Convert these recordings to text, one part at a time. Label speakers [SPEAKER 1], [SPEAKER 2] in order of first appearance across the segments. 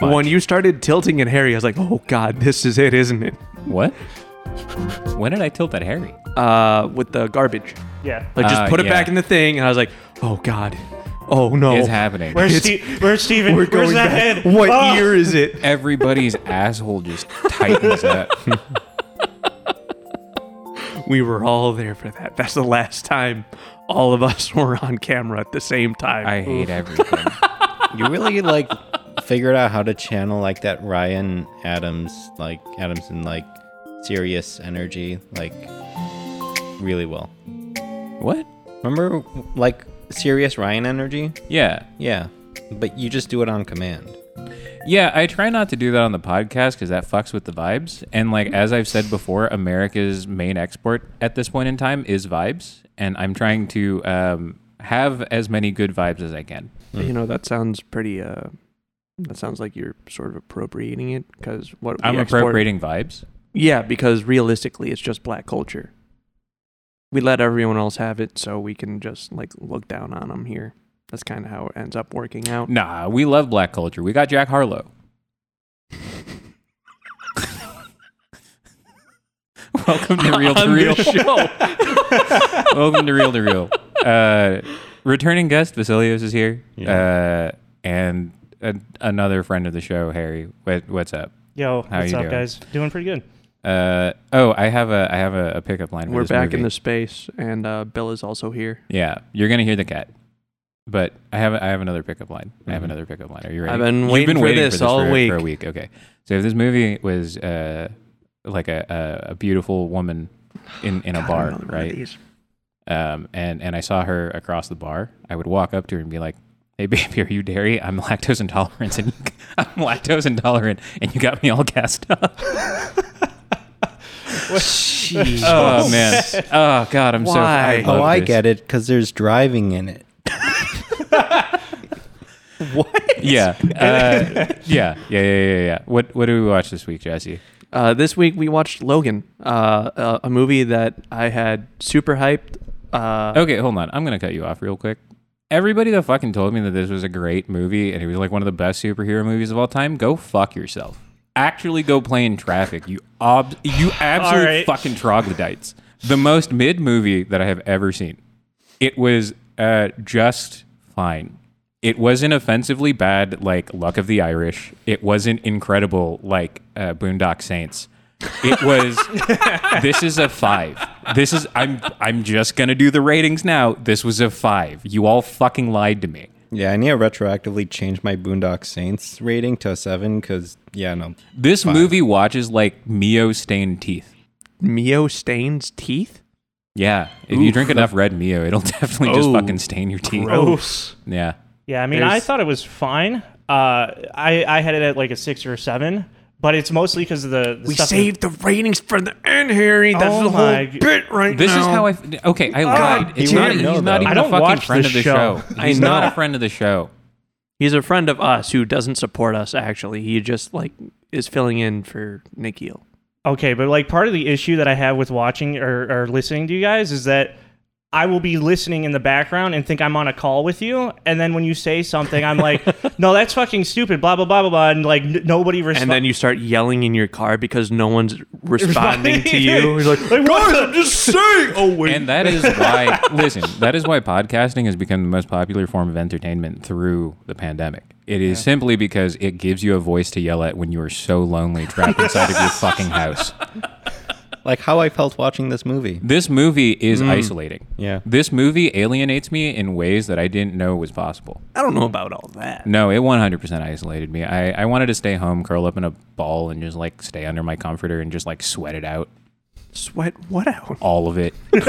[SPEAKER 1] When you started tilting at Harry, I was like, "Oh God, this is it, isn't it?"
[SPEAKER 2] What? when did I tilt at Harry?
[SPEAKER 1] Uh, with the garbage,
[SPEAKER 3] Yeah.
[SPEAKER 1] like just
[SPEAKER 2] Ah,
[SPEAKER 1] put it
[SPEAKER 2] yeah.
[SPEAKER 1] back in the thing, and I was like, "Oh God, Uh, oh no,
[SPEAKER 2] It's happening.
[SPEAKER 3] Where's
[SPEAKER 1] It's-
[SPEAKER 3] Steve? Where's Steven?
[SPEAKER 1] We're
[SPEAKER 3] Where's
[SPEAKER 1] going
[SPEAKER 3] that
[SPEAKER 1] back.
[SPEAKER 3] head?
[SPEAKER 1] What
[SPEAKER 3] Oh!
[SPEAKER 1] year is it?"
[SPEAKER 2] Everybody's asshole just tightens up.
[SPEAKER 1] We were all there for that. That's the last time all of us were on camera at the same time.
[SPEAKER 2] I hate everything.
[SPEAKER 4] You really like figured out how to channel like that Ryan Adams, like Adamson, like serious energy, like really well.
[SPEAKER 2] What?
[SPEAKER 4] Remember, like serious Ryan energy?
[SPEAKER 2] Yeah.
[SPEAKER 4] Yeah, but you just do it on command.
[SPEAKER 2] Yeah, I try not to do that on the podcast because that fucks with the vibes. And like as I've said before, America's main export at this point in time is vibes, and I'm trying to um, have as many good vibes as I can.
[SPEAKER 1] you
[SPEAKER 4] Mm.
[SPEAKER 1] know, that sounds pretty. Uh, that sounds like you're sort of appropriating it because what we
[SPEAKER 2] I'm
[SPEAKER 1] export-
[SPEAKER 2] appropriating vibes.
[SPEAKER 1] Yeah, because realistically, it's just black culture. We let everyone else have it, so we can just like look down on them here. That's kind of how it ends up working out.
[SPEAKER 2] Nah, we love black culture. We got Jack Harlow. Welcome to Real to Real. Welcome to Real to Real. Uh, returning guest Vasilios is here, uh, and a, another friend of the show, Harry. What, what's up?
[SPEAKER 3] Yo,
[SPEAKER 2] How
[SPEAKER 3] what's
[SPEAKER 2] you
[SPEAKER 3] up,
[SPEAKER 2] doing?
[SPEAKER 3] guys? Doing pretty good.
[SPEAKER 2] Uh, oh, I have a I have a, a pickup line. For
[SPEAKER 1] We're
[SPEAKER 2] this
[SPEAKER 1] back in
[SPEAKER 2] movie.
[SPEAKER 1] the space, and uh, Bill is also here.
[SPEAKER 2] Yeah, you're gonna hear the cat. But I have I have another pickup line. I have another pickup line. Are you ready?
[SPEAKER 1] Mm-hmm. I've been
[SPEAKER 2] You've
[SPEAKER 1] waiting for this all
[SPEAKER 2] for,
[SPEAKER 1] week.
[SPEAKER 2] for a week. Okay. So if this movie was uh like a a, a beautiful woman in in a bar,
[SPEAKER 1] Another one of
[SPEAKER 2] right?
[SPEAKER 1] these.
[SPEAKER 2] Um, and and I saw her across the bar. I would walk up to her and be like. Hey baby, are you dairy? I'm lactose intolerant, and you, I'm lactose intolerant, and you got me all gassed up. Oh man! Oh god! I'm so.
[SPEAKER 1] Why?
[SPEAKER 2] I
[SPEAKER 4] Oh,
[SPEAKER 2] love
[SPEAKER 4] I
[SPEAKER 2] this.
[SPEAKER 4] get it, because there's driving in it.
[SPEAKER 2] Yeah. Uh, yeah. Yeah. Yeah. Yeah. Yeah. What What do we watch this week, Jesse?
[SPEAKER 1] Uh, this week we watched Logan, uh, a, a movie that I had super hyped. Uh,
[SPEAKER 2] Okay, hold on. I'm gonna cut you off real quick. Everybody that fucking told me that this was a great movie and it was like one of the best superhero movies of all time, go fuck yourself. Actually, go play in traffic. You ob- you absolute
[SPEAKER 3] right.
[SPEAKER 2] fucking troglodytes. The most mid movie that I have ever seen. It was uh, just fine. It wasn't offensively bad, like Luck of the Irish. It wasn't incredible, like uh, Boondock Saints. It was. this is a five. This is. I'm. I'm just gonna do the ratings now. This was a five. You all fucking lied to me.
[SPEAKER 4] Yeah, I need to retroactively change my Boondock Saints rating to a seven, because yeah, no,
[SPEAKER 2] This movie watches like Mio stained teeth.
[SPEAKER 1] Mio stains teeth.
[SPEAKER 2] Yeah, if you drink enough red Mio, it'll definitely just
[SPEAKER 1] Oh,
[SPEAKER 2] fucking stain your teeth.
[SPEAKER 1] Gross.
[SPEAKER 2] Yeah.
[SPEAKER 3] Yeah, I mean, I
[SPEAKER 1] There's-
[SPEAKER 3] thought it was fine. Uh, I I had it at like a six or a seven, but it's mostly because of the, the
[SPEAKER 1] We
[SPEAKER 3] stuff that-
[SPEAKER 1] saved the ratings for the end, Harry. That's
[SPEAKER 3] Oh
[SPEAKER 1] the
[SPEAKER 3] my
[SPEAKER 1] whole
[SPEAKER 3] g-
[SPEAKER 1] bit right
[SPEAKER 2] This
[SPEAKER 1] now.
[SPEAKER 2] is how I. f- Okay, I lied. It's
[SPEAKER 4] you
[SPEAKER 2] not,
[SPEAKER 4] didn't know,
[SPEAKER 2] he's
[SPEAKER 4] though.
[SPEAKER 2] not even
[SPEAKER 3] I
[SPEAKER 2] a
[SPEAKER 3] don't
[SPEAKER 2] fucking
[SPEAKER 3] watch
[SPEAKER 2] friend
[SPEAKER 3] this
[SPEAKER 2] of the show.
[SPEAKER 3] show.
[SPEAKER 2] He's
[SPEAKER 1] I
[SPEAKER 2] not
[SPEAKER 1] know.
[SPEAKER 2] a friend of the show.
[SPEAKER 1] He's a friend of us who doesn't support us. Actually, he just like is filling in for Nikhil.
[SPEAKER 3] Okay, but like part of the issue that I have with watching or, or listening to you guys is that I will be listening in the background and think I'm on a call with you, and then when you say something, I'm like, "No, that's fucking stupid," blah blah blah blah blah, and like n- nobody responds.
[SPEAKER 1] And then you start yelling in your car because no one's responding to you. He's like,
[SPEAKER 3] Like, what
[SPEAKER 1] guys,
[SPEAKER 3] the-
[SPEAKER 1] I'm just saying. Oh wait,
[SPEAKER 2] And that is why, listen, that is why podcasting has become the most popular form of entertainment through the pandemic. It is simply because it gives you a voice to yell at when you are so lonely, trapped inside of your fucking house.
[SPEAKER 4] like how I felt watching this movie.
[SPEAKER 2] This movie is isolating.
[SPEAKER 4] Yeah.
[SPEAKER 2] This movie alienates me in ways that I didn't know was possible.
[SPEAKER 1] I don't know about all that.
[SPEAKER 2] No, it 100% isolated me. I, I wanted to stay home, curl up in a ball, and just like stay under my comforter and just like sweat it out.
[SPEAKER 1] Sweat what out?
[SPEAKER 2] All of it.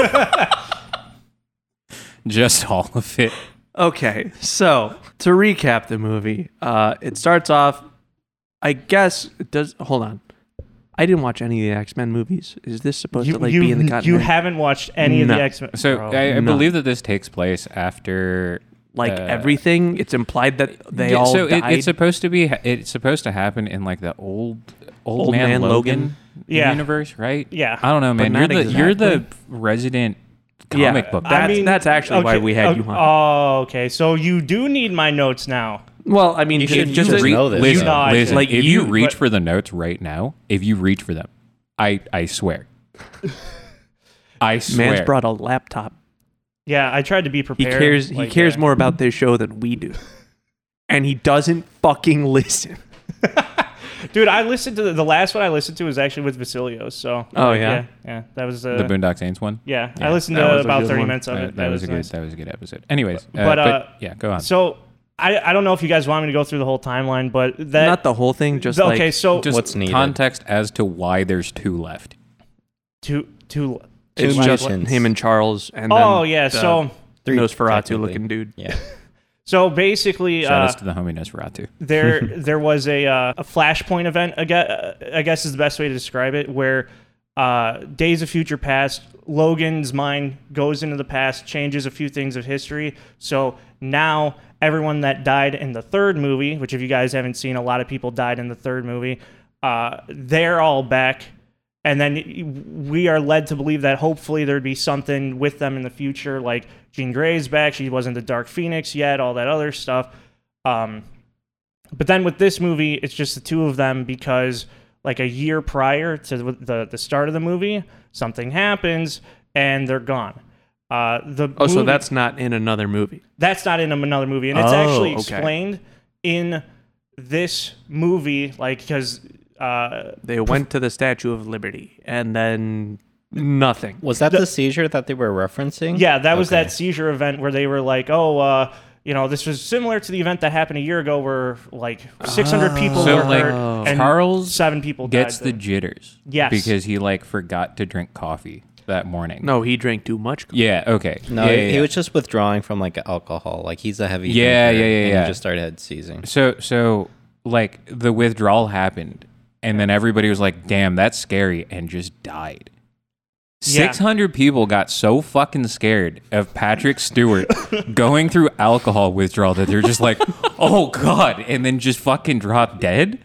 [SPEAKER 2] just all of it.
[SPEAKER 1] Okay, so to recap the movie, uh, it starts off. I guess it does. Hold on, I didn't watch any of the X Men movies. Is this supposed
[SPEAKER 3] you,
[SPEAKER 1] to like
[SPEAKER 3] you,
[SPEAKER 1] be in the
[SPEAKER 3] you
[SPEAKER 1] continuity?
[SPEAKER 3] haven't watched any of
[SPEAKER 1] No.
[SPEAKER 3] the X Men.
[SPEAKER 2] So I, I
[SPEAKER 1] no.
[SPEAKER 2] believe that this takes place after
[SPEAKER 1] like
[SPEAKER 2] Uh,
[SPEAKER 1] everything. It's implied that they
[SPEAKER 2] Yeah,
[SPEAKER 1] all
[SPEAKER 2] so it,
[SPEAKER 1] died.
[SPEAKER 2] it's supposed to be it's supposed to happen in like the old old,
[SPEAKER 1] Old
[SPEAKER 2] man,
[SPEAKER 1] Man
[SPEAKER 2] Logan,
[SPEAKER 1] Logan.
[SPEAKER 3] Yeah.
[SPEAKER 2] universe, right?
[SPEAKER 3] Yeah.
[SPEAKER 2] I don't know, man. You're
[SPEAKER 1] not
[SPEAKER 2] the you're the resident
[SPEAKER 1] Yeah,
[SPEAKER 2] comic book.
[SPEAKER 1] I-
[SPEAKER 2] guy.
[SPEAKER 1] That's- that's actually why we had
[SPEAKER 3] oh,
[SPEAKER 1] you on.
[SPEAKER 3] Oh, okay. So you do need my notes now.
[SPEAKER 1] well, I mean,
[SPEAKER 4] You should-
[SPEAKER 1] it just
[SPEAKER 4] you should
[SPEAKER 1] re-
[SPEAKER 4] know this.
[SPEAKER 2] listen,
[SPEAKER 3] No, I
[SPEAKER 2] listen,
[SPEAKER 1] Like
[SPEAKER 2] if you,
[SPEAKER 1] you-
[SPEAKER 2] reach
[SPEAKER 3] but-
[SPEAKER 2] for the notes right now, if you reach for them, I I swear, I swear.
[SPEAKER 1] man's brought a laptop.
[SPEAKER 3] Yeah, I tried to be
[SPEAKER 1] He
[SPEAKER 3] prepared.
[SPEAKER 1] cares.
[SPEAKER 3] like
[SPEAKER 1] he cares
[SPEAKER 3] that.
[SPEAKER 1] more about this show than we do, and he doesn't fucking listen.
[SPEAKER 3] Dude, I listened to the, the last one I listened to was actually with Vasilios. So.
[SPEAKER 1] Oh,
[SPEAKER 3] like,
[SPEAKER 1] yeah?
[SPEAKER 3] yeah. yeah, that was uh,
[SPEAKER 2] the Boondock Saints one.
[SPEAKER 3] Yeah,
[SPEAKER 2] Yeah,
[SPEAKER 3] I listened
[SPEAKER 1] that
[SPEAKER 3] to
[SPEAKER 1] was a
[SPEAKER 3] about
[SPEAKER 1] good
[SPEAKER 3] thirty
[SPEAKER 1] one.
[SPEAKER 3] minutes of
[SPEAKER 2] Uh,
[SPEAKER 3] it.
[SPEAKER 2] that, was, a good.
[SPEAKER 3] nice.
[SPEAKER 2] That was a good episode. Anyways, uh,
[SPEAKER 3] But, uh,
[SPEAKER 2] yeah, go on.
[SPEAKER 3] So I I don't know if you guys want me to go through the whole timeline, but that
[SPEAKER 1] Not the whole thing. Just
[SPEAKER 3] okay.
[SPEAKER 1] like,
[SPEAKER 3] so
[SPEAKER 2] Just
[SPEAKER 4] what's needed?
[SPEAKER 2] context as to why there's two left.
[SPEAKER 3] two two.
[SPEAKER 1] it's
[SPEAKER 4] Two
[SPEAKER 1] just
[SPEAKER 4] mutants.
[SPEAKER 1] him and Charles. And
[SPEAKER 3] Oh
[SPEAKER 1] then
[SPEAKER 3] yeah,
[SPEAKER 1] the
[SPEAKER 3] so
[SPEAKER 4] Three,
[SPEAKER 1] Nosferatu
[SPEAKER 4] technically.
[SPEAKER 1] looking dude.
[SPEAKER 4] Yeah.
[SPEAKER 3] so basically,
[SPEAKER 2] Shout
[SPEAKER 3] uh,
[SPEAKER 2] outs to the homie Nosferatu.
[SPEAKER 3] there there was a uh, a flashpoint event. I guess, I guess is the best way to describe it, where uh, Days of Future Past, Logan's mind goes into the past, changes a few things of history. So now everyone that died in the third movie, which if you guys haven't seen, a lot of people died in the third movie. Uh, they're all back. And then we are led to believe that hopefully there'd be something with them in the future, like Jean Grey's back. She wasn't the Dark Phoenix yet, all that other stuff. Um, but then with this movie, it's just the two of them because like a year prior to the the, the start of the movie, something happens and they're gone. Uh, the
[SPEAKER 1] Oh, so
[SPEAKER 3] movie-
[SPEAKER 1] that's not in another movie.
[SPEAKER 3] that's not in another movie, and it's
[SPEAKER 1] Oh,
[SPEAKER 3] actually
[SPEAKER 1] okay.
[SPEAKER 3] explained in this movie, like because uh,
[SPEAKER 1] They went to the Statue of Liberty, and then nothing.
[SPEAKER 4] Was that the, seizure that they were referencing?
[SPEAKER 3] Yeah, that was that seizure event where they were like, oh, uh, you know, this was similar to the event that happened a year ago where like 600 people
[SPEAKER 1] Oh.
[SPEAKER 2] So,
[SPEAKER 3] were
[SPEAKER 2] like,
[SPEAKER 3] hurt and
[SPEAKER 2] Charles
[SPEAKER 3] seven people
[SPEAKER 2] Gets
[SPEAKER 3] died.
[SPEAKER 2] the jitters.
[SPEAKER 3] Yes.
[SPEAKER 2] Because he like forgot to drink coffee that morning.
[SPEAKER 1] No, he drank too much.
[SPEAKER 2] Yeah, okay.
[SPEAKER 4] No,
[SPEAKER 2] yeah,
[SPEAKER 4] he,
[SPEAKER 2] yeah,
[SPEAKER 4] he
[SPEAKER 2] yeah.
[SPEAKER 4] was just withdrawing from like alcohol. Like he's a heavy.
[SPEAKER 2] Yeah,
[SPEAKER 4] drinker,
[SPEAKER 2] yeah, yeah,
[SPEAKER 4] and
[SPEAKER 2] yeah.
[SPEAKER 4] He just started head seizing.
[SPEAKER 2] so so like the withdrawal happened and then everybody was like, "Damn, that's scary." and just died.
[SPEAKER 3] Yeah.
[SPEAKER 2] 600 people got so fucking scared of Patrick Stewart going through alcohol withdrawal that they're just like, "Oh god," and then just fucking drop dead?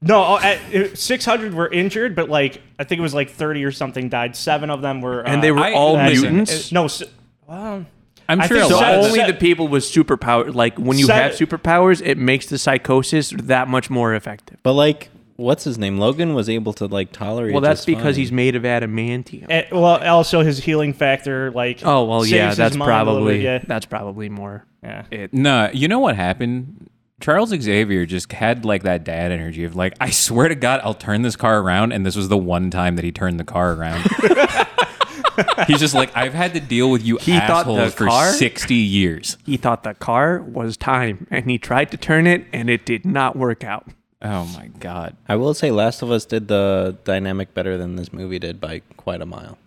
[SPEAKER 3] No, oh, at, it- 600 were injured, but like, I think it was like 30 or something died. Seven of them were.
[SPEAKER 1] And
[SPEAKER 3] uh,
[SPEAKER 1] they were
[SPEAKER 2] I-
[SPEAKER 1] all
[SPEAKER 2] listen,
[SPEAKER 1] mutants.
[SPEAKER 3] No, s- well,
[SPEAKER 2] I'm
[SPEAKER 3] I
[SPEAKER 2] sure a
[SPEAKER 3] think
[SPEAKER 2] lot
[SPEAKER 1] So
[SPEAKER 3] se-
[SPEAKER 2] of
[SPEAKER 1] only
[SPEAKER 3] se-
[SPEAKER 1] the people with superpower, like when you
[SPEAKER 3] Se-
[SPEAKER 1] have superpowers, it makes the psychosis that much more effective.
[SPEAKER 4] But like, what's his name? Logan was able to like tolerate.
[SPEAKER 1] Well,
[SPEAKER 4] it
[SPEAKER 1] that's
[SPEAKER 4] just
[SPEAKER 1] because
[SPEAKER 4] fine.
[SPEAKER 1] he's made of adamantium.
[SPEAKER 3] eh, well, also his healing factor, like.
[SPEAKER 1] oh well,
[SPEAKER 3] saves
[SPEAKER 1] yeah,
[SPEAKER 3] his
[SPEAKER 1] that's
[SPEAKER 3] mind a little
[SPEAKER 1] probably
[SPEAKER 3] bit, yeah.
[SPEAKER 1] that's probably more.
[SPEAKER 3] yeah.
[SPEAKER 1] It.
[SPEAKER 2] No, you know what happened? Charles Xavier just had like that dad energy of like, I swear to God, I'll turn this car around, and this was the one time that he turned the car around. He's just like, I've had to deal with you
[SPEAKER 1] He thought the
[SPEAKER 2] assholes for
[SPEAKER 1] car-
[SPEAKER 2] sixty years.
[SPEAKER 1] He thought the car was time, and he tried to turn it, and it did not work out.
[SPEAKER 2] Oh my God,
[SPEAKER 4] I will say, Last of Us did the dynamic better than this movie did by quite a mile.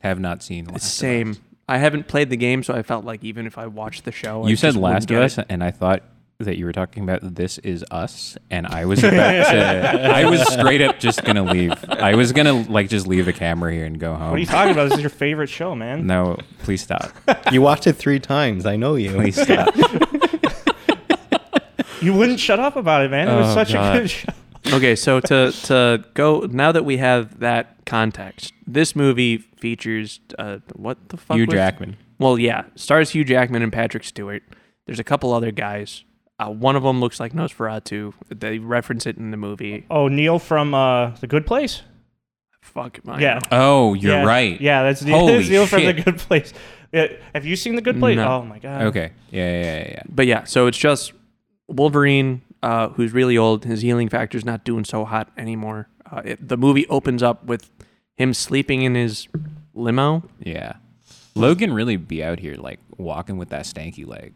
[SPEAKER 2] have not seen. Last
[SPEAKER 1] Same. I haven't played the game, so I felt like even if I watched the show, I
[SPEAKER 2] You said
[SPEAKER 1] just wouldn't
[SPEAKER 2] Last of
[SPEAKER 1] get
[SPEAKER 2] Us,
[SPEAKER 1] it.
[SPEAKER 2] and I thought that you were talking about This Is Us, and I was about to. I was straight up just gonna leave. I was gonna like just leave the camera here and go home.
[SPEAKER 3] What are you talking about? This is your favorite show, man.
[SPEAKER 2] no, please stop.
[SPEAKER 4] You watched it three times. I know you.
[SPEAKER 2] Please stop.
[SPEAKER 3] You wouldn't shut up about it, man. It was
[SPEAKER 2] Oh,
[SPEAKER 3] such
[SPEAKER 2] God.
[SPEAKER 3] a good show.
[SPEAKER 1] okay, so to to go now that we have that context, this movie features uh, what the fuck?
[SPEAKER 2] Hugh
[SPEAKER 1] was-
[SPEAKER 2] Jackman.
[SPEAKER 1] Well, yeah, stars Hugh Jackman and Patrick Stewart. There's a couple other guys. Uh, one of them looks like Nosferatu. They reference it in the movie.
[SPEAKER 3] Oh, Neil from uh, The Good Place?
[SPEAKER 1] Fuck my
[SPEAKER 3] Yeah.
[SPEAKER 2] Oh, you're
[SPEAKER 3] Yeah.
[SPEAKER 2] right.
[SPEAKER 3] Yeah, that's Neil,
[SPEAKER 2] Holy
[SPEAKER 3] that's Neil from The
[SPEAKER 2] shit.
[SPEAKER 3] Good Place. Yeah, Have you seen The Good Place?
[SPEAKER 1] No.
[SPEAKER 3] Oh, my God.
[SPEAKER 2] Okay. Yeah, yeah, yeah, yeah.
[SPEAKER 1] But yeah, so it's just Wolverine, uh, who's really old. His healing factor's not doing so hot anymore. Uh, it, the movie opens up with him sleeping in his limo.
[SPEAKER 2] Yeah. Logan really be out here like walking with that stanky leg.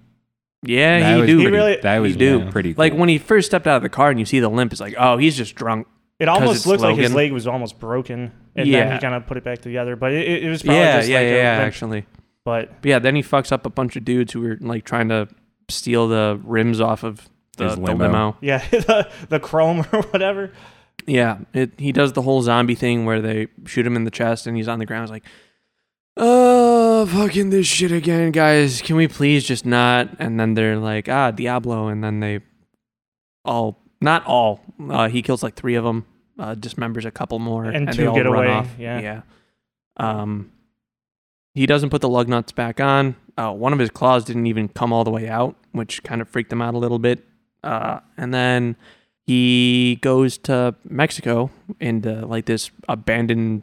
[SPEAKER 1] Yeah,
[SPEAKER 2] That
[SPEAKER 1] he
[SPEAKER 2] was
[SPEAKER 1] do.
[SPEAKER 2] pretty,
[SPEAKER 3] He really-
[SPEAKER 2] that was
[SPEAKER 1] he do.
[SPEAKER 2] pretty
[SPEAKER 1] Like
[SPEAKER 2] cool.
[SPEAKER 1] when he first stepped out of the car and you see the limp, it's like, oh, he's just drunk.
[SPEAKER 3] It
[SPEAKER 1] 'Cause
[SPEAKER 3] almost
[SPEAKER 1] it's
[SPEAKER 3] looked like his
[SPEAKER 1] Logan.
[SPEAKER 3] leg was almost broken, and then
[SPEAKER 1] Yeah.
[SPEAKER 3] he kind of put it back together. But it, it- it was probably
[SPEAKER 1] Yeah,
[SPEAKER 3] just
[SPEAKER 1] yeah,
[SPEAKER 3] like
[SPEAKER 1] yeah,
[SPEAKER 3] a
[SPEAKER 1] yeah,
[SPEAKER 3] limp-
[SPEAKER 1] actually.
[SPEAKER 3] But
[SPEAKER 1] But yeah, then he fucks up a bunch of dudes who were like trying to steal the rims off of the
[SPEAKER 2] His
[SPEAKER 1] the
[SPEAKER 2] limo.
[SPEAKER 1] limo.
[SPEAKER 3] yeah, the, the chrome or whatever.
[SPEAKER 1] Yeah, it, he does the whole zombie thing where they shoot him in the chest and he's on the ground. He's like, oh, oh, fucking this shit again, guys. Can we please just not? And then they're like, ah, Diablo. And then they all, not all, uh, he kills like three of them, uh, dismembers a couple more,
[SPEAKER 3] And
[SPEAKER 1] they
[SPEAKER 3] two
[SPEAKER 1] all
[SPEAKER 3] get
[SPEAKER 1] run
[SPEAKER 3] away,
[SPEAKER 1] off.
[SPEAKER 3] yeah.
[SPEAKER 1] Um, he doesn't put the lug nuts back on. Uh, one of his claws didn't even come all the way out, which kind of freaked him out a little bit. Uh, and then he goes to Mexico into like this abandoned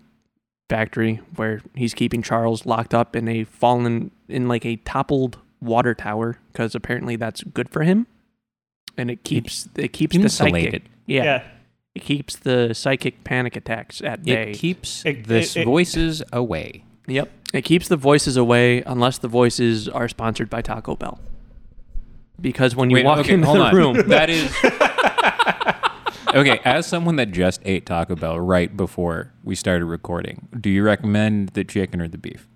[SPEAKER 1] factory where he's keeping Charles locked up in a fallen in like a toppled water tower because apparently that's good for him, and it keeps it keeps the psychic
[SPEAKER 2] Insulated.
[SPEAKER 1] yeah,
[SPEAKER 3] yeah.
[SPEAKER 1] it keeps the psychic panic attacks at bay.
[SPEAKER 2] It keeps
[SPEAKER 3] It-
[SPEAKER 2] the
[SPEAKER 3] it- it-
[SPEAKER 2] voices away.
[SPEAKER 1] yep, it keeps the voices away unless the voices are sponsored by Taco Bell. Because when you
[SPEAKER 2] Wait,
[SPEAKER 1] walk
[SPEAKER 2] okay,
[SPEAKER 1] into
[SPEAKER 2] hold
[SPEAKER 1] the
[SPEAKER 2] on.
[SPEAKER 1] room,
[SPEAKER 2] That is okay. As someone that just ate Taco Bell right before we started recording, do you recommend the chicken or the beef?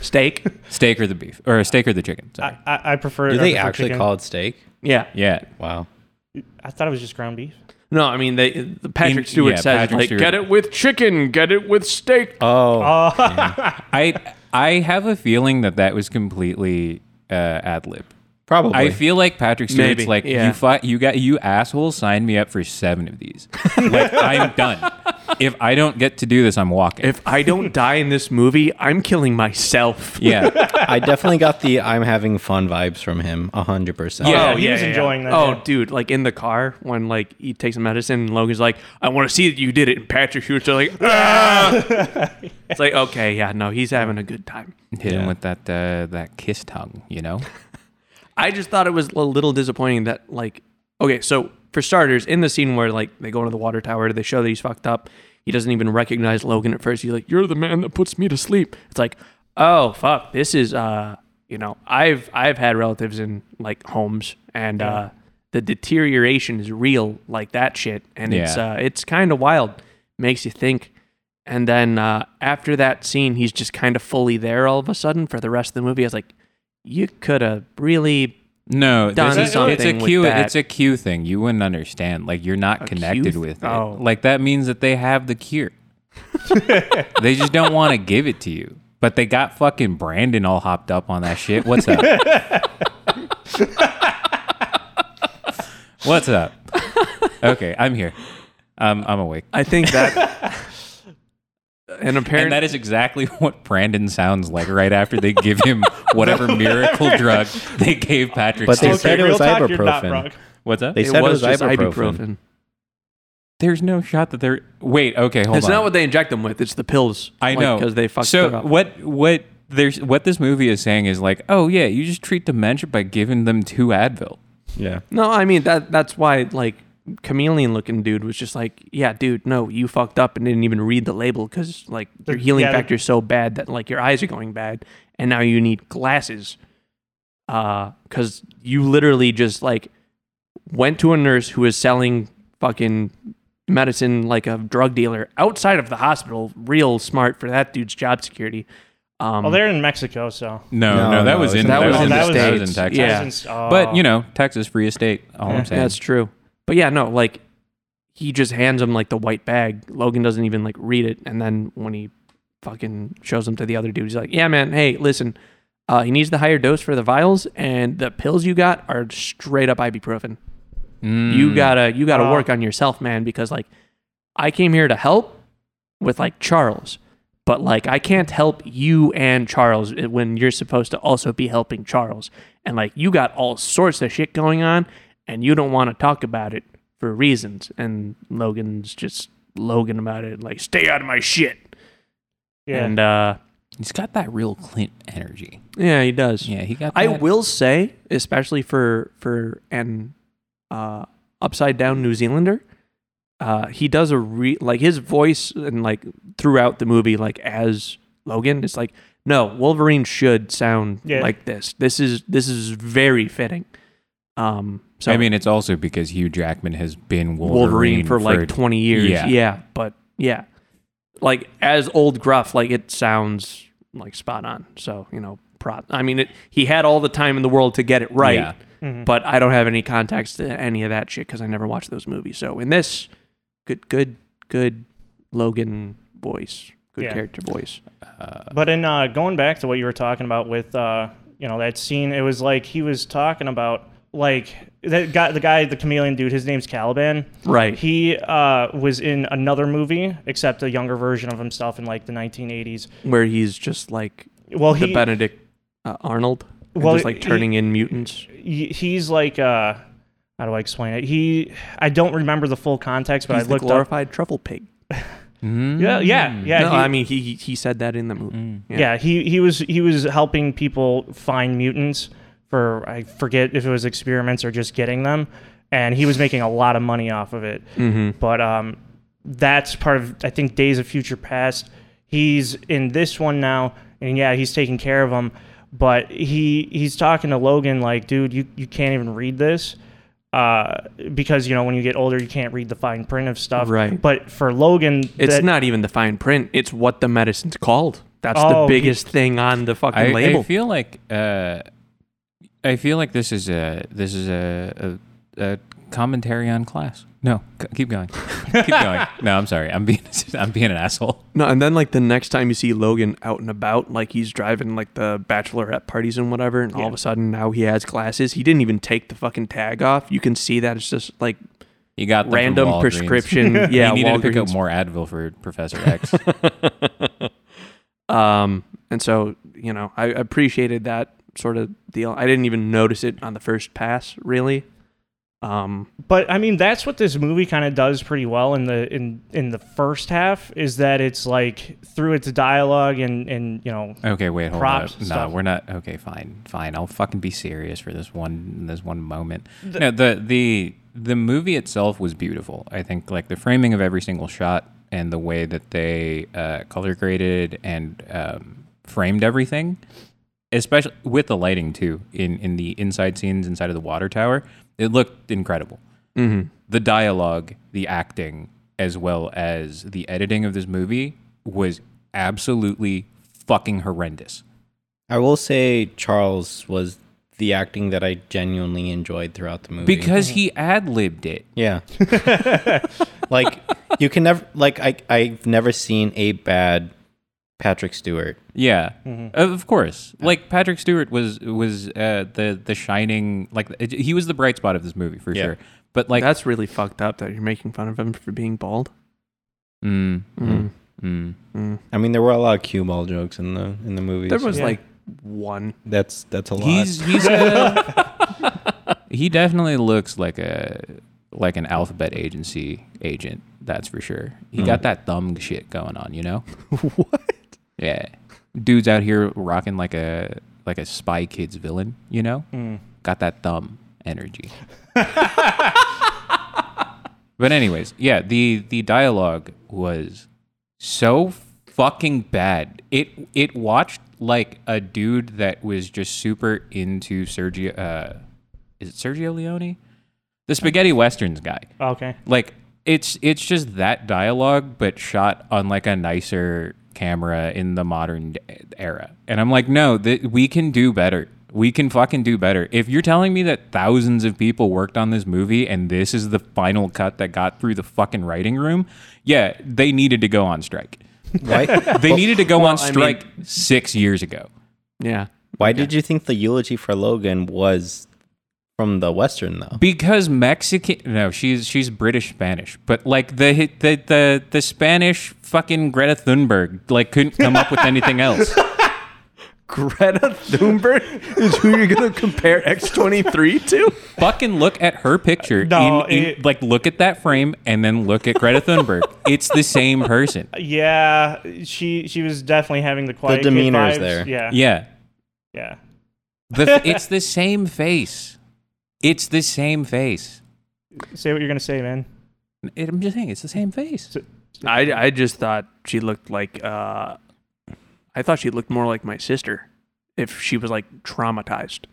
[SPEAKER 1] steak.
[SPEAKER 2] Steak or the beef, or steak or the chicken? Sorry.
[SPEAKER 3] I, I, I prefer.
[SPEAKER 4] Do
[SPEAKER 3] I
[SPEAKER 4] they
[SPEAKER 3] prefer
[SPEAKER 4] actually
[SPEAKER 3] chicken.
[SPEAKER 4] call it steak?
[SPEAKER 1] Yeah,
[SPEAKER 2] yeah.
[SPEAKER 4] Wow.
[SPEAKER 3] I thought it was just ground beef.
[SPEAKER 1] no, I mean they. The Patrick
[SPEAKER 2] In-
[SPEAKER 1] Stewart
[SPEAKER 2] yeah,
[SPEAKER 1] says
[SPEAKER 2] Patrick
[SPEAKER 1] like,
[SPEAKER 2] Stewart-
[SPEAKER 1] get it with chicken, get it with steak.
[SPEAKER 4] Oh,
[SPEAKER 2] I I have a feeling that that was completely uh, ad lib.
[SPEAKER 4] probably.
[SPEAKER 2] I feel like Patrick Stewart's
[SPEAKER 1] Maybe,
[SPEAKER 2] like
[SPEAKER 1] yeah.
[SPEAKER 2] you. Fi- you got you assholes signed me up for seven of these. like I'm done. If I don't get to do this, I'm walking.
[SPEAKER 1] if I don't die in this movie, I'm killing myself.
[SPEAKER 2] yeah,
[SPEAKER 4] I definitely got the I'm having fun vibes from him, hundred percent.
[SPEAKER 2] Yeah.
[SPEAKER 3] Oh, he was enjoying that,
[SPEAKER 1] Oh,
[SPEAKER 3] yeah.
[SPEAKER 1] dude, like in the car when like he takes the medicine, and Logan's like, "I want to see that you did it," and Patrick Stewart's like, "Ah!" "It's like okay, yeah, no, he's having a good time."
[SPEAKER 2] hit him with that uh, that kiss tongue. You know.
[SPEAKER 1] I just thought it was a little disappointing that like okay, so for starters, in the scene where like they go into the water tower, they show that he's fucked up. He doesn't even recognize Logan at first. He's like, "You're the man that puts me to sleep." It's like, "Oh fuck, this is uh, you know, I've I've had relatives in like homes and uh the deterioration is real like that shit and it's
[SPEAKER 2] Yeah.
[SPEAKER 1] uh it's kind of wild. Makes you think. And then uh after that scene, he's just kind of fully there all of a sudden for the rest of the movie. I was like, you could have really
[SPEAKER 2] No,
[SPEAKER 1] done
[SPEAKER 2] this is- it's a
[SPEAKER 1] something with
[SPEAKER 2] Q.
[SPEAKER 1] that.
[SPEAKER 2] It's a Q thing. You wouldn't understand. Like you're not connected
[SPEAKER 1] Q?
[SPEAKER 2] with it.
[SPEAKER 1] Oh.
[SPEAKER 2] Like that means that they have the cure. they just don't want to give it to you. But they got fucking Brandon all hopped up on that shit. What's up? What's up? Okay, I'm here. Um, I'm awake.
[SPEAKER 1] I think that an apparent
[SPEAKER 2] And that is exactly what Brandon sounds like right after they give him whatever miracle drug they gave Patrick.
[SPEAKER 4] But they
[SPEAKER 2] Stewart.
[SPEAKER 4] said it
[SPEAKER 3] real
[SPEAKER 4] was
[SPEAKER 3] talk, you're not
[SPEAKER 4] ibuprofen.
[SPEAKER 3] wrong.
[SPEAKER 2] What's up?
[SPEAKER 4] They
[SPEAKER 1] it
[SPEAKER 4] said
[SPEAKER 1] was
[SPEAKER 4] it was
[SPEAKER 1] just ibuprofen.
[SPEAKER 4] ibuprofen.
[SPEAKER 2] There's no shot that they're. Wait, okay, hold
[SPEAKER 1] It's
[SPEAKER 2] on.
[SPEAKER 1] not what they inject them with. It's the pills.
[SPEAKER 2] I know
[SPEAKER 1] because they fucked
[SPEAKER 2] So
[SPEAKER 1] it up.
[SPEAKER 2] what? What? There's what this movie is saying is like, oh yeah, you just treat dementia by giving them two Advil.
[SPEAKER 4] Yeah.
[SPEAKER 1] No, I mean that. That's why like chameleon looking dude was just like, yeah, dude, no, you fucked up and didn't even read the label because like your
[SPEAKER 3] The-
[SPEAKER 1] healing
[SPEAKER 3] yeah, the-
[SPEAKER 1] factor is so bad that like your eyes are going bad and now you need glasses. Uh, because you literally just like went to a nurse who was selling fucking medicine like a drug dealer outside of the hospital. Real smart for that dude's job security. Um,
[SPEAKER 3] Well, they're in Mexico, so.
[SPEAKER 2] No,
[SPEAKER 4] No,
[SPEAKER 2] no, that
[SPEAKER 4] no,
[SPEAKER 2] was in
[SPEAKER 1] that was in the
[SPEAKER 2] that that was in
[SPEAKER 1] States.
[SPEAKER 2] Texas.
[SPEAKER 1] Yeah.
[SPEAKER 3] Cousins- oh.
[SPEAKER 2] But you know, Texas free estate. All I'm saying.
[SPEAKER 1] That's true. But yeah, no, like he just hands him like the white bag. Logan doesn't even like read it, and then when he fucking shows him to the other dude, he's like, "Yeah, man, hey, listen, uh, he needs the higher dose for the vials, and the pills you got are straight up ibuprofen.
[SPEAKER 2] Mm.
[SPEAKER 1] You gotta you gotta
[SPEAKER 3] Oh.
[SPEAKER 1] work on yourself, man, because like I came here to help with like Charles." But like I can't help you and Charles eh, when you're supposed to also be helping Charles. And like you got all sorts of shit going on and you don't want to talk about it for reasons. And Logan's just Logan about it, like, stay out of my shit.
[SPEAKER 3] yeah.
[SPEAKER 1] And uh
[SPEAKER 2] He's got that real Clint energy.
[SPEAKER 1] Yeah, he does.
[SPEAKER 2] Yeah, he got. That.
[SPEAKER 1] I will say, especially for for an uh, upside down New Zealander, uh, he does a re like his voice and like throughout the movie, like as Logan, it's like no Wolverine should sound
[SPEAKER 3] Yeah.
[SPEAKER 1] like this. This is this is very fitting. Um, so
[SPEAKER 2] I mean, it's also because Hugh Jackman has been
[SPEAKER 1] Wolverine,
[SPEAKER 2] Wolverine,
[SPEAKER 1] for like 20 years.
[SPEAKER 2] Yeah.
[SPEAKER 1] Yeah. but yeah. Like as old gruff, like it sounds like spot on. So, you know, prop. I mean, it, he had all the time in the world to get it right.
[SPEAKER 2] Yeah.
[SPEAKER 3] Mm-hmm.
[SPEAKER 1] But I don't have any context to any of that shit cuz I never watched those movies. So, in this good good good Logan voice. good
[SPEAKER 3] Yeah.
[SPEAKER 1] character voice.
[SPEAKER 3] But in uh, going back to what you were talking about with uh, you know that scene, it was like he was talking about like that guy, the guy, the chameleon dude. His name's Caliban.
[SPEAKER 1] Right.
[SPEAKER 3] He uh, was in another movie, except a younger version of himself in like the 1980s.
[SPEAKER 1] Where he's just like
[SPEAKER 3] Well,
[SPEAKER 1] the
[SPEAKER 3] he
[SPEAKER 1] Benedict uh, Arnold, and
[SPEAKER 3] Well,
[SPEAKER 1] just like
[SPEAKER 3] he-
[SPEAKER 1] turning in mutants.
[SPEAKER 3] he- he's like uh, how do I explain it? He I don't remember the full context, but
[SPEAKER 1] He's
[SPEAKER 3] I
[SPEAKER 1] the
[SPEAKER 3] looked up.
[SPEAKER 1] glorified truffle pig.
[SPEAKER 2] Hmm?
[SPEAKER 3] Yeah, yeah, yeah.
[SPEAKER 1] no,
[SPEAKER 3] he- Mm.
[SPEAKER 1] I mean he he- he said that in the movie. Yeah.
[SPEAKER 3] yeah. he he was he was helping people find mutants for i forget if it was experiments or just getting them and he was making a lot of money off of it
[SPEAKER 1] Mm-hmm.
[SPEAKER 3] but um that's part of i think days of future past he's in this one now and yeah he's taking care of them but he he's talking to logan like dude you, you can't even read this uh, because you know when you get older you can't read the fine print of stuff
[SPEAKER 1] Right.
[SPEAKER 3] but for logan
[SPEAKER 1] It's
[SPEAKER 3] that-
[SPEAKER 1] not even the fine print. It's what the medicine's called. That's
[SPEAKER 3] Oh,
[SPEAKER 1] the
[SPEAKER 3] he-
[SPEAKER 1] biggest thing on the fucking
[SPEAKER 2] I,
[SPEAKER 1] label.
[SPEAKER 2] I feel like uh, I feel like this is a this is a, a, a commentary on class. No, c- keep going. keep going. No, I'm sorry. I'm being I'm being an asshole.
[SPEAKER 1] No, and then like the next time you see Logan out and about, like he's driving like the bachelorette parties and whatever, and all of a sudden now he has glasses. He didn't even take the fucking tag off. You can see that it's just like
[SPEAKER 2] You got them from
[SPEAKER 1] random
[SPEAKER 2] Walgreens.
[SPEAKER 1] prescription. yeah,
[SPEAKER 2] you needed to pick up
[SPEAKER 1] Walgreens.
[SPEAKER 2] more Advil for Professor X.
[SPEAKER 1] Um, and so you know, I appreciated that sort of deal. I didn't even notice it on the first pass, really. Um,
[SPEAKER 3] but I mean that's what this movie kind of does pretty well in the in in the first half is that it's like through its dialogue and and you know
[SPEAKER 2] okay, wait, hold
[SPEAKER 3] Props
[SPEAKER 2] up.
[SPEAKER 3] and
[SPEAKER 2] No,
[SPEAKER 3] stuff.
[SPEAKER 2] we're not. Okay, fine, fine. I'll fucking be serious for this one this one moment. no, the the the movie itself was beautiful. I think like the framing of every single shot and the way that they uh, color graded and um, framed everything especially with the lighting too in in the inside scenes inside of the water tower it looked incredible the dialogue the acting as well as the editing of this movie was absolutely fucking horrendous
[SPEAKER 4] I will say Charles was the acting that I genuinely enjoyed throughout the movie.
[SPEAKER 2] because he ad-libbed it
[SPEAKER 4] yeah, like you can never like I I've never seen a bad Patrick Stewart.
[SPEAKER 2] yeah
[SPEAKER 3] mm-hmm.
[SPEAKER 2] of course like patrick stewart was was uh the the shining like it- he was the bright spot of this movie for
[SPEAKER 4] Yeah.
[SPEAKER 2] sure but like
[SPEAKER 1] that's really fucked up that you're making fun of him for being bald.
[SPEAKER 2] mm, mm,
[SPEAKER 1] Mm.
[SPEAKER 2] mm.
[SPEAKER 1] Mm.
[SPEAKER 4] I mean, there were a lot of cue ball jokes in the in the movie.
[SPEAKER 1] There
[SPEAKER 4] so
[SPEAKER 1] was
[SPEAKER 3] Yeah.
[SPEAKER 1] like one.
[SPEAKER 4] that's that's a lot.
[SPEAKER 2] He's he's uh, he definitely looks like a like an alphabet agency agent. That's for sure. He
[SPEAKER 4] Mm.
[SPEAKER 2] got that thumb shit going on, you know.
[SPEAKER 1] what?
[SPEAKER 2] Yeah, dude's out here rocking like a like a Spy Kids villain, you know.
[SPEAKER 4] Mm.
[SPEAKER 2] Got that thumb energy. but anyways, yeah, the the dialogue was so fucking bad. It it watched like a dude that was just super into Sergio. Uh, is it Sergio Leone? The spaghetti westerns guy.
[SPEAKER 1] Uh,
[SPEAKER 3] okay
[SPEAKER 2] Like it's it's just that dialogue, but shot on like a nicer camera in the modern d- era. And I'm like, no, th- we can do better. We can fucking do better. If you're telling me that thousands of people worked on this movie and this is the final cut that got through the fucking writing room, yeah, they needed to go on strike.
[SPEAKER 4] why
[SPEAKER 2] They needed to go on
[SPEAKER 1] I mean-
[SPEAKER 2] strike six years ago.
[SPEAKER 1] Yeah.
[SPEAKER 4] why did you think the eulogy for Logan was from the Western though?
[SPEAKER 2] because Mexican. No, she's she's British Spanish, but like the the the, the Spanish fucking Greta Thunberg like couldn't come up with anything else.
[SPEAKER 1] Greta Thunberg is who you're gonna compare X23 to?
[SPEAKER 2] fucking look at her picture.
[SPEAKER 3] No,
[SPEAKER 2] in- in-
[SPEAKER 3] it-
[SPEAKER 2] like look at that frame and then look at Greta Thunberg. it's the same person.
[SPEAKER 3] yeah she she was definitely having the quiet kid
[SPEAKER 4] demeanor is
[SPEAKER 3] vibes.
[SPEAKER 4] there.
[SPEAKER 3] yeah yeah,
[SPEAKER 2] Yeah, the, it's the same face. It's the same face.
[SPEAKER 3] say what you're gonna say man
[SPEAKER 2] It- I'm just saying, it's the same face.
[SPEAKER 1] I I just thought she looked like uh I thought she looked more like my sister if she was like traumatized.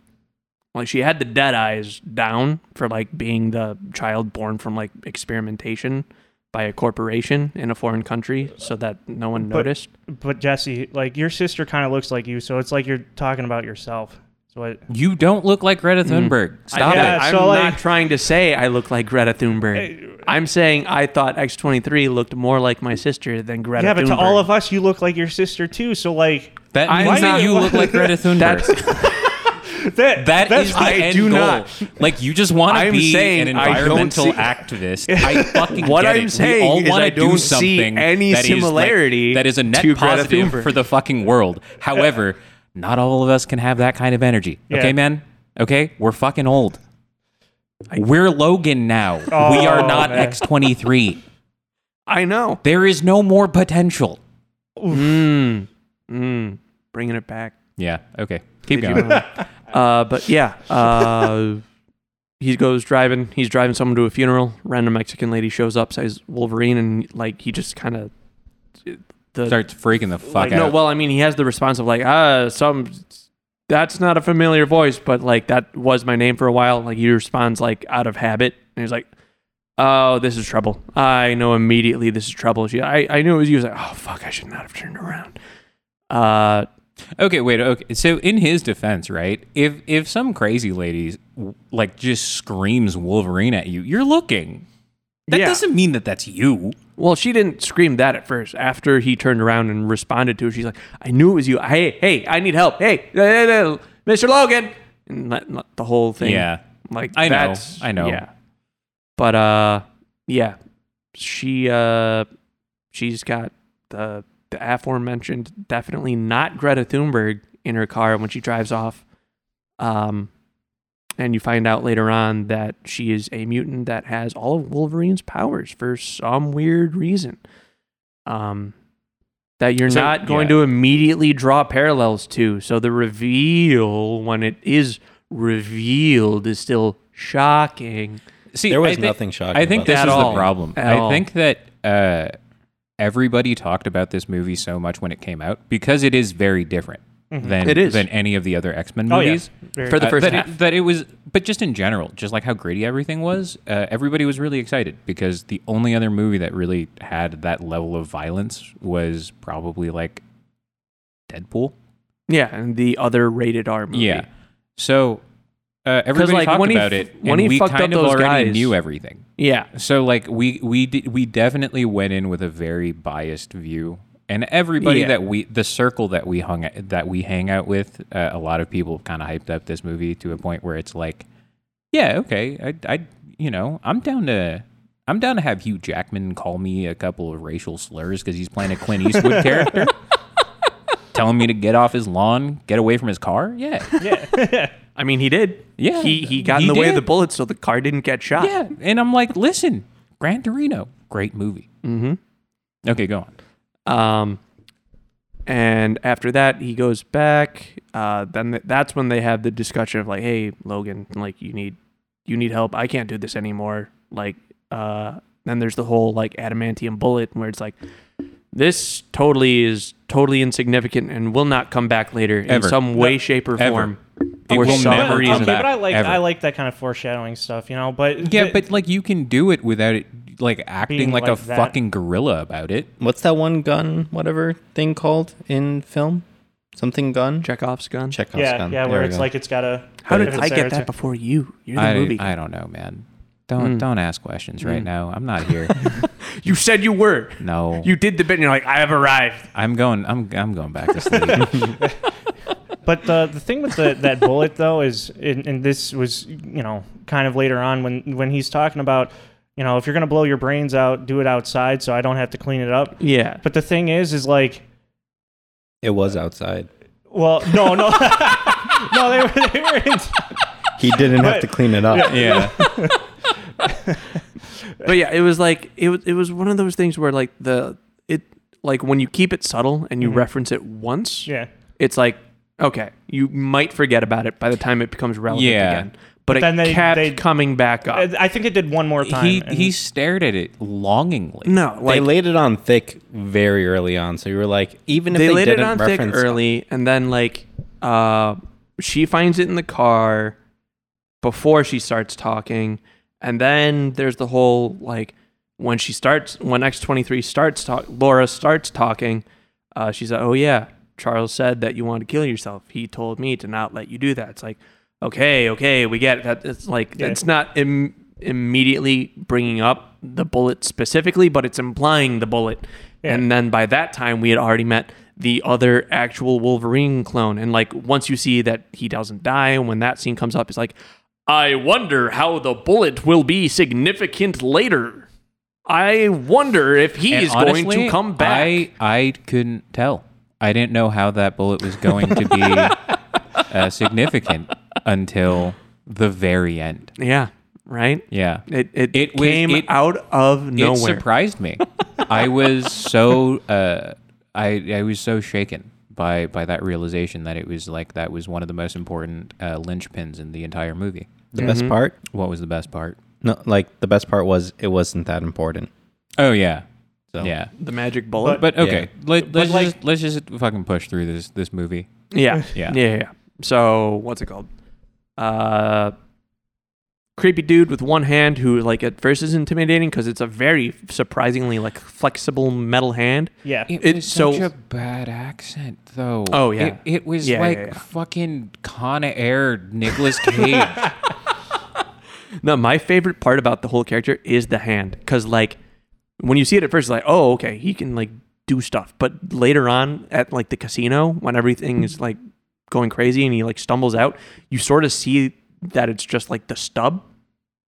[SPEAKER 1] Like she had the dead eyes down for like being the child born from like experimentation by a corporation in a foreign country so that no one
[SPEAKER 3] But-
[SPEAKER 1] noticed.
[SPEAKER 3] but jesse like your sister kind of looks like you so it's like you're talking about yourself So I,
[SPEAKER 2] You don't look like Greta
[SPEAKER 3] Mm.
[SPEAKER 2] Thunberg. Stop
[SPEAKER 3] yeah,
[SPEAKER 2] it.
[SPEAKER 1] I'm
[SPEAKER 3] so,
[SPEAKER 1] not
[SPEAKER 3] like-
[SPEAKER 1] trying to say I look like Greta Thunberg. I'm saying I thought X23 looked more like my sister than Greta
[SPEAKER 3] yeah, but
[SPEAKER 1] Thunberg.
[SPEAKER 3] to all of us, you look like your sister too. So like
[SPEAKER 2] That
[SPEAKER 1] I'm
[SPEAKER 2] means
[SPEAKER 1] not-
[SPEAKER 2] that you look like Greta
[SPEAKER 1] That's-
[SPEAKER 2] Thunberg.
[SPEAKER 3] that,
[SPEAKER 2] That is
[SPEAKER 3] that's
[SPEAKER 2] the
[SPEAKER 1] I
[SPEAKER 2] end
[SPEAKER 1] do
[SPEAKER 2] goal.
[SPEAKER 1] not-
[SPEAKER 2] Like you just want to
[SPEAKER 1] I'm
[SPEAKER 2] be
[SPEAKER 1] saying
[SPEAKER 2] an
[SPEAKER 1] I don't
[SPEAKER 2] environmental
[SPEAKER 1] see-
[SPEAKER 2] activist. I fucking
[SPEAKER 1] What
[SPEAKER 2] get
[SPEAKER 1] I'm
[SPEAKER 2] it. We
[SPEAKER 1] saying
[SPEAKER 2] all
[SPEAKER 1] is I
[SPEAKER 2] wanna do
[SPEAKER 1] don't see
[SPEAKER 2] something
[SPEAKER 1] any
[SPEAKER 2] that is, like-
[SPEAKER 1] similarity
[SPEAKER 2] that is a net
[SPEAKER 1] to Greta
[SPEAKER 2] positive
[SPEAKER 1] Thunberg.
[SPEAKER 2] for the fucking world. However, not all of us can have that kind of energy.
[SPEAKER 3] Yeah.
[SPEAKER 2] Okay, man. Okay, we're fucking old. We're Logan now. we
[SPEAKER 3] Oh,
[SPEAKER 2] are not
[SPEAKER 3] man.
[SPEAKER 2] X23.
[SPEAKER 1] I know.
[SPEAKER 2] There is no more potential.
[SPEAKER 1] Mm. Mm. Bringing it back.
[SPEAKER 2] Yeah. Okay. Keep
[SPEAKER 1] Did you
[SPEAKER 2] going.
[SPEAKER 1] know? uh, but yeah, uh, he goes driving. He's driving someone to a funeral. Random Mexican lady shows up, says Wolverine, and like he just kind of the
[SPEAKER 2] Starts freaking the fuck
[SPEAKER 3] Like,
[SPEAKER 2] out.
[SPEAKER 1] no. Well, I mean, he has the response of like ah, some that's not a familiar voice, but like that was my name for a while. Like he responds like out of habit, and he's like. Oh, this is trouble. I know immediately this is trouble. She, I, I knew it was you. I was like, oh, fuck, I should not have turned around. Uh,
[SPEAKER 2] Okay, wait. Okay, so in his defense, right? If if some crazy lady like just screams Wolverine at you, you're looking. That
[SPEAKER 1] Yeah.
[SPEAKER 2] doesn't mean that that's you.
[SPEAKER 1] Well, she didn't scream that at first. After he turned around and responded to her, she's like, "I knew it was you. Hey, hey, I need help. Hey, eh, eh, eh, Mr. Logan." And let, let the whole thing.
[SPEAKER 2] Yeah,
[SPEAKER 1] like
[SPEAKER 2] I know,
[SPEAKER 1] that's-
[SPEAKER 2] I know.
[SPEAKER 1] Yeah, but uh, yeah, she uh, she's got the the aforementioned definitely not Greta Thunberg in her car when she drives off. Um, and you find out later on that she is a mutant that has all of Wolverine's powers for some weird reason. Um, that you're
[SPEAKER 2] So-
[SPEAKER 1] not going
[SPEAKER 2] yeah.
[SPEAKER 1] to immediately draw parallels to. So the reveal, when it is revealed, is still shocking.
[SPEAKER 2] See,
[SPEAKER 4] There was
[SPEAKER 2] I thi-
[SPEAKER 4] nothing shocking
[SPEAKER 2] I think
[SPEAKER 4] about
[SPEAKER 2] this
[SPEAKER 1] that.
[SPEAKER 2] is
[SPEAKER 1] At all.
[SPEAKER 2] the problem.
[SPEAKER 1] At
[SPEAKER 2] I
[SPEAKER 1] all.
[SPEAKER 2] think that uh, everybody talked about this movie so much when it came out because it is very different than
[SPEAKER 1] It is.
[SPEAKER 2] than any of the other X Men
[SPEAKER 3] oh yeah,
[SPEAKER 2] movies.
[SPEAKER 3] Very-
[SPEAKER 1] For the
[SPEAKER 2] Uh,
[SPEAKER 1] first
[SPEAKER 2] that
[SPEAKER 1] half.
[SPEAKER 2] It, that it was, but just in general, just like how gritty everything was, uh, everybody was really excited because the only other movie that really had that level of violence was probably like Deadpool.
[SPEAKER 1] Yeah, and the other rated R movie.
[SPEAKER 2] Yeah. So uh, everybody
[SPEAKER 1] like,
[SPEAKER 2] talked
[SPEAKER 1] when he
[SPEAKER 2] about
[SPEAKER 1] f-
[SPEAKER 2] it,
[SPEAKER 1] when
[SPEAKER 2] and
[SPEAKER 1] he
[SPEAKER 2] we
[SPEAKER 1] fucked up
[SPEAKER 2] kind of
[SPEAKER 1] those
[SPEAKER 2] already
[SPEAKER 1] guys-
[SPEAKER 2] knew everything.
[SPEAKER 1] yeah.
[SPEAKER 2] So like we we did, we definitely went in with a very biased view, and everybody
[SPEAKER 1] Yeah.
[SPEAKER 2] that we the circle that we hung that we hang out with, uh, a lot of people kind of hyped up this movie to a point where it's like, yeah, okay, I I you know I'm down to. I'm down to have Hugh Jackman call me a couple of racial slurs because he's playing a Clint Eastwood character, telling me to get off his lawn, get away from his car. Yeah,
[SPEAKER 1] I mean, he did.
[SPEAKER 2] Yeah,
[SPEAKER 1] he he got
[SPEAKER 2] he
[SPEAKER 1] in the way of
[SPEAKER 2] did.
[SPEAKER 1] the bullets, so the car didn't get shot.
[SPEAKER 2] yeah. And I'm like, listen, Gran Torino, great movie.
[SPEAKER 1] Mm-hmm.
[SPEAKER 2] Okay, go on.
[SPEAKER 1] Um, and after that, he goes back. Uh, then th- that's when they have the discussion of like, "Hey, Logan, like you need you need help. I can't do this anymore." Like, uh, then there's the whole like adamantium bullet where it's like, "This totally is totally insignificant and will not come back later in
[SPEAKER 2] Ever.
[SPEAKER 1] some way, shape, or
[SPEAKER 2] Ever.
[SPEAKER 1] form."
[SPEAKER 2] It
[SPEAKER 1] For
[SPEAKER 2] will
[SPEAKER 1] some
[SPEAKER 2] never
[SPEAKER 1] reason.
[SPEAKER 2] come
[SPEAKER 3] okay,
[SPEAKER 2] back,
[SPEAKER 3] but I like
[SPEAKER 2] ever.
[SPEAKER 3] I like that kind of foreshadowing stuff, you know. But
[SPEAKER 2] Yeah,
[SPEAKER 3] th-
[SPEAKER 2] but like you can do it without it like acting
[SPEAKER 3] Being
[SPEAKER 2] like,
[SPEAKER 3] like
[SPEAKER 2] a
[SPEAKER 3] that.
[SPEAKER 2] fucking gorilla about it.
[SPEAKER 4] What's that one gun, whatever thing called in film? Something gun?
[SPEAKER 1] Chekhov's gun.
[SPEAKER 4] Chekhov's
[SPEAKER 3] yeah,
[SPEAKER 4] gun.
[SPEAKER 3] yeah,
[SPEAKER 4] There
[SPEAKER 3] where
[SPEAKER 4] we
[SPEAKER 3] it's
[SPEAKER 4] go.
[SPEAKER 3] like it's got a.
[SPEAKER 1] How
[SPEAKER 3] if
[SPEAKER 1] did
[SPEAKER 3] it's
[SPEAKER 1] I
[SPEAKER 3] there,
[SPEAKER 1] get
[SPEAKER 3] it's
[SPEAKER 1] that
[SPEAKER 3] there.
[SPEAKER 1] before you? You're the
[SPEAKER 2] I,
[SPEAKER 1] movie.
[SPEAKER 2] I don't know, man. Don't
[SPEAKER 1] Mm.
[SPEAKER 2] don't ask questions right
[SPEAKER 1] Mm.
[SPEAKER 2] now. I'm not here.
[SPEAKER 1] you said you were.
[SPEAKER 2] No,
[SPEAKER 1] You did the bit, and you're like, "I have arrived."
[SPEAKER 2] I'm going. I'm I'm going back to sleep.
[SPEAKER 3] But the the thing with the, that bullet though is, and, and this was you know kind of later on when when he's talking about, you know, if you're gonna blow your brains out, do it outside so I don't have to clean it up.
[SPEAKER 1] Yeah.
[SPEAKER 3] But the thing is, is like,
[SPEAKER 4] It was outside.
[SPEAKER 3] well, no, no, no, they were they were in,
[SPEAKER 4] He didn't have to clean it up.
[SPEAKER 2] yeah,
[SPEAKER 1] but yeah, it was like it was it was one of those things where like the it like when you keep it subtle and you reference it once,
[SPEAKER 3] yeah.
[SPEAKER 1] it's like okay, you might forget about it by the time it becomes relevant
[SPEAKER 2] Yeah.
[SPEAKER 1] again. But, it
[SPEAKER 3] then they-
[SPEAKER 1] kept
[SPEAKER 3] they-
[SPEAKER 1] coming back up.
[SPEAKER 3] I I think it did one more time.
[SPEAKER 2] he
[SPEAKER 3] and-
[SPEAKER 2] he stared at it longingly.
[SPEAKER 1] no,
[SPEAKER 4] they
[SPEAKER 1] like they,
[SPEAKER 4] laid it on thick very early on, so you were like, even if they,
[SPEAKER 1] laid it
[SPEAKER 4] didn't
[SPEAKER 1] on thick
[SPEAKER 4] reference
[SPEAKER 1] early, and then like uh, she finds it in the car before she starts talking, and then there's the whole like when she starts when X twenty three starts talk, Laura starts talking. Uh, she's like, "Oh yeah, Charles said that you wanted to kill yourself. He told me to not let you do that. It's like, okay, okay, we get it. that. It's like
[SPEAKER 3] Yeah.
[SPEAKER 1] it's not Im- immediately bringing up the bullet specifically, but it's implying the bullet.
[SPEAKER 3] Yeah.
[SPEAKER 1] And then by that time, we had already met the other actual Wolverine clone. And like once you see that he doesn't die, and when that scene comes up, it's like, I wonder how the bullet will be significant later. I wonder if he
[SPEAKER 2] And
[SPEAKER 1] is going
[SPEAKER 2] honestly,
[SPEAKER 1] to come back.
[SPEAKER 2] I, I couldn't tell. I didn't know how that bullet was going to be uh, significant until the very end.
[SPEAKER 1] yeah, right.
[SPEAKER 2] Yeah.
[SPEAKER 1] It it,
[SPEAKER 2] It was-
[SPEAKER 1] came
[SPEAKER 2] it-
[SPEAKER 1] out of
[SPEAKER 2] It
[SPEAKER 1] nowhere.
[SPEAKER 2] surprised me. I was so uh, I I was so shaken by by that realization that it was like that was one of the most important uh, linchpins in the entire movie.
[SPEAKER 4] The best part?
[SPEAKER 2] What was the best part?
[SPEAKER 4] No, like the best part was it wasn't that important.
[SPEAKER 2] Oh yeah,
[SPEAKER 4] So
[SPEAKER 2] yeah.
[SPEAKER 1] the magic bullet.
[SPEAKER 2] But okay, let, let's
[SPEAKER 3] like-
[SPEAKER 2] just let's just fucking push through this this movie.
[SPEAKER 1] yeah,
[SPEAKER 2] Yeah.
[SPEAKER 1] yeah, yeah, yeah. So what's it called? Uh, creepy dude with one hand who like at first is intimidating because it's a very surprisingly like flexible metal hand.
[SPEAKER 3] Yeah.
[SPEAKER 2] It,
[SPEAKER 1] It-
[SPEAKER 2] was
[SPEAKER 1] so-
[SPEAKER 2] such a bad accent, though.
[SPEAKER 1] Oh, yeah.
[SPEAKER 2] it, it was
[SPEAKER 1] Yeah,
[SPEAKER 2] like
[SPEAKER 1] yeah, yeah.
[SPEAKER 2] fucking Con Air, Nicolas Cage.
[SPEAKER 1] No, my favorite part about the whole character is the hand because like when you see it at first, it's like oh okay he can like do stuff, but later on at like the casino when everything is like going crazy and he like stumbles out, you sort of see that it's just like the stub,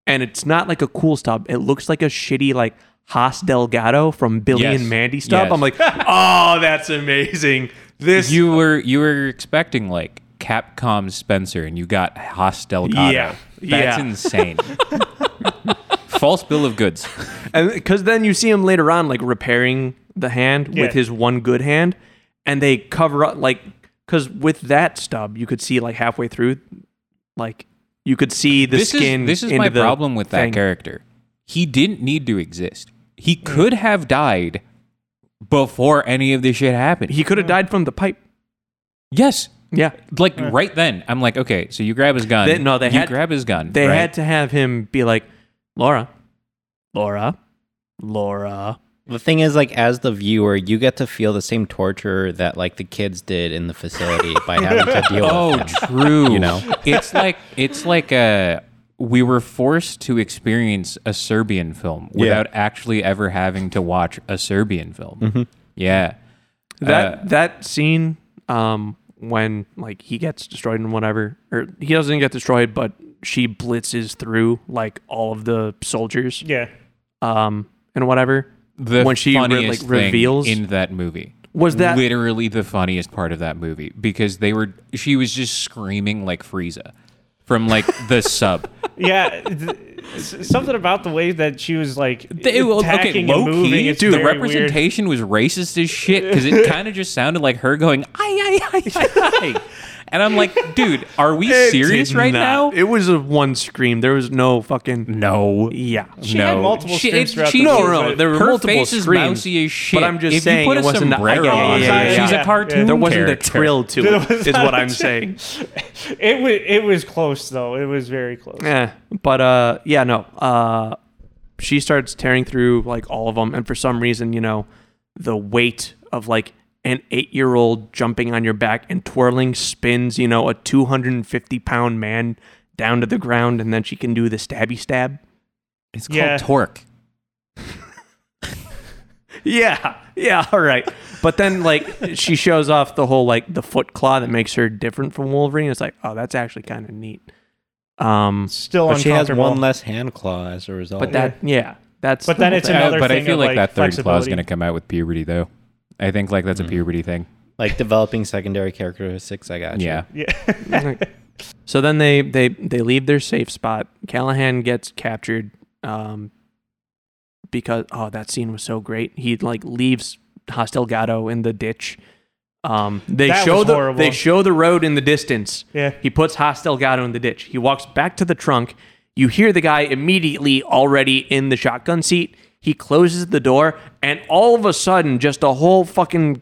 [SPEAKER 1] and it's not like a cool stub. It looks like a shitty like. Haas Delgado from Billy
[SPEAKER 2] Yes.
[SPEAKER 1] and Mandy stub.
[SPEAKER 2] Yes.
[SPEAKER 1] I'm like, oh, that's amazing. This
[SPEAKER 2] you were you were expecting like Capcom Spencer, and you got Hostel. Gato.
[SPEAKER 1] Yeah,
[SPEAKER 2] that's
[SPEAKER 1] yeah.
[SPEAKER 2] insane. False bill of goods.
[SPEAKER 1] and because then you see him later on like repairing the hand
[SPEAKER 3] Yeah.
[SPEAKER 1] with his one good hand and they cover up like because with that stub you could see like halfway through like you could see the
[SPEAKER 2] this
[SPEAKER 1] skin
[SPEAKER 2] is this is
[SPEAKER 1] into
[SPEAKER 2] my
[SPEAKER 1] the
[SPEAKER 2] problem with that
[SPEAKER 1] thing.
[SPEAKER 2] character. He didn't need to exist. He could have died before any of this shit happened.
[SPEAKER 1] he could have died from the pipe
[SPEAKER 2] yes,
[SPEAKER 1] yeah
[SPEAKER 2] like right then. I'm like, okay, so you grab his gun.
[SPEAKER 1] They- Uh. no, they
[SPEAKER 2] you
[SPEAKER 1] had-
[SPEAKER 2] grab his gun.
[SPEAKER 1] they
[SPEAKER 2] right?
[SPEAKER 1] had to have him be like laura laura laura
[SPEAKER 4] The thing is, like, as the viewer, you get to feel the same torture that like the kids did in the facility by having to deal
[SPEAKER 2] Oh,
[SPEAKER 4] with them.
[SPEAKER 2] true.
[SPEAKER 4] You know?
[SPEAKER 2] it's like it's like uh we were forced to experience a Serbian film without actually ever having to watch a Serbian film. Yeah,
[SPEAKER 1] Mm-hmm.
[SPEAKER 2] Uh,
[SPEAKER 1] that that scene um when like he gets destroyed and whatever or he doesn't get destroyed but she blitzes through like all of the soldiers
[SPEAKER 3] Yeah.
[SPEAKER 1] um, and whatever.
[SPEAKER 2] the
[SPEAKER 1] when she re-
[SPEAKER 2] funniest
[SPEAKER 1] like reveals,
[SPEAKER 2] thing in that movie
[SPEAKER 1] Was that-
[SPEAKER 2] literally the funniest part of that movie because they were she was just screaming like Frieza from like the sub.
[SPEAKER 3] Yeah. th- s- something about the way that she was like
[SPEAKER 2] They- well, okay,
[SPEAKER 3] attacking and
[SPEAKER 2] low
[SPEAKER 3] moving.
[SPEAKER 2] key,
[SPEAKER 3] it's
[SPEAKER 2] dude. The
[SPEAKER 3] very weird.
[SPEAKER 2] representation was racist as shit because it kind of just sounded like her going "ay ay ay ay," ay." and I'm like, dude, are we serious right now?
[SPEAKER 1] It was a one scream. There was no fucking
[SPEAKER 2] no,
[SPEAKER 1] yeah.
[SPEAKER 3] She had
[SPEAKER 2] no.
[SPEAKER 3] multiple
[SPEAKER 2] She-
[SPEAKER 3] screams
[SPEAKER 2] it-
[SPEAKER 3] throughout
[SPEAKER 2] she-
[SPEAKER 3] the
[SPEAKER 1] No,
[SPEAKER 3] movie,
[SPEAKER 1] no,
[SPEAKER 3] but-
[SPEAKER 1] there were
[SPEAKER 2] Her
[SPEAKER 1] multiple
[SPEAKER 2] face is
[SPEAKER 1] screams,
[SPEAKER 2] mousy as shit.
[SPEAKER 1] But I'm just
[SPEAKER 2] if
[SPEAKER 1] saying
[SPEAKER 2] you put
[SPEAKER 1] it
[SPEAKER 2] a
[SPEAKER 1] wasn't. I get-
[SPEAKER 2] sombrero
[SPEAKER 1] yeah,
[SPEAKER 2] on,
[SPEAKER 1] yeah, yeah,
[SPEAKER 2] her,
[SPEAKER 1] yeah.
[SPEAKER 2] she's
[SPEAKER 3] Yeah.
[SPEAKER 2] a cartoon.
[SPEAKER 1] There wasn't
[SPEAKER 2] character.
[SPEAKER 1] a thrill to
[SPEAKER 3] There
[SPEAKER 1] it.
[SPEAKER 3] was
[SPEAKER 1] Is what
[SPEAKER 3] not a
[SPEAKER 1] I'm saying.
[SPEAKER 3] It was it was close though. It was very close.
[SPEAKER 1] Yeah, but uh, yeah, no. Uh, she starts tearing through like all of them, and for some reason, you know, the weight of like an eight-year-old jumping on your back and twirling spins, you know, a 250-pound man down to the ground, and then she can do the stabby stab.
[SPEAKER 2] It's called
[SPEAKER 3] Yeah.
[SPEAKER 2] torque.
[SPEAKER 1] Yeah, yeah, all right. But then like she shows off the whole like the foot claw that makes her different from Wolverine. It's like, oh, that's actually kind of neat. Um,
[SPEAKER 3] Still
[SPEAKER 4] But she has
[SPEAKER 3] uncomfortable.
[SPEAKER 4] one less hand claw as a result.
[SPEAKER 1] but that yeah, that's
[SPEAKER 3] But
[SPEAKER 1] the
[SPEAKER 3] then
[SPEAKER 1] whole
[SPEAKER 3] it's
[SPEAKER 1] thing.
[SPEAKER 3] another-
[SPEAKER 2] Uh, but I
[SPEAKER 3] thing
[SPEAKER 2] feel
[SPEAKER 3] of,
[SPEAKER 2] like,
[SPEAKER 3] like,
[SPEAKER 2] that third claw is
[SPEAKER 3] flexibility. Mm.
[SPEAKER 2] going to come out with puberty, though. I think like that's a puberty thing.
[SPEAKER 4] like developing secondary characteristics. I got you.
[SPEAKER 2] Yeah.
[SPEAKER 3] Yeah.
[SPEAKER 1] So then they they they leave their safe spot. Callahan gets captured um because oh that scene was so great. He like leaves Hostelgado in the ditch. Um they
[SPEAKER 3] That
[SPEAKER 1] show
[SPEAKER 3] was
[SPEAKER 1] the
[SPEAKER 3] horrible.
[SPEAKER 1] they show the road in the distance.
[SPEAKER 3] Yeah.
[SPEAKER 1] He puts Hostelgado in the ditch. He walks back to the trunk. You hear the guy immediately already in the shotgun seat. He closes the door and all of a sudden just a whole fucking